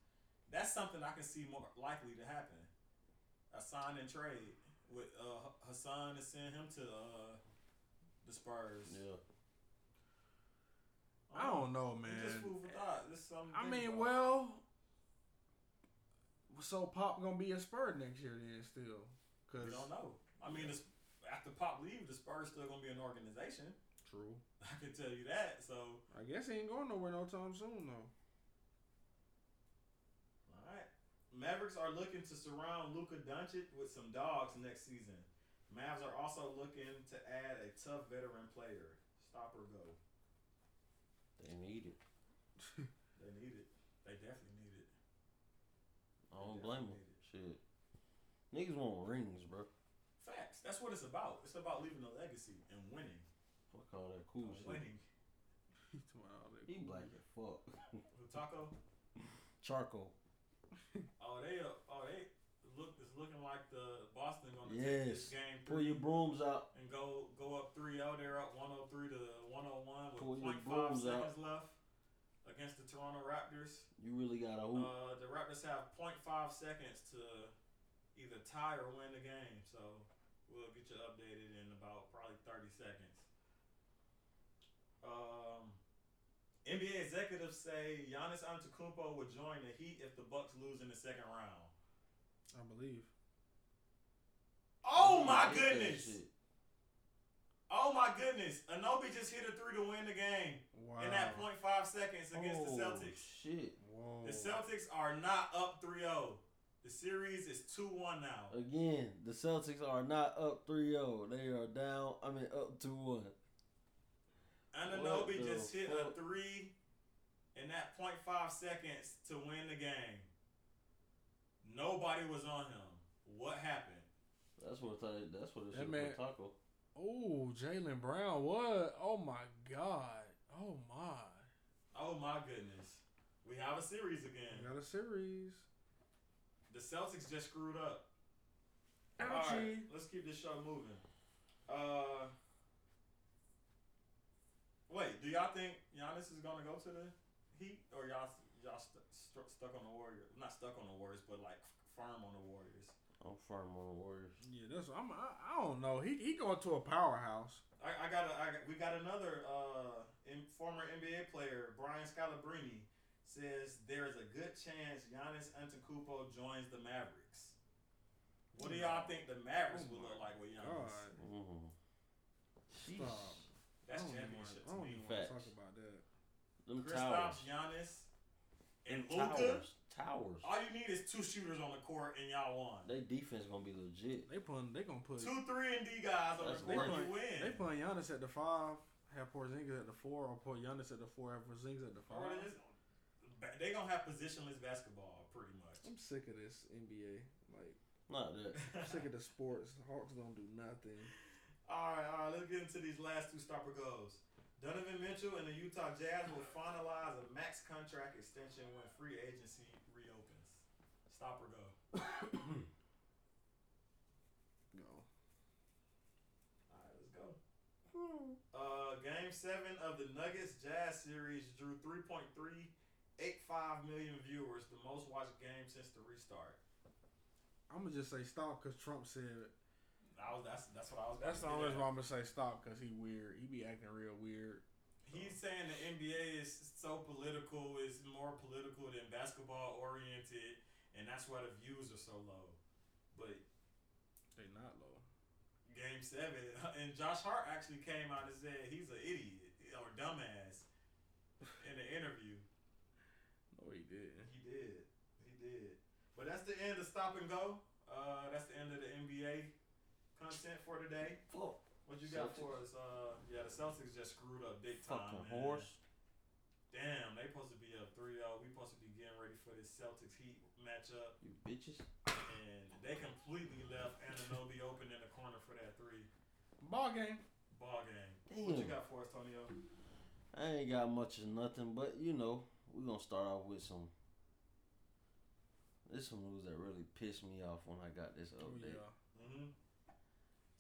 Speaker 8: That's something I can see more likely to happen. A sign and trade with uh, H- Hassan and send him to uh, the Spurs.
Speaker 6: Yeah.
Speaker 2: I don't know,
Speaker 8: It's Just
Speaker 2: man.
Speaker 8: food for thought. This is something to
Speaker 2: I
Speaker 8: think
Speaker 2: mean,
Speaker 8: about.
Speaker 2: well, So Pop gonna be a Spur next year then still?
Speaker 8: We
Speaker 2: Cause
Speaker 8: don't know. I mean, it's, after Pop leave, the Spurs still gonna be an organization.
Speaker 2: true.
Speaker 8: I can tell you that. So,
Speaker 2: I guess he ain't going nowhere no time soon though.
Speaker 8: all right. Mavericks are looking to surround Luka Doncic with some dogs next season. Mavs are also looking to add a tough veteran player. Stop or go.
Speaker 6: They need it.
Speaker 8: They need it. They definitely need it.
Speaker 6: I don't blame them. Shit. Niggas want rings, bro.
Speaker 8: Facts. That's what it's about. It's about leaving a legacy and winning.
Speaker 6: Fuck all that
Speaker 8: Oh,
Speaker 6: cool shit.
Speaker 8: Winning.
Speaker 2: He talking about all that
Speaker 6: He
Speaker 2: cool
Speaker 6: black
Speaker 2: shit.
Speaker 6: as fuck.
Speaker 8: The taco.
Speaker 6: Charcoal.
Speaker 8: Oh, they. uh, Oh, they. Look, it's looking like the Boston gonna take this
Speaker 6: Yes.
Speaker 8: game
Speaker 6: Pull your brooms out.
Speaker 8: and go go up 3-0. They're up 103 to 101
Speaker 6: Pull your
Speaker 8: with 0.5
Speaker 6: balls out.
Speaker 8: seconds left against the Toronto Raptors.
Speaker 6: You really gotta hoop.
Speaker 8: Uh, the Raptors have 0.5 seconds to either tie or win the game. So we'll get you updated in about probably 30 seconds. Um, NBA executives say Giannis Antetokounmpo would join the Heat if the Bucks lose in the second round.
Speaker 2: I believe.
Speaker 8: Oh
Speaker 6: I
Speaker 8: my
Speaker 6: hate that
Speaker 8: goodness!
Speaker 6: shit.
Speaker 8: Oh my goodness! Anobi just hit a three to win the game.
Speaker 2: Wow.
Speaker 8: in that point five seconds against
Speaker 6: oh,
Speaker 8: the Celtics.
Speaker 6: Shit.
Speaker 2: Whoa.
Speaker 8: The Celtics are not up 3-0. The series is 2-1 now.
Speaker 6: Again, the Celtics are not up 3 0. They are down, I mean, up 2 1.
Speaker 8: Ananobi
Speaker 6: the
Speaker 8: just hit a
Speaker 6: fuck?
Speaker 8: three in that point five seconds to win the game. Nobody was on him. What happened?
Speaker 6: That's what I, that's what it
Speaker 2: That
Speaker 6: should
Speaker 2: man-
Speaker 6: for Taco.
Speaker 2: Oh, Jalen Brown. What? Oh my God. Oh my.
Speaker 8: Oh my goodness. We have a series
Speaker 2: We
Speaker 8: again.
Speaker 2: got a series.
Speaker 8: The Celtics just screwed up.
Speaker 2: Ouchie.
Speaker 8: All right, let's keep this show moving. Uh, wait, do y'all think Giannis is gonna go to the Heat, or y'all y'all st- st- stuck on the Warriors? Not stuck on the Warriors, but like firm on the Warriors.
Speaker 6: I'm firm on the Warriors.
Speaker 2: Yeah, that's. I'm. I, I don't know. He he going to a powerhouse.
Speaker 8: I, I got a, I got, we got another uh, in, former NBA player, Brian Scalabrine, says there is a good chance Giannis Antetokounmpo joins the Mavericks. What do y'all think the Mavericks will look like with Giannis?
Speaker 2: Hmm. Oh God.
Speaker 6: Mm. Sheesh.
Speaker 2: Stop.
Speaker 8: That's
Speaker 2: I don't even
Speaker 8: championship
Speaker 2: wanna- I don't
Speaker 8: to me.
Speaker 2: even want to
Speaker 6: Facts.
Speaker 2: talk about that.
Speaker 6: Them towers.
Speaker 8: Kristaps, Giannis, and Luka.
Speaker 6: Towers. Towers.
Speaker 8: All you need is two shooters on the court, and y'all won.
Speaker 6: They defense gonna be legit.
Speaker 2: They putting. They gonna put.
Speaker 8: Two, three, and D guys on the
Speaker 6: That's
Speaker 2: they
Speaker 8: court,
Speaker 6: worth
Speaker 8: you
Speaker 2: putting. They
Speaker 8: win.
Speaker 2: putting Giannis at the five. Have Porzingis at the four, or put Giannis at the four. Have Porzingis at the five.
Speaker 8: Or they just- They gonna have positionless basketball, pretty much.
Speaker 2: I'm sick of this NBA. Like
Speaker 6: Not that.
Speaker 2: I'm sick of the sports. The Hawks don't do nothing.
Speaker 8: All right, all right. Let's get into these last two stopper goals. Donovan Mitchell and the Utah Jazz will finalize a max contract extension when free agency reopens. Stop or go.
Speaker 2: No.
Speaker 8: All right, let's go. Uh, game seven of the Nuggets Jazz series drew 3.385 million viewers, the most watched game since the restart.
Speaker 2: I'm gonna just say stop because Trump said it.
Speaker 8: I was, that's that's what I was. about
Speaker 2: That's
Speaker 8: to
Speaker 2: the
Speaker 8: get
Speaker 2: only
Speaker 8: at.
Speaker 2: reason why I'm gonna say stop because he weird. He be acting real weird.
Speaker 8: He's saying the NBA is so political, is more political than basketball oriented, and that's why the views are so low. But
Speaker 2: They not low.
Speaker 8: game seven, and Josh Hart actually came out and said he's an idiot or dumbass in the interview.
Speaker 2: No, he didn't.
Speaker 8: He did. He did. But that's the end of stop and go. Uh, that's the end of the NBA content for today.
Speaker 6: Fuck.
Speaker 8: What you got for
Speaker 6: Celtics.
Speaker 8: us? Uh, yeah, the Celtics just screwed up big time.
Speaker 6: Fucking
Speaker 8: man.
Speaker 6: horse.
Speaker 8: Damn, they supposed to be up 3 0. We supposed to be getting ready for this Celtics Heat matchup.
Speaker 6: You bitches.
Speaker 8: And they completely left Ananobi open in the corner for that three
Speaker 2: Ball game.
Speaker 8: ball game. What you
Speaker 6: Damn.
Speaker 8: got for us, Tonio?
Speaker 6: I ain't got much of nothing, but you know, we're gonna start off with some. This some news that really pissed me off when I got this
Speaker 2: Oh
Speaker 6: update.
Speaker 2: yeah.
Speaker 8: Mm-hmm.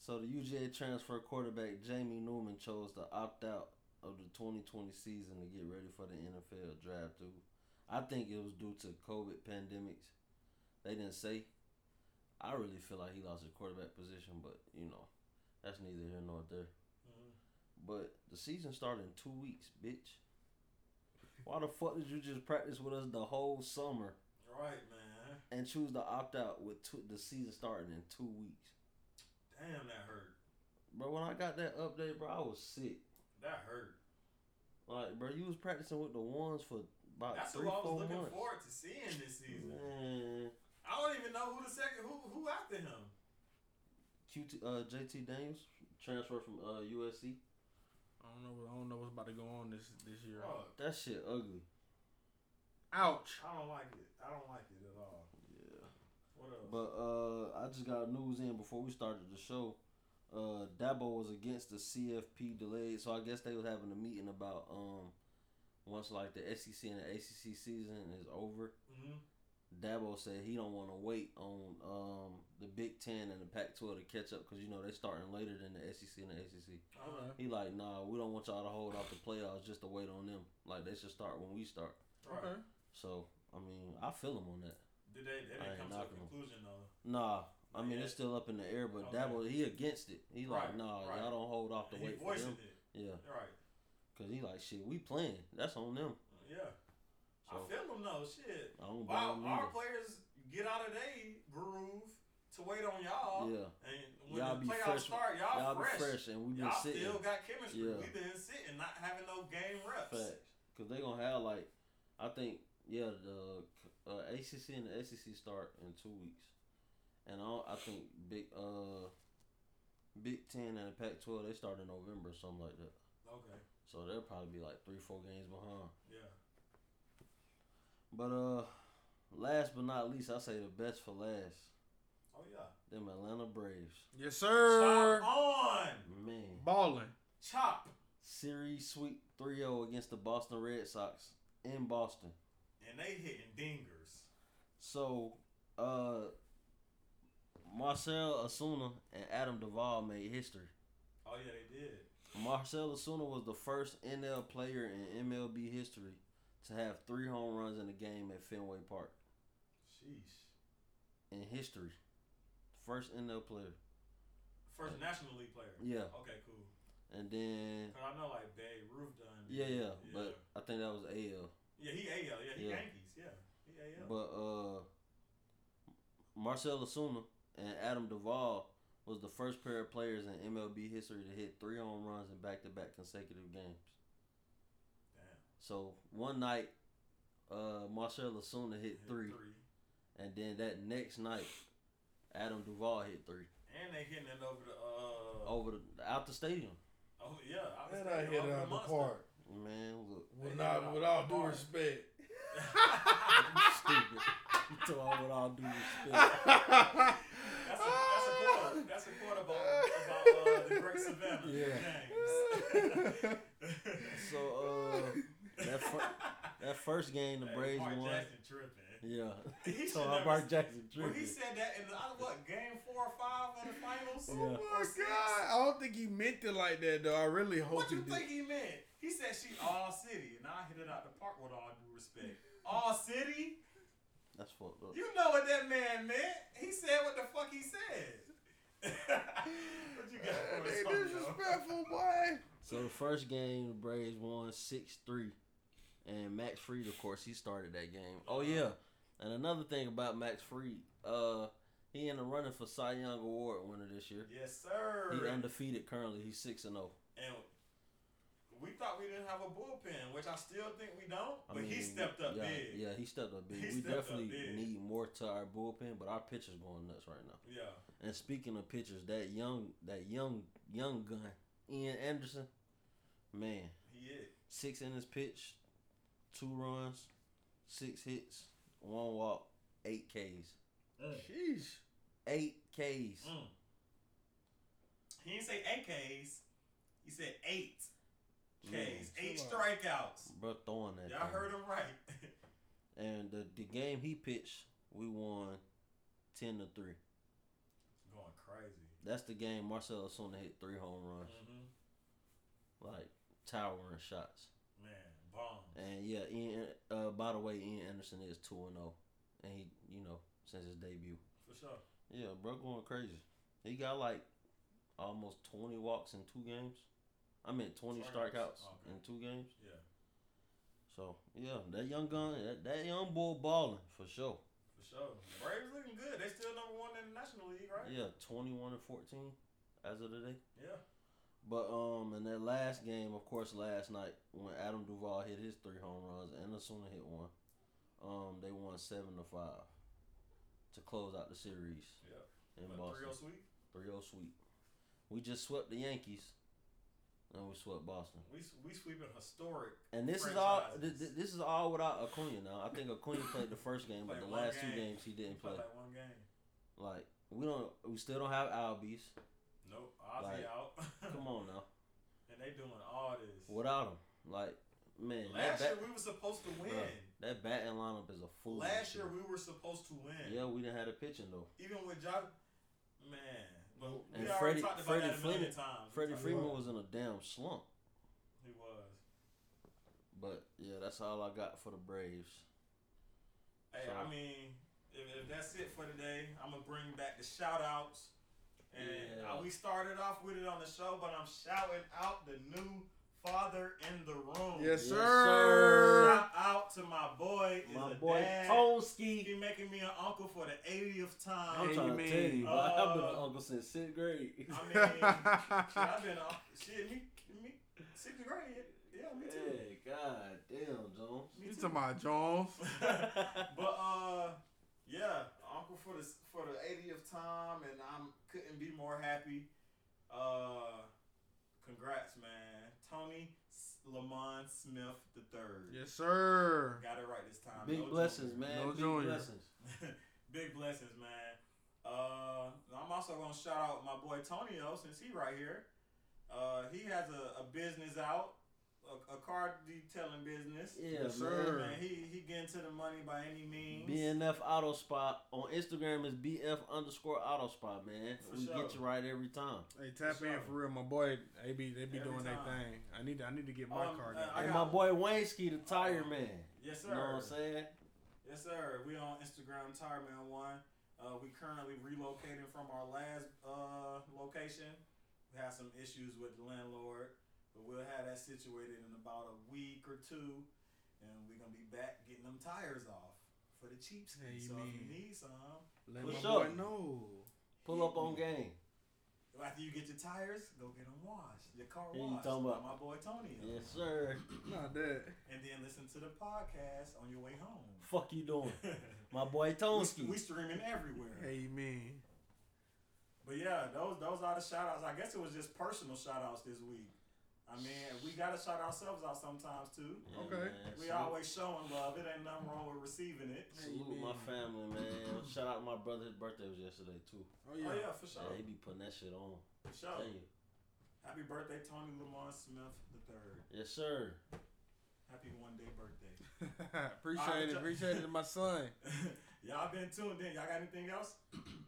Speaker 6: So the UGA transfer quarterback Jamie Newman chose to opt out of the 2020 season to get ready for the NFL draft. Due, I think it was due to COVID pandemics. They didn't say. I really feel like he lost his quarterback position, but you know, that's neither here nor there.
Speaker 8: Mm-hmm.
Speaker 6: But the season started in two weeks, bitch. Why the fuck did you just practice with us the whole summer?
Speaker 8: Right, man.
Speaker 6: and choose to opt out with two, the season starting in two weeks.
Speaker 8: Damn, that hurt.
Speaker 6: Bro, when I got that update, bro, I was sick.
Speaker 8: That hurt.
Speaker 6: Like, bro, you was practicing with the ones for about
Speaker 8: That's
Speaker 6: Uh, three,
Speaker 8: who I was
Speaker 6: four
Speaker 8: looking
Speaker 6: months.
Speaker 8: forward to seeing this season.
Speaker 6: Man,
Speaker 8: I don't even know who the second who who after him.
Speaker 6: QT, uh, JT Daniels transfer from uh USC.
Speaker 2: I don't know. I don't know what's about to go on this this year.
Speaker 8: Bro,
Speaker 6: That shit ugly.
Speaker 2: Ouch.
Speaker 8: I don't like it. I don't like it at all.
Speaker 6: Yeah.
Speaker 8: What else?
Speaker 6: But uh, I just got news in before we started the show. Uh, Dabo was against the CFP delay, so I guess they was having a meeting about um, once like the SEC and the ACC season is over.
Speaker 8: hmm
Speaker 6: Dabo said he don't want to wait on um, the Big Ten and the Pac twelve to catch up because you know they starting later than the SEC and the ACC.
Speaker 8: Uh,
Speaker 6: He like, nah, we don't want y'all to hold off the playoffs just to wait on them. Like they should start when we start.
Speaker 8: right.
Speaker 2: Okay.
Speaker 6: So I mean, I feel him on that.
Speaker 8: Did they? They
Speaker 6: I ain't
Speaker 8: didn't come to a
Speaker 6: knocking him.
Speaker 8: conclusion though.
Speaker 6: Nah, I
Speaker 8: Not
Speaker 6: mean
Speaker 8: yet.
Speaker 6: it's still up in the air, but
Speaker 8: Okay.
Speaker 6: Dabo he against it. He like,
Speaker 8: Right,
Speaker 6: nah,
Speaker 8: right.
Speaker 6: y'all don't hold off the
Speaker 8: And he
Speaker 6: wait for
Speaker 8: voicing
Speaker 6: them.
Speaker 8: it.
Speaker 6: Yeah,
Speaker 8: Right.
Speaker 6: cause he like, shit, we playing. That's on them.
Speaker 8: Yeah.
Speaker 6: So-
Speaker 8: I feel him though. Shit.
Speaker 6: I don't
Speaker 8: Why
Speaker 6: blame him
Speaker 8: our
Speaker 6: either.
Speaker 8: players get out of their groove to wait on y'all?
Speaker 6: Yeah.
Speaker 8: And when
Speaker 6: Y'all
Speaker 8: the
Speaker 6: be
Speaker 8: playoffs
Speaker 6: fresh-
Speaker 8: start, y'all,
Speaker 6: Y'all
Speaker 8: fresh.
Speaker 6: be fresh and we been
Speaker 8: Y'all
Speaker 6: sitting.
Speaker 8: still got chemistry.
Speaker 6: Yeah.
Speaker 8: We've been sitting, not having no game reps.
Speaker 6: Facts. Cause they gonna have like, I think yeah the uh, ACC and the SEC start in two weeks, and I, I think big uh Big Ten and the Pac twelve they start in November or something like that.
Speaker 8: Okay.
Speaker 6: So they'll probably be like three four games behind.
Speaker 8: Yeah.
Speaker 6: But uh, last but not least, I say the best for last.
Speaker 8: Oh yeah.
Speaker 6: Them Atlanta Braves,
Speaker 2: Yes, sir.
Speaker 8: Chop on.
Speaker 6: man.
Speaker 2: Balling.
Speaker 8: Chop
Speaker 6: Series sweep 3-0 against the Boston Red Sox in Boston.
Speaker 8: and they hitting dingers.
Speaker 6: So, uh, Marcel Asuna and Adam Duvall made history.
Speaker 8: Oh yeah, they did.
Speaker 6: Marcel Asuna was the first NL player in MLB history to have three home runs in a game at Fenway Park
Speaker 8: Sheesh.
Speaker 6: in history. First NL player,
Speaker 8: First National League player.
Speaker 6: yeah.
Speaker 8: Okay, cool.
Speaker 6: And then
Speaker 8: 'Cause I know like Babe Ruth done.
Speaker 6: yeah, yeah,
Speaker 8: yeah.
Speaker 6: but I think that was AL.
Speaker 8: yeah, he AL. Yeah, he
Speaker 6: Yeah.
Speaker 8: Yankees. Yeah, he AL.
Speaker 6: But uh, Marcel Asuna and Adam Duvall was the first pair of players in MLB history to hit three home runs in back-to-back consecutive games.
Speaker 8: Damn.
Speaker 6: So one night, uh, Marcel Asuna hit
Speaker 8: Hit
Speaker 6: three,
Speaker 8: three.
Speaker 6: and then that next night, Adam Duvall hit three
Speaker 8: And they hitting it over the uh. Oh,
Speaker 6: over the, out the stadium.
Speaker 8: yeah. I was
Speaker 9: And I
Speaker 8: thinking
Speaker 9: hit
Speaker 8: over
Speaker 9: it out the
Speaker 8: Munster.
Speaker 9: park.
Speaker 6: Man, look
Speaker 9: With,
Speaker 8: hit it
Speaker 9: not,
Speaker 8: out
Speaker 9: with
Speaker 8: the
Speaker 9: all due
Speaker 8: park.
Speaker 9: respect.
Speaker 6: stupid. so I would all do respect.
Speaker 8: That's a, that's a quote. That's a quote about, about uh, the great Savannah
Speaker 2: Oh,
Speaker 9: Yeah.
Speaker 8: James.
Speaker 6: So uh, that fir- that first game the
Speaker 8: Hey,
Speaker 6: Braves
Speaker 8: Mark
Speaker 6: won.
Speaker 8: Jackson tripping.
Speaker 6: Yeah.
Speaker 8: He
Speaker 6: so
Speaker 8: should
Speaker 6: I
Speaker 8: never-
Speaker 6: Mark Jackson
Speaker 8: When he
Speaker 6: tripping.
Speaker 8: said that in the, I- what game four or five of the finals?
Speaker 6: Yeah.
Speaker 2: Oh
Speaker 8: Or
Speaker 2: my
Speaker 8: six?
Speaker 2: god! I don't think he meant it like that though. I really hope
Speaker 8: What
Speaker 2: he
Speaker 8: you
Speaker 2: did.
Speaker 8: think he meant? He said she all city, and I hit it out the park with all due respect. All city?
Speaker 6: That's fucked up.
Speaker 8: You know what that man meant? He said what the fuck he said. what you got for us,
Speaker 2: They
Speaker 8: Antonio?
Speaker 2: disrespectful, boy.
Speaker 6: So the first game the Braves won six three. And Max Freed, of course, he started that game. Oh yeah. And another thing about Max Freed, uh, he in the running for Cy Young Award winner this year.
Speaker 8: Yes, sir.
Speaker 6: He undefeated currently. He's six and oh. zero.
Speaker 8: And we thought we didn't have a bullpen, which I still think we don't.
Speaker 6: I
Speaker 8: But he
Speaker 6: mean,
Speaker 8: stepped up
Speaker 6: yeah,
Speaker 8: big.
Speaker 6: Yeah, he stepped up big.
Speaker 8: He
Speaker 6: we
Speaker 8: stepped up
Speaker 6: definitely
Speaker 8: big.
Speaker 6: need more to our bullpen, but our pitcher's going nuts right now.
Speaker 8: Yeah.
Speaker 6: And speaking of pitchers, that young, that young, young gun, Ian Anderson, man,
Speaker 8: He it.
Speaker 6: six innings pitched, two runs, six hits, one walk, eight Ks.
Speaker 2: Sheesh.
Speaker 6: Eight Ks.
Speaker 8: Mm. He didn't say AKs. He said eight Ks,
Speaker 6: Man,
Speaker 8: eight
Speaker 2: chill
Speaker 8: strikeouts.
Speaker 6: Bro, throwing that.
Speaker 8: Y'all
Speaker 6: thing.
Speaker 8: heard him right.
Speaker 6: And the, the game he pitched, we won ten to three.
Speaker 8: Going crazy.
Speaker 6: That's the game Marcel Asuna hit three home runs,
Speaker 8: hmm Mm.
Speaker 6: like towering shots.
Speaker 8: Man, bomb.
Speaker 6: And yeah, Ian. Uh, by the way, Ian Anderson is two and zero, and he, you know, since his debut.
Speaker 8: For sure.
Speaker 6: Yeah, bro, going crazy. He got like almost twenty walks in two games. I mean, twenty
Speaker 8: Strikeouts.
Speaker 6: strikeouts
Speaker 8: Okay.
Speaker 6: in two games.
Speaker 8: Yeah,
Speaker 6: So yeah, that young gun, that, that young boy balling for sure.
Speaker 8: for For sure. Braves looking good. They still number one in the National League, right?
Speaker 6: Yeah, twenty one and fourteen as of today.
Speaker 8: Yeah.
Speaker 6: But um, in that last game, of course, last night when Adam Duvall hit his three home runs and Asuna hit one, um, they won seven to five to close out the series
Speaker 8: Yeah.
Speaker 6: in
Speaker 8: But
Speaker 6: Boston.
Speaker 8: 3-0 sweep.
Speaker 6: 3-0 sweep. We just swept the Yankees, and we swept Boston.
Speaker 8: We we sweeping historic.
Speaker 6: And this is all
Speaker 8: franchises.
Speaker 6: th- th- this is all without Acuna now. I think Acuna played the first game, but the
Speaker 8: Played one
Speaker 6: last two
Speaker 8: game.
Speaker 6: games he didn't play.
Speaker 8: Played like one game.
Speaker 6: Like we don't, we still don't have Albies.
Speaker 8: Nope. Ozzy
Speaker 6: Like,
Speaker 8: out.
Speaker 6: Come on now,
Speaker 8: And they doing all this.
Speaker 6: without him, like man,
Speaker 8: Last
Speaker 6: that
Speaker 8: year
Speaker 6: bat,
Speaker 8: we were supposed to win.
Speaker 6: Bruh, that batting lineup is a fool.
Speaker 8: Last year we were supposed to win.
Speaker 6: yeah, we didn't have a pitching though.
Speaker 8: Even with Josh, man. But we
Speaker 6: And
Speaker 8: already
Speaker 6: Freddie-
Speaker 8: talked about
Speaker 6: Freddie
Speaker 8: that a million
Speaker 6: Freeman-
Speaker 8: times. We
Speaker 6: Freddie
Speaker 8: talked-
Speaker 6: Freeman was in a damn slump,
Speaker 8: He was.
Speaker 6: but yeah, that's all I got for the Braves.
Speaker 8: Hey,
Speaker 6: So-
Speaker 8: I mean, if, if that's it for today, I'm gonna bring back the shout outs. And
Speaker 6: Yeah.
Speaker 8: uh, we started off with it on the show, but I'm shouting out the new father in the room.
Speaker 2: Yes,
Speaker 6: Yes,
Speaker 2: sir.
Speaker 8: Shout out to my boy. is
Speaker 6: My
Speaker 8: a
Speaker 6: boy
Speaker 8: dad.
Speaker 6: Tolsky.
Speaker 8: He making me an uncle for the 80th
Speaker 6: I'm
Speaker 8: time.
Speaker 2: Hey,
Speaker 6: trying to
Speaker 2: man.
Speaker 6: tell you, bro. I've been an
Speaker 8: Uh,
Speaker 6: uncle since sixth grade.
Speaker 8: I mean, shit, I've been on shit. Me, me, sixth grade. Yeah, me too.
Speaker 6: Hey, god damn, Jones.
Speaker 8: Me
Speaker 2: You
Speaker 8: too.
Speaker 2: talking about Jones?
Speaker 8: but uh, yeah, Uncle for the for the 80th time, and I'm couldn't be more happy. Uh, congrats, man, Tony S- Lamont Smith the third.
Speaker 2: Yes, sir.
Speaker 8: Got it right this time.
Speaker 6: Big
Speaker 8: No
Speaker 6: blessings,
Speaker 8: junior.
Speaker 6: man.
Speaker 2: No
Speaker 6: Big
Speaker 2: junior.
Speaker 6: blessings.
Speaker 8: Big blessings, man. Uh, I'm also gonna shout out my boy Tonio since he right here. Uh, he has a, a business out, a, a car detailing business.
Speaker 6: Yeah,
Speaker 2: Yes,
Speaker 6: man.
Speaker 2: sir.
Speaker 8: Man, he he getting to the money by any means.
Speaker 6: BNF Auto Spot on Instagram is BF underscore Auto Spot, man.
Speaker 8: For
Speaker 6: we
Speaker 8: sure.
Speaker 6: get you right every time.
Speaker 2: Hey, tap
Speaker 8: For sure.
Speaker 2: in for real, my boy. They be they be
Speaker 8: Every
Speaker 2: doing their
Speaker 8: time.
Speaker 2: thing. I need to, I need to get my
Speaker 8: Um,
Speaker 2: card.
Speaker 8: uh,
Speaker 2: out.
Speaker 8: I
Speaker 6: and
Speaker 8: got-
Speaker 6: my boy Waynsky, the tire man.
Speaker 8: Yes, sir.
Speaker 6: You know what I'm saying?
Speaker 8: Yes, sir. We on Instagram, Tire Man One. Uh, we currently relocating from our last uh, location. We had some issues with the landlord, but we'll have that situated in about a week or two, and we're gonna be back getting them tires off for the cheap
Speaker 2: Hey,
Speaker 8: So if
Speaker 2: man.
Speaker 8: you need some,
Speaker 2: Let
Speaker 6: for
Speaker 2: my
Speaker 6: sure.
Speaker 2: boy know.
Speaker 6: Pull up on game.
Speaker 8: after you get your tires, go get them washed. Your car
Speaker 6: Yeah, you
Speaker 8: washed.
Speaker 6: talking about-
Speaker 8: by my boy Tony.
Speaker 6: Yes, sir.
Speaker 2: Not that.
Speaker 8: And then listen to the podcast on your way home.
Speaker 6: Fuck you doing? My boy
Speaker 8: we, we
Speaker 6: Tonsky.
Speaker 8: streaming everywhere.
Speaker 2: Hey, man.
Speaker 8: But yeah, those those are the shout outs. I guess it was just personal shout outs this week. I mean, we gotta shout ourselves out sometimes too.
Speaker 6: Yeah,
Speaker 2: Okay.
Speaker 6: man.
Speaker 8: We
Speaker 6: Salute-
Speaker 8: always showing love. It ain't nothing wrong with receiving it.
Speaker 6: Salute my family, man. Shout out to my brother. His birthday was yesterday, too.
Speaker 2: Oh
Speaker 8: Oh
Speaker 2: yeah.
Speaker 8: yeah, for sure.
Speaker 6: Yeah, he be putting that shit on.
Speaker 8: For
Speaker 6: Tell
Speaker 8: sure.
Speaker 6: you.
Speaker 8: Happy birthday, Tony Lamont Smith the third.
Speaker 6: Yes, sir.
Speaker 8: Happy one day birthday.
Speaker 2: appreciate it. Appreciate it, to my son.
Speaker 8: Y'all been tuned in. Y'all got anything else?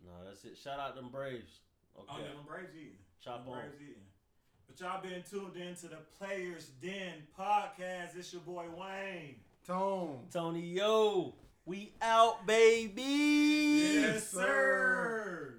Speaker 6: No, that's it. Shout out them Braves. Okay.
Speaker 8: Oh yeah, them Braves eating.
Speaker 6: Chop
Speaker 8: Them
Speaker 6: on.
Speaker 8: Braves eating. But y'all been tuned in to the Players Den podcast. It's your boy Wayne.
Speaker 2: Tone.
Speaker 6: Tony, yo, we out, baby.
Speaker 2: Yes, sir.